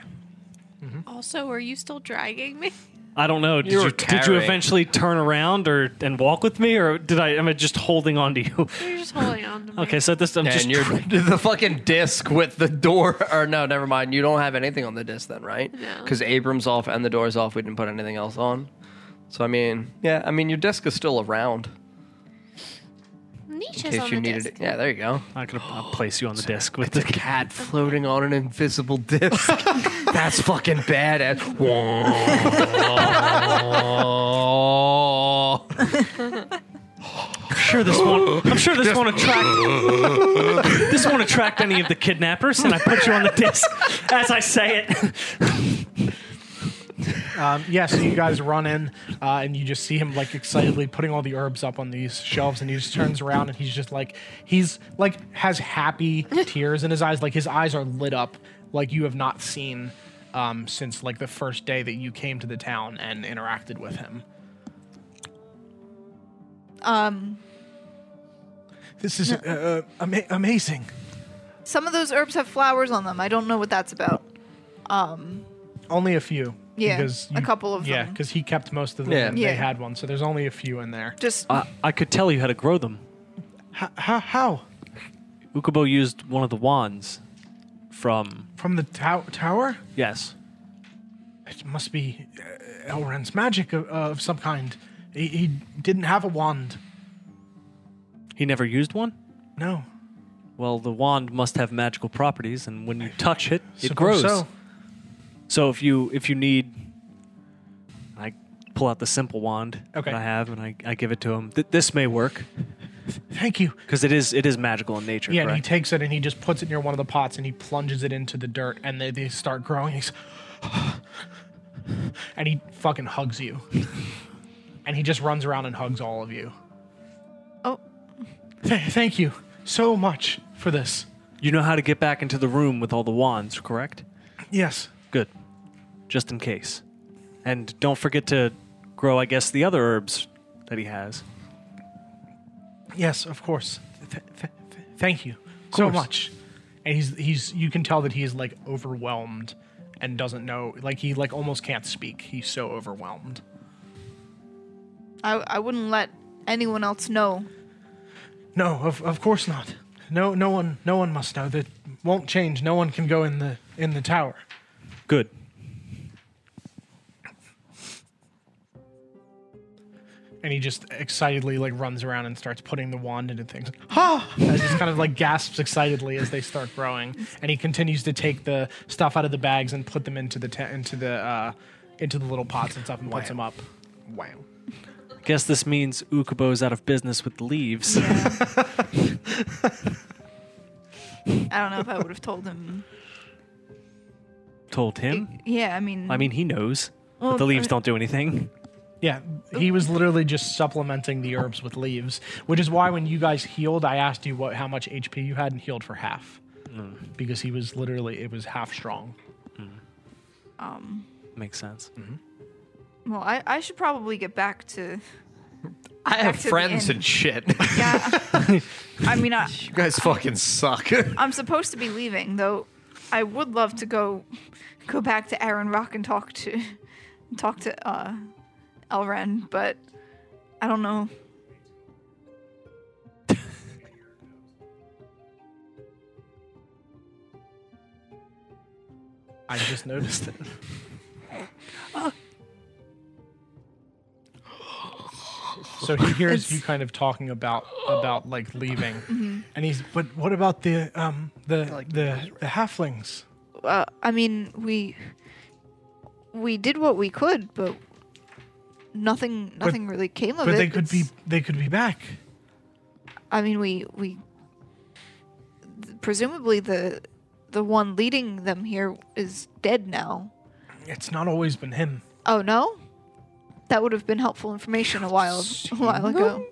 Speaker 4: Also, are you still dragging me?
Speaker 2: I don't know. Did
Speaker 3: You
Speaker 2: you,
Speaker 3: were
Speaker 2: did you
Speaker 3: carrying.
Speaker 2: eventually turn around or and walk with me, or did I? Am I just holding on to you?
Speaker 4: You're just holding on to me.
Speaker 2: Okay, so at this I'm just
Speaker 3: and you're the fucking disc with the door. Or no, never mind. You don't have anything on the disc then, right?
Speaker 4: No.
Speaker 3: Because Abram's off and the door's off. We didn't put anything else on. So I mean, yeah. I mean, your disc is still around
Speaker 4: Niche
Speaker 3: in
Speaker 4: is on
Speaker 3: case
Speaker 4: the
Speaker 3: you needed
Speaker 4: disc.
Speaker 3: it. Yeah, there you go.
Speaker 2: I'm not gonna I'll place you on the desk with the
Speaker 3: Cat floating on an invisible disc. That's fucking badass. Whoa.
Speaker 2: I'm sure this won't. I'm sure this won't attract. this won't attract any of the kidnappers, and I put you on the disc as I say it.
Speaker 1: Um, yeah, so you guys run in uh, and you just see him like excitedly putting all the herbs up on these shelves and he just turns around and he's just like he's like has happy tears in his eyes like his eyes are lit up like you have not seen um, since like the first day that you came to the town and interacted with him.
Speaker 5: Um,
Speaker 1: This is uh, uh, ama- amazing.
Speaker 5: some of those herbs have flowers on them. I don't know what that's about. Um,
Speaker 1: Only a few.
Speaker 5: Yeah, a couple of
Speaker 1: yeah,
Speaker 5: them.
Speaker 1: because he kept most of them.
Speaker 3: Yeah.
Speaker 1: and
Speaker 5: Yeah.
Speaker 1: they had one, so there's only a few in there.
Speaker 5: just
Speaker 2: I, I could tell you how to grow them.
Speaker 1: H- how, how?
Speaker 2: Ukubo used one of the wands from
Speaker 1: From the tow- tower?
Speaker 2: yes.
Speaker 1: It must be uh, Elren's magic of, uh, of some kind. He, he didn't have a wand.
Speaker 2: He never used one.
Speaker 1: No.
Speaker 2: Well, the wand must have magical properties, and when you touch it, it
Speaker 1: Suppose
Speaker 2: grows.
Speaker 1: So.
Speaker 2: So if you if you need, I pull out the simple wand
Speaker 1: Okay.
Speaker 2: that I have, and I, I give it to him. Th- this may work
Speaker 1: Thank you.
Speaker 2: because it is it is magical in nature.
Speaker 1: Yeah, and he
Speaker 2: correct?
Speaker 1: takes it and he just puts it near one of the pots and he plunges it into the dirt and they, they start growing. He's and he fucking hugs you. and he just runs around and hugs all of you.
Speaker 5: oh,
Speaker 1: Th- thank you so much for this.
Speaker 2: you know how to get back into the room with all the wands, correct?
Speaker 1: Yes.
Speaker 2: Good, just in case. And don't forget to grow, I guess, the other herbs that he has.
Speaker 1: Yes, of course. Th- th- th- thank you so
Speaker 2: course.
Speaker 1: much. And he's he's you can tell that he is like overwhelmed and doesn't know like he like almost can't speak. He's so overwhelmed.
Speaker 5: I I wouldn't let anyone else know.
Speaker 1: No, of of course not. No no one no one must know. That won't change. No one can go in the in the tower.
Speaker 2: Good.
Speaker 1: And he just excitedly like runs around and starts putting the wand into things. Ha! As he kind of like gasps excitedly as they start growing. And he continues to take the stuff out of the bags and put them into the ta- into the uh, into the little pots and stuff and puts them up.
Speaker 3: Wow.
Speaker 2: Guess this means Ukubo's out of business with the leaves.
Speaker 5: I don't know if I would have told him.
Speaker 2: Told him.
Speaker 5: Yeah, I mean,
Speaker 2: I mean, he knows.
Speaker 5: Well,
Speaker 2: but the leaves
Speaker 5: I-
Speaker 2: don't do anything.
Speaker 1: Yeah, he was literally just supplementing the herbs with leaves, which is why when you guys healed, I asked you what how much HP you had and healed for half, because he was literally it was half strong.
Speaker 5: um,
Speaker 2: Makes sense.
Speaker 5: well, I I should probably get back to.
Speaker 3: I have
Speaker 5: Back to the
Speaker 3: friends
Speaker 5: end.
Speaker 3: and shit.
Speaker 5: Yeah, I mean, I
Speaker 3: you guys fucking suck.
Speaker 5: I'm supposed to be leaving though. I would love to go go back to Aaron Rock and talk to talk to uh, Elren, but I don't know.
Speaker 1: I just noticed it. so he hears you kind of talking about about like leaving,
Speaker 5: Mm-hmm.
Speaker 1: and he's but what about the um the the the halflings?
Speaker 5: Uh, I mean, we we did what we could, but nothing nothing really came of it.
Speaker 1: But they could be
Speaker 5: Oh, It's-
Speaker 1: they could be back.
Speaker 5: I mean, we we presumably the the one leading them here is dead now.
Speaker 1: It's not always been him.
Speaker 5: Oh no, that would have been helpful information a while a while ago.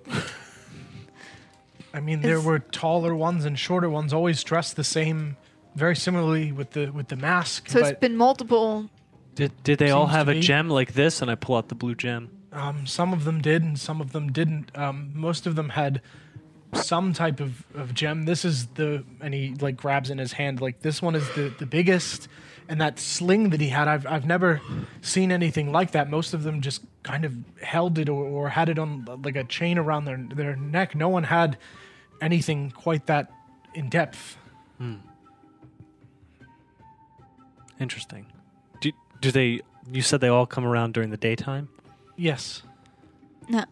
Speaker 1: I mean, there
Speaker 5: Is-
Speaker 1: were taller ones and shorter ones, always dressed the same, very similarly with the with the mask.
Speaker 5: So it's
Speaker 1: but
Speaker 5: been multiple.
Speaker 2: Did, did they all
Speaker 1: Seems to
Speaker 2: have a
Speaker 1: be.
Speaker 2: gem like this? And I pull out the blue gem.
Speaker 1: um, some of them did, and some of them didn't. Um, most of them had some type of, of gem. This is the and he like grabs in his hand like this one is the the biggest, and that sling that he had. I've I've never seen anything like that. Most of them just kind of held it or, or had it on like a chain around their their neck. No one had anything quite that in depth.
Speaker 2: Interesting. Do, do they? You said they all come around during the daytime.
Speaker 1: Yes.
Speaker 5: No.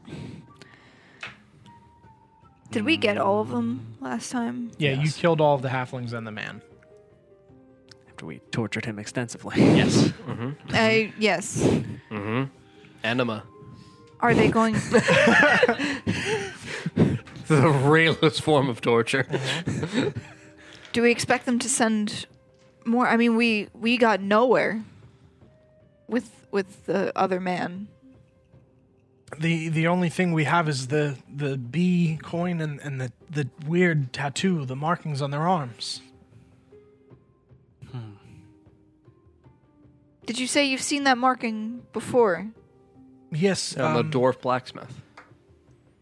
Speaker 5: Did we get all of them last time?
Speaker 1: Yeah,
Speaker 2: Yes.
Speaker 1: you killed all of the halflings and the man.
Speaker 2: After we tortured him extensively. Yes.
Speaker 1: Mm.
Speaker 5: I Uh, yes.
Speaker 3: Enema.
Speaker 5: Are they going?
Speaker 3: The realest form of torture.
Speaker 5: do we expect them to send more? I mean, we we got nowhere with with the other man.
Speaker 1: The the only thing we have is the the bee coin and, and the, the weird tattoo, the markings on their arms.
Speaker 5: Did you say you've seen that marking before?
Speaker 1: Yes,
Speaker 3: I'm a
Speaker 1: um,
Speaker 3: dwarf blacksmith.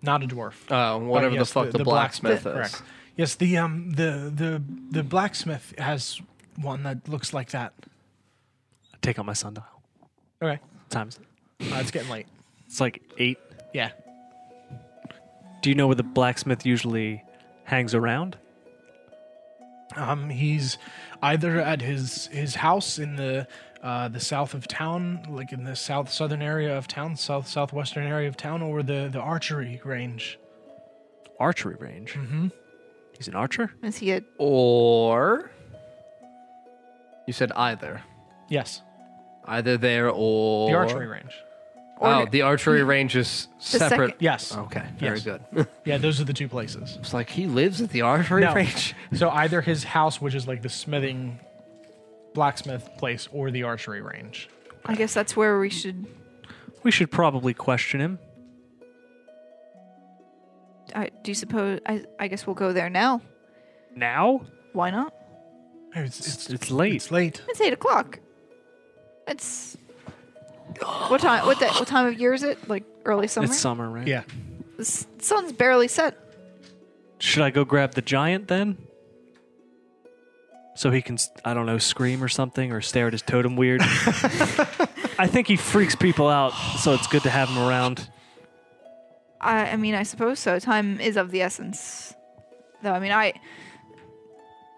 Speaker 1: Not a dwarf.
Speaker 3: Oh, whatever
Speaker 1: yes,
Speaker 3: the fuck
Speaker 1: the-
Speaker 3: the,
Speaker 1: the
Speaker 3: blacksmith, is.
Speaker 1: Correct. Yes, the um the the the blacksmith has one that looks like that.
Speaker 2: I take out my sundial.
Speaker 1: Okay,
Speaker 2: Times. it?
Speaker 1: uh, it's getting late.
Speaker 2: It's like eight.
Speaker 1: Yeah.
Speaker 2: Do you know where the blacksmith usually hangs around?
Speaker 1: Um, he's either at his his house in the uh, the south of town, like in the south southern area of town, south southwestern area of town, or the the archery range.
Speaker 2: Archery range. Mm-hmm. He's an archer.
Speaker 5: Is he a
Speaker 3: Or you said either,
Speaker 1: Yes,
Speaker 3: either there or
Speaker 1: the archery range.
Speaker 3: Oh, the archery range is separate.
Speaker 5: second-
Speaker 1: Yes.
Speaker 3: Okay, very
Speaker 1: Yes.
Speaker 3: good.
Speaker 1: Yeah, those are the two places.
Speaker 3: it's like he lives at the archery
Speaker 1: No.
Speaker 3: range.
Speaker 1: So either his house, which is like the smithing blacksmith place, or the archery range.
Speaker 5: I guess that's where we should.
Speaker 2: We should probably question him.
Speaker 5: I, do you suppose? I, I guess we'll go there now.
Speaker 2: Now?
Speaker 5: Why not?
Speaker 1: Hey, It's,
Speaker 2: It's,
Speaker 1: it's,
Speaker 2: it's late.
Speaker 1: it's late.
Speaker 5: It's eight o'clock. It's what time? What the, What time of year is it? Like early summer.
Speaker 2: It's summer, right?
Speaker 1: Yeah.
Speaker 5: the s- sun's barely set.
Speaker 2: Should I go grab the giant then? So he can, s- I don't know, scream or something or stare at his totem weird. I think he freaks people out, so it's good to have him around.
Speaker 5: I, I mean, I suppose so. Time is of the essence, though. I mean, I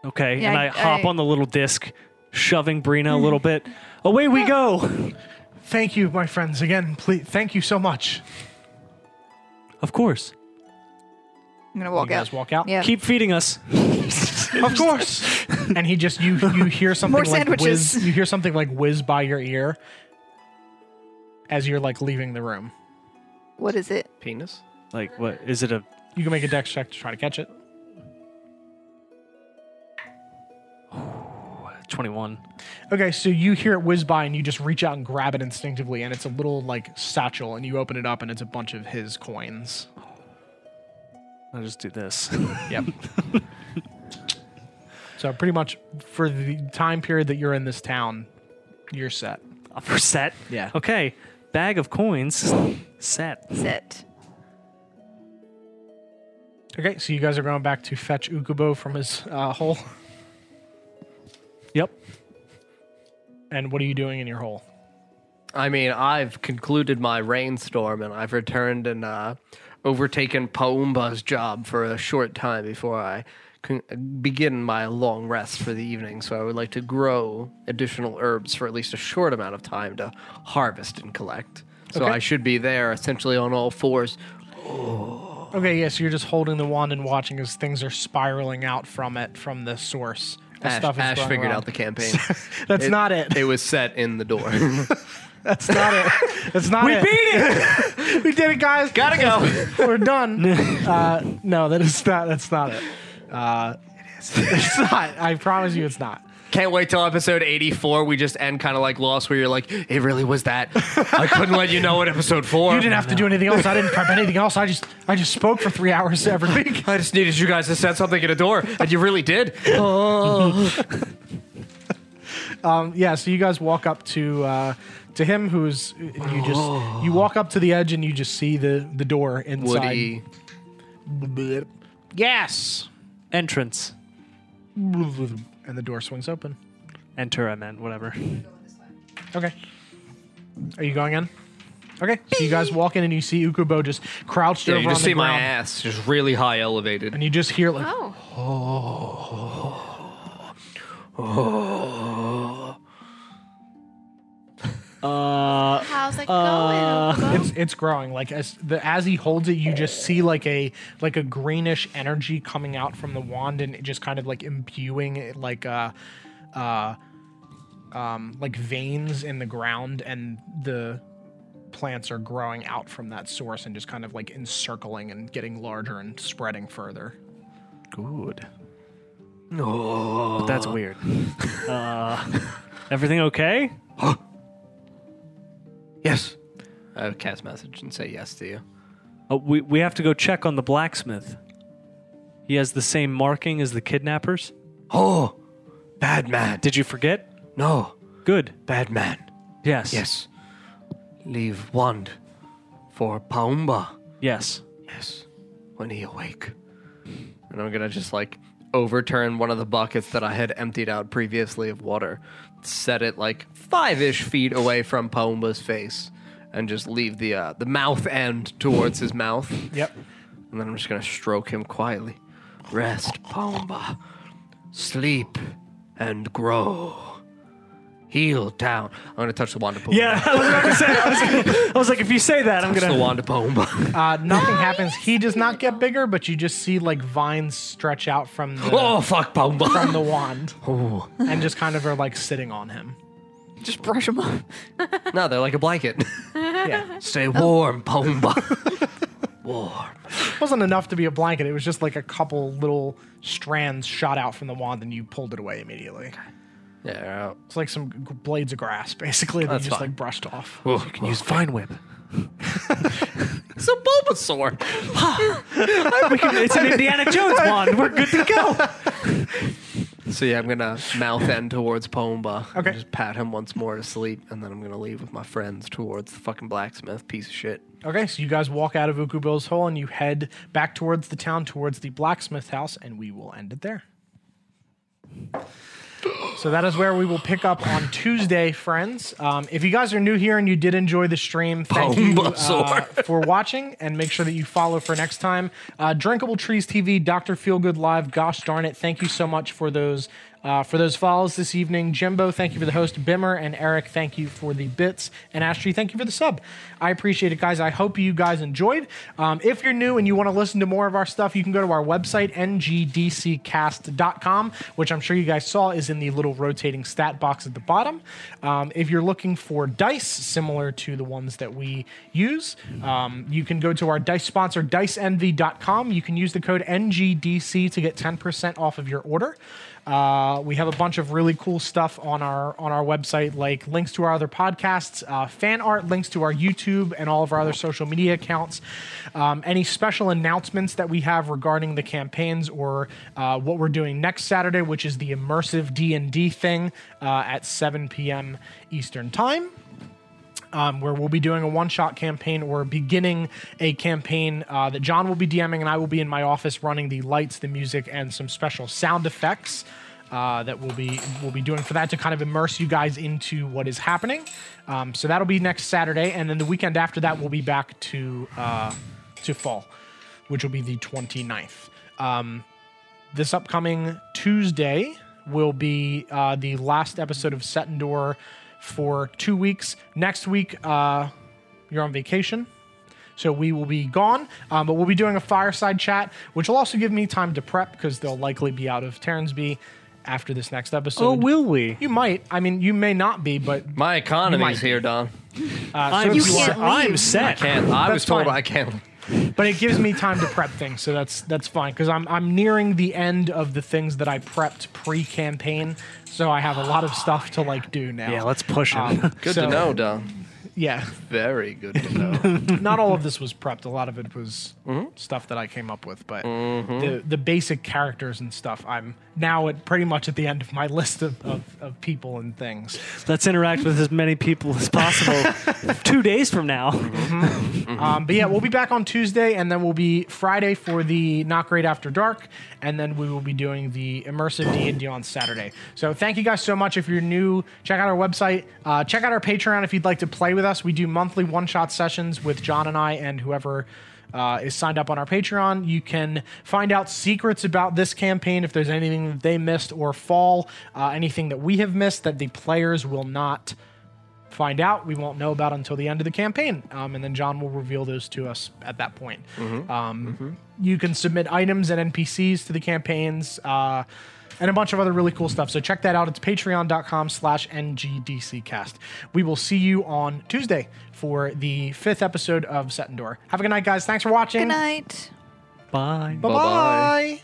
Speaker 2: Okay,
Speaker 5: Yeah,
Speaker 2: and I,
Speaker 5: I-
Speaker 2: hop
Speaker 5: I-
Speaker 2: on the little disc, shoving Brina a little bit. Away we go!
Speaker 1: Thank you, my friends. Again, please. Thank you so much.
Speaker 2: Of course.
Speaker 5: I'm gonna walk
Speaker 1: you
Speaker 5: out.
Speaker 1: guys walk out.
Speaker 5: Yeah.
Speaker 2: Keep feeding us.
Speaker 1: Of course. and he just you you hear something
Speaker 5: More
Speaker 1: like
Speaker 5: sandwiches.
Speaker 1: whiz. You hear something like whiz by your ear as you're like leaving the room.
Speaker 5: what is it?
Speaker 3: Penis.
Speaker 2: Like, what? Is it a.
Speaker 1: You can make a dex check to try to catch it.
Speaker 2: 21.
Speaker 1: Okay, so you hear it whiz by and you just reach out and grab it instinctively, and it's a little like satchel, and you open it up and it's a bunch of his coins.
Speaker 2: I'll just do this.
Speaker 1: Yep. so pretty much for the time period that you're in this town, you're set.
Speaker 2: Upper set.
Speaker 1: Yeah.
Speaker 2: Okay, bag of coins. Set.
Speaker 5: Set.
Speaker 1: Okay, so you guys are going back to fetch Ukubo from his uh, hole.
Speaker 2: Yep.
Speaker 1: And what are you doing in your hole?
Speaker 3: I mean, I've concluded my rainstorm and I've returned and uh, overtaken Paumba's job for a short time before I con- begin my long rest for the evening. So I would like to grow additional herbs for at least a short amount of time to harvest and collect. So
Speaker 1: Okay.
Speaker 3: I should be there essentially on all fours.
Speaker 1: Okay, yeah, so you're just holding the wand and watching as things are spiraling out from it, from the source. As
Speaker 3: Ash,
Speaker 1: stuff is
Speaker 3: Ash
Speaker 1: going
Speaker 3: figured
Speaker 1: around.
Speaker 3: out the campaign.
Speaker 1: That's
Speaker 3: it-
Speaker 1: not it.
Speaker 3: it was set in the door.
Speaker 1: That's not it. That's not it.
Speaker 2: it!
Speaker 1: We did it, guys.
Speaker 3: Gotta go.
Speaker 1: We're done. uh, no, that is not. That's not it. Uh, it is. It's not. I promise you, it's not.
Speaker 3: can't wait till episode 84. We just end kind of like Lost, where you're like, it really was that. I couldn't let you know in episode four.
Speaker 1: You didn't have to do anything else. I didn't prep anything else. I just I just spoke for three hours every week.
Speaker 3: I just needed you guys to set something in a door, and you really did.
Speaker 1: Um, yeah, so you guys walk up to uh, to him, who's you just you walk up to the edge and you just see the the door inside.
Speaker 3: Woody.
Speaker 1: Yes.
Speaker 2: Entrance.
Speaker 1: And the door swings open.
Speaker 2: Enter, I meant, whatever.
Speaker 1: Okay. Are you going in? Okay. So you guys walk in and you see Ukubo just crouched
Speaker 3: Yeah,
Speaker 1: over
Speaker 3: you
Speaker 1: on
Speaker 3: just
Speaker 1: the
Speaker 3: see my
Speaker 1: ground,
Speaker 3: ass just really high elevated.
Speaker 1: and you just hear like
Speaker 4: Oh.
Speaker 2: Uh,
Speaker 4: How's it
Speaker 2: Uh,
Speaker 4: going? Uncle?
Speaker 1: it's it's growing like as the as he holds it you just see like a like a greenish energy coming out from the wand and it just kind of like imbuing it like uh uh um like veins in the ground and the plants are growing out from that source and just kind of like encircling and getting larger and spreading further
Speaker 2: good. But that's weird. Uh-huh. Uh, everything okay?
Speaker 3: Yes. I would cast message and say yes to you.
Speaker 2: Uh, we, we have to go check on the blacksmith. He has the same marking as the kidnappers.
Speaker 3: Oh, bad man.
Speaker 2: Did you forget?
Speaker 3: No,
Speaker 2: Good.
Speaker 3: bad man.
Speaker 2: Yes.
Speaker 3: Yes. Leave wand for Paumba.
Speaker 2: Yes.
Speaker 3: Yes. When he awake. And I'm gonna just like overturn one of the buckets that I had emptied out previously of water, set it like five-ish feet away from Paumba's face, and just leave the uh, the mouth end towards his mouth.
Speaker 1: yep
Speaker 3: And then I'm just gonna stroke him quietly. Rest, Pomba. Sleep and grow. Heal town. I'm gonna touch the wand of Pomba.
Speaker 2: Yeah, I was about to say. I was, I was like, if you say that, I'm
Speaker 3: Touch the
Speaker 2: gonna.
Speaker 3: wand of Pomba.
Speaker 1: uh nothing happens he does not get bigger but you just see like vines stretch out from the
Speaker 3: oh fuck,
Speaker 1: from
Speaker 3: Pomba.
Speaker 1: the wand
Speaker 3: Oh.
Speaker 1: and just kind of are like sitting on him
Speaker 5: Just brush them up.
Speaker 3: No, they're like a blanket.
Speaker 1: yeah
Speaker 3: Stay warm, Pomba. warm.
Speaker 1: wasn't enough to be a blanket. It was just like a couple little strands shot out from the wand, and you pulled it away immediately.
Speaker 3: Yeah.
Speaker 1: It's like some g- blades of grass, basically, that
Speaker 3: That's
Speaker 1: you just
Speaker 3: fine.
Speaker 1: like brushed off.
Speaker 3: You can
Speaker 2: Use Vine Whip.
Speaker 3: It's a Bulbasaur.
Speaker 2: We can, it's an Indiana Jones wand. We're good to go.
Speaker 3: So yeah, I'm gonna mouth end towards Pomba. and
Speaker 1: Okay.
Speaker 3: Just pat him once more to sleep, and then I'm gonna leave with my friends towards the fucking blacksmith piece of shit.
Speaker 1: Okay, so you guys walk out of Ukubo's hole and you head back towards the town, towards the blacksmith house, and we will end it there. So that is where we will pick up on Tuesday, friends. Um, if you guys are new here and you did enjoy the stream, thank you uh,
Speaker 3: Bulbasaur.
Speaker 1: for watching, and make sure that you follow for next time. Uh, Drinkable Trees TV, Doctor Feelgood Live. Gosh darn it! Thank you so much for those uh, for those follows this evening. Jimbo, thank you for the host. Bimmer and Eric, thank you for the bits, and Ashley, thank you for the sub. I appreciate it, guys. I hope you guys enjoyed. Um, if you're new and you want to listen to more of our stuff, you can go to our website ngdccast.com, which I'm sure you guys saw is in the little rotating stat box at the bottom. Um, if you're looking for dice similar to the ones that we use, um, you can go to our dice sponsor, diceenvy.com. You can use the code NGDC to get 10% off of your order. Uh, we have a bunch of really cool stuff on our on our website, like links to our other podcasts, uh, fan art, links to our YouTube and all of our other social media accounts. Um, any special announcements that we have regarding the campaigns or uh, what we're doing next Saturday, which is the immersive D and D thing uh, at 7 p.m. Eastern Time um, where we'll be doing a one shot campaign or beginning a campaign uh, that John will be DMing and I will be in my office running the lights, the music, and some special sound effects. Uh, that we'll be we'll be doing for that to kind of immerse you guys into what is happening. Um, so that'll be next Saturday, and then the weekend after that we'll be back to uh, to fall, which will be the Um, 29th this upcoming Tuesday will be uh, the last episode of Set and Door for two weeks. Next week, uh, you're on vacation. So we will be gone, um, but we'll be doing a fireside chat, which will also give me time to prep because they'll likely be out of Terransby after this next episode.
Speaker 2: Oh, will we?
Speaker 1: you might. I mean, you may not be, but
Speaker 3: My
Speaker 1: You might
Speaker 3: economy's
Speaker 1: be.
Speaker 3: here, Don.
Speaker 1: uh, so
Speaker 2: I'm,
Speaker 1: if
Speaker 5: you
Speaker 1: are-
Speaker 5: can't
Speaker 2: I'm
Speaker 5: leave.
Speaker 2: set.
Speaker 3: Can't. I
Speaker 1: That's
Speaker 3: was told
Speaker 1: fine.
Speaker 3: I can't.
Speaker 1: but it gives me time to prep things, so that's that's fine because I'm I'm nearing the end of the things that I prepped pre-campaign, so I have a lot of stuff to like do now.
Speaker 2: Yeah, let's push him.
Speaker 1: Um,
Speaker 3: Good
Speaker 1: so-
Speaker 3: to know, Dom.
Speaker 1: Yeah,
Speaker 3: Very good to know.
Speaker 1: not all of this was prepped. A lot of it was
Speaker 3: Mm-hmm.
Speaker 1: stuff that I came up with, but the the basic characters and stuff. I'm now at pretty much at the end of my list of, of, of people and things.
Speaker 2: Let's interact with as many people as possible. Two days from now,
Speaker 1: Um, but yeah, we'll be back on Tuesday, and then we'll be Friday for the Not Great After Dark, and then we will be doing the immersive D and D on Saturday. So thank you guys so much. If you're new, check out our website, uh, check out our Patreon if you'd like to play with us. We do monthly one shot sessions with John and I and whoever. Uh, is signed up on our Patreon. You can find out secrets about this campaign if there's anything that they missed or fall, uh, anything that we have missed that the players will not find out we won't know about until the end of the campaign um, and then john will reveal those to us at that point Um, you can submit items and npcs to the campaigns uh, and a bunch of other really cool stuff so check that out it's patreon.com slash ngdccast we will see you on tuesday for the fifth episode of set and door have a good night guys thanks for watching
Speaker 5: Good night.
Speaker 2: bye.
Speaker 1: bye-bye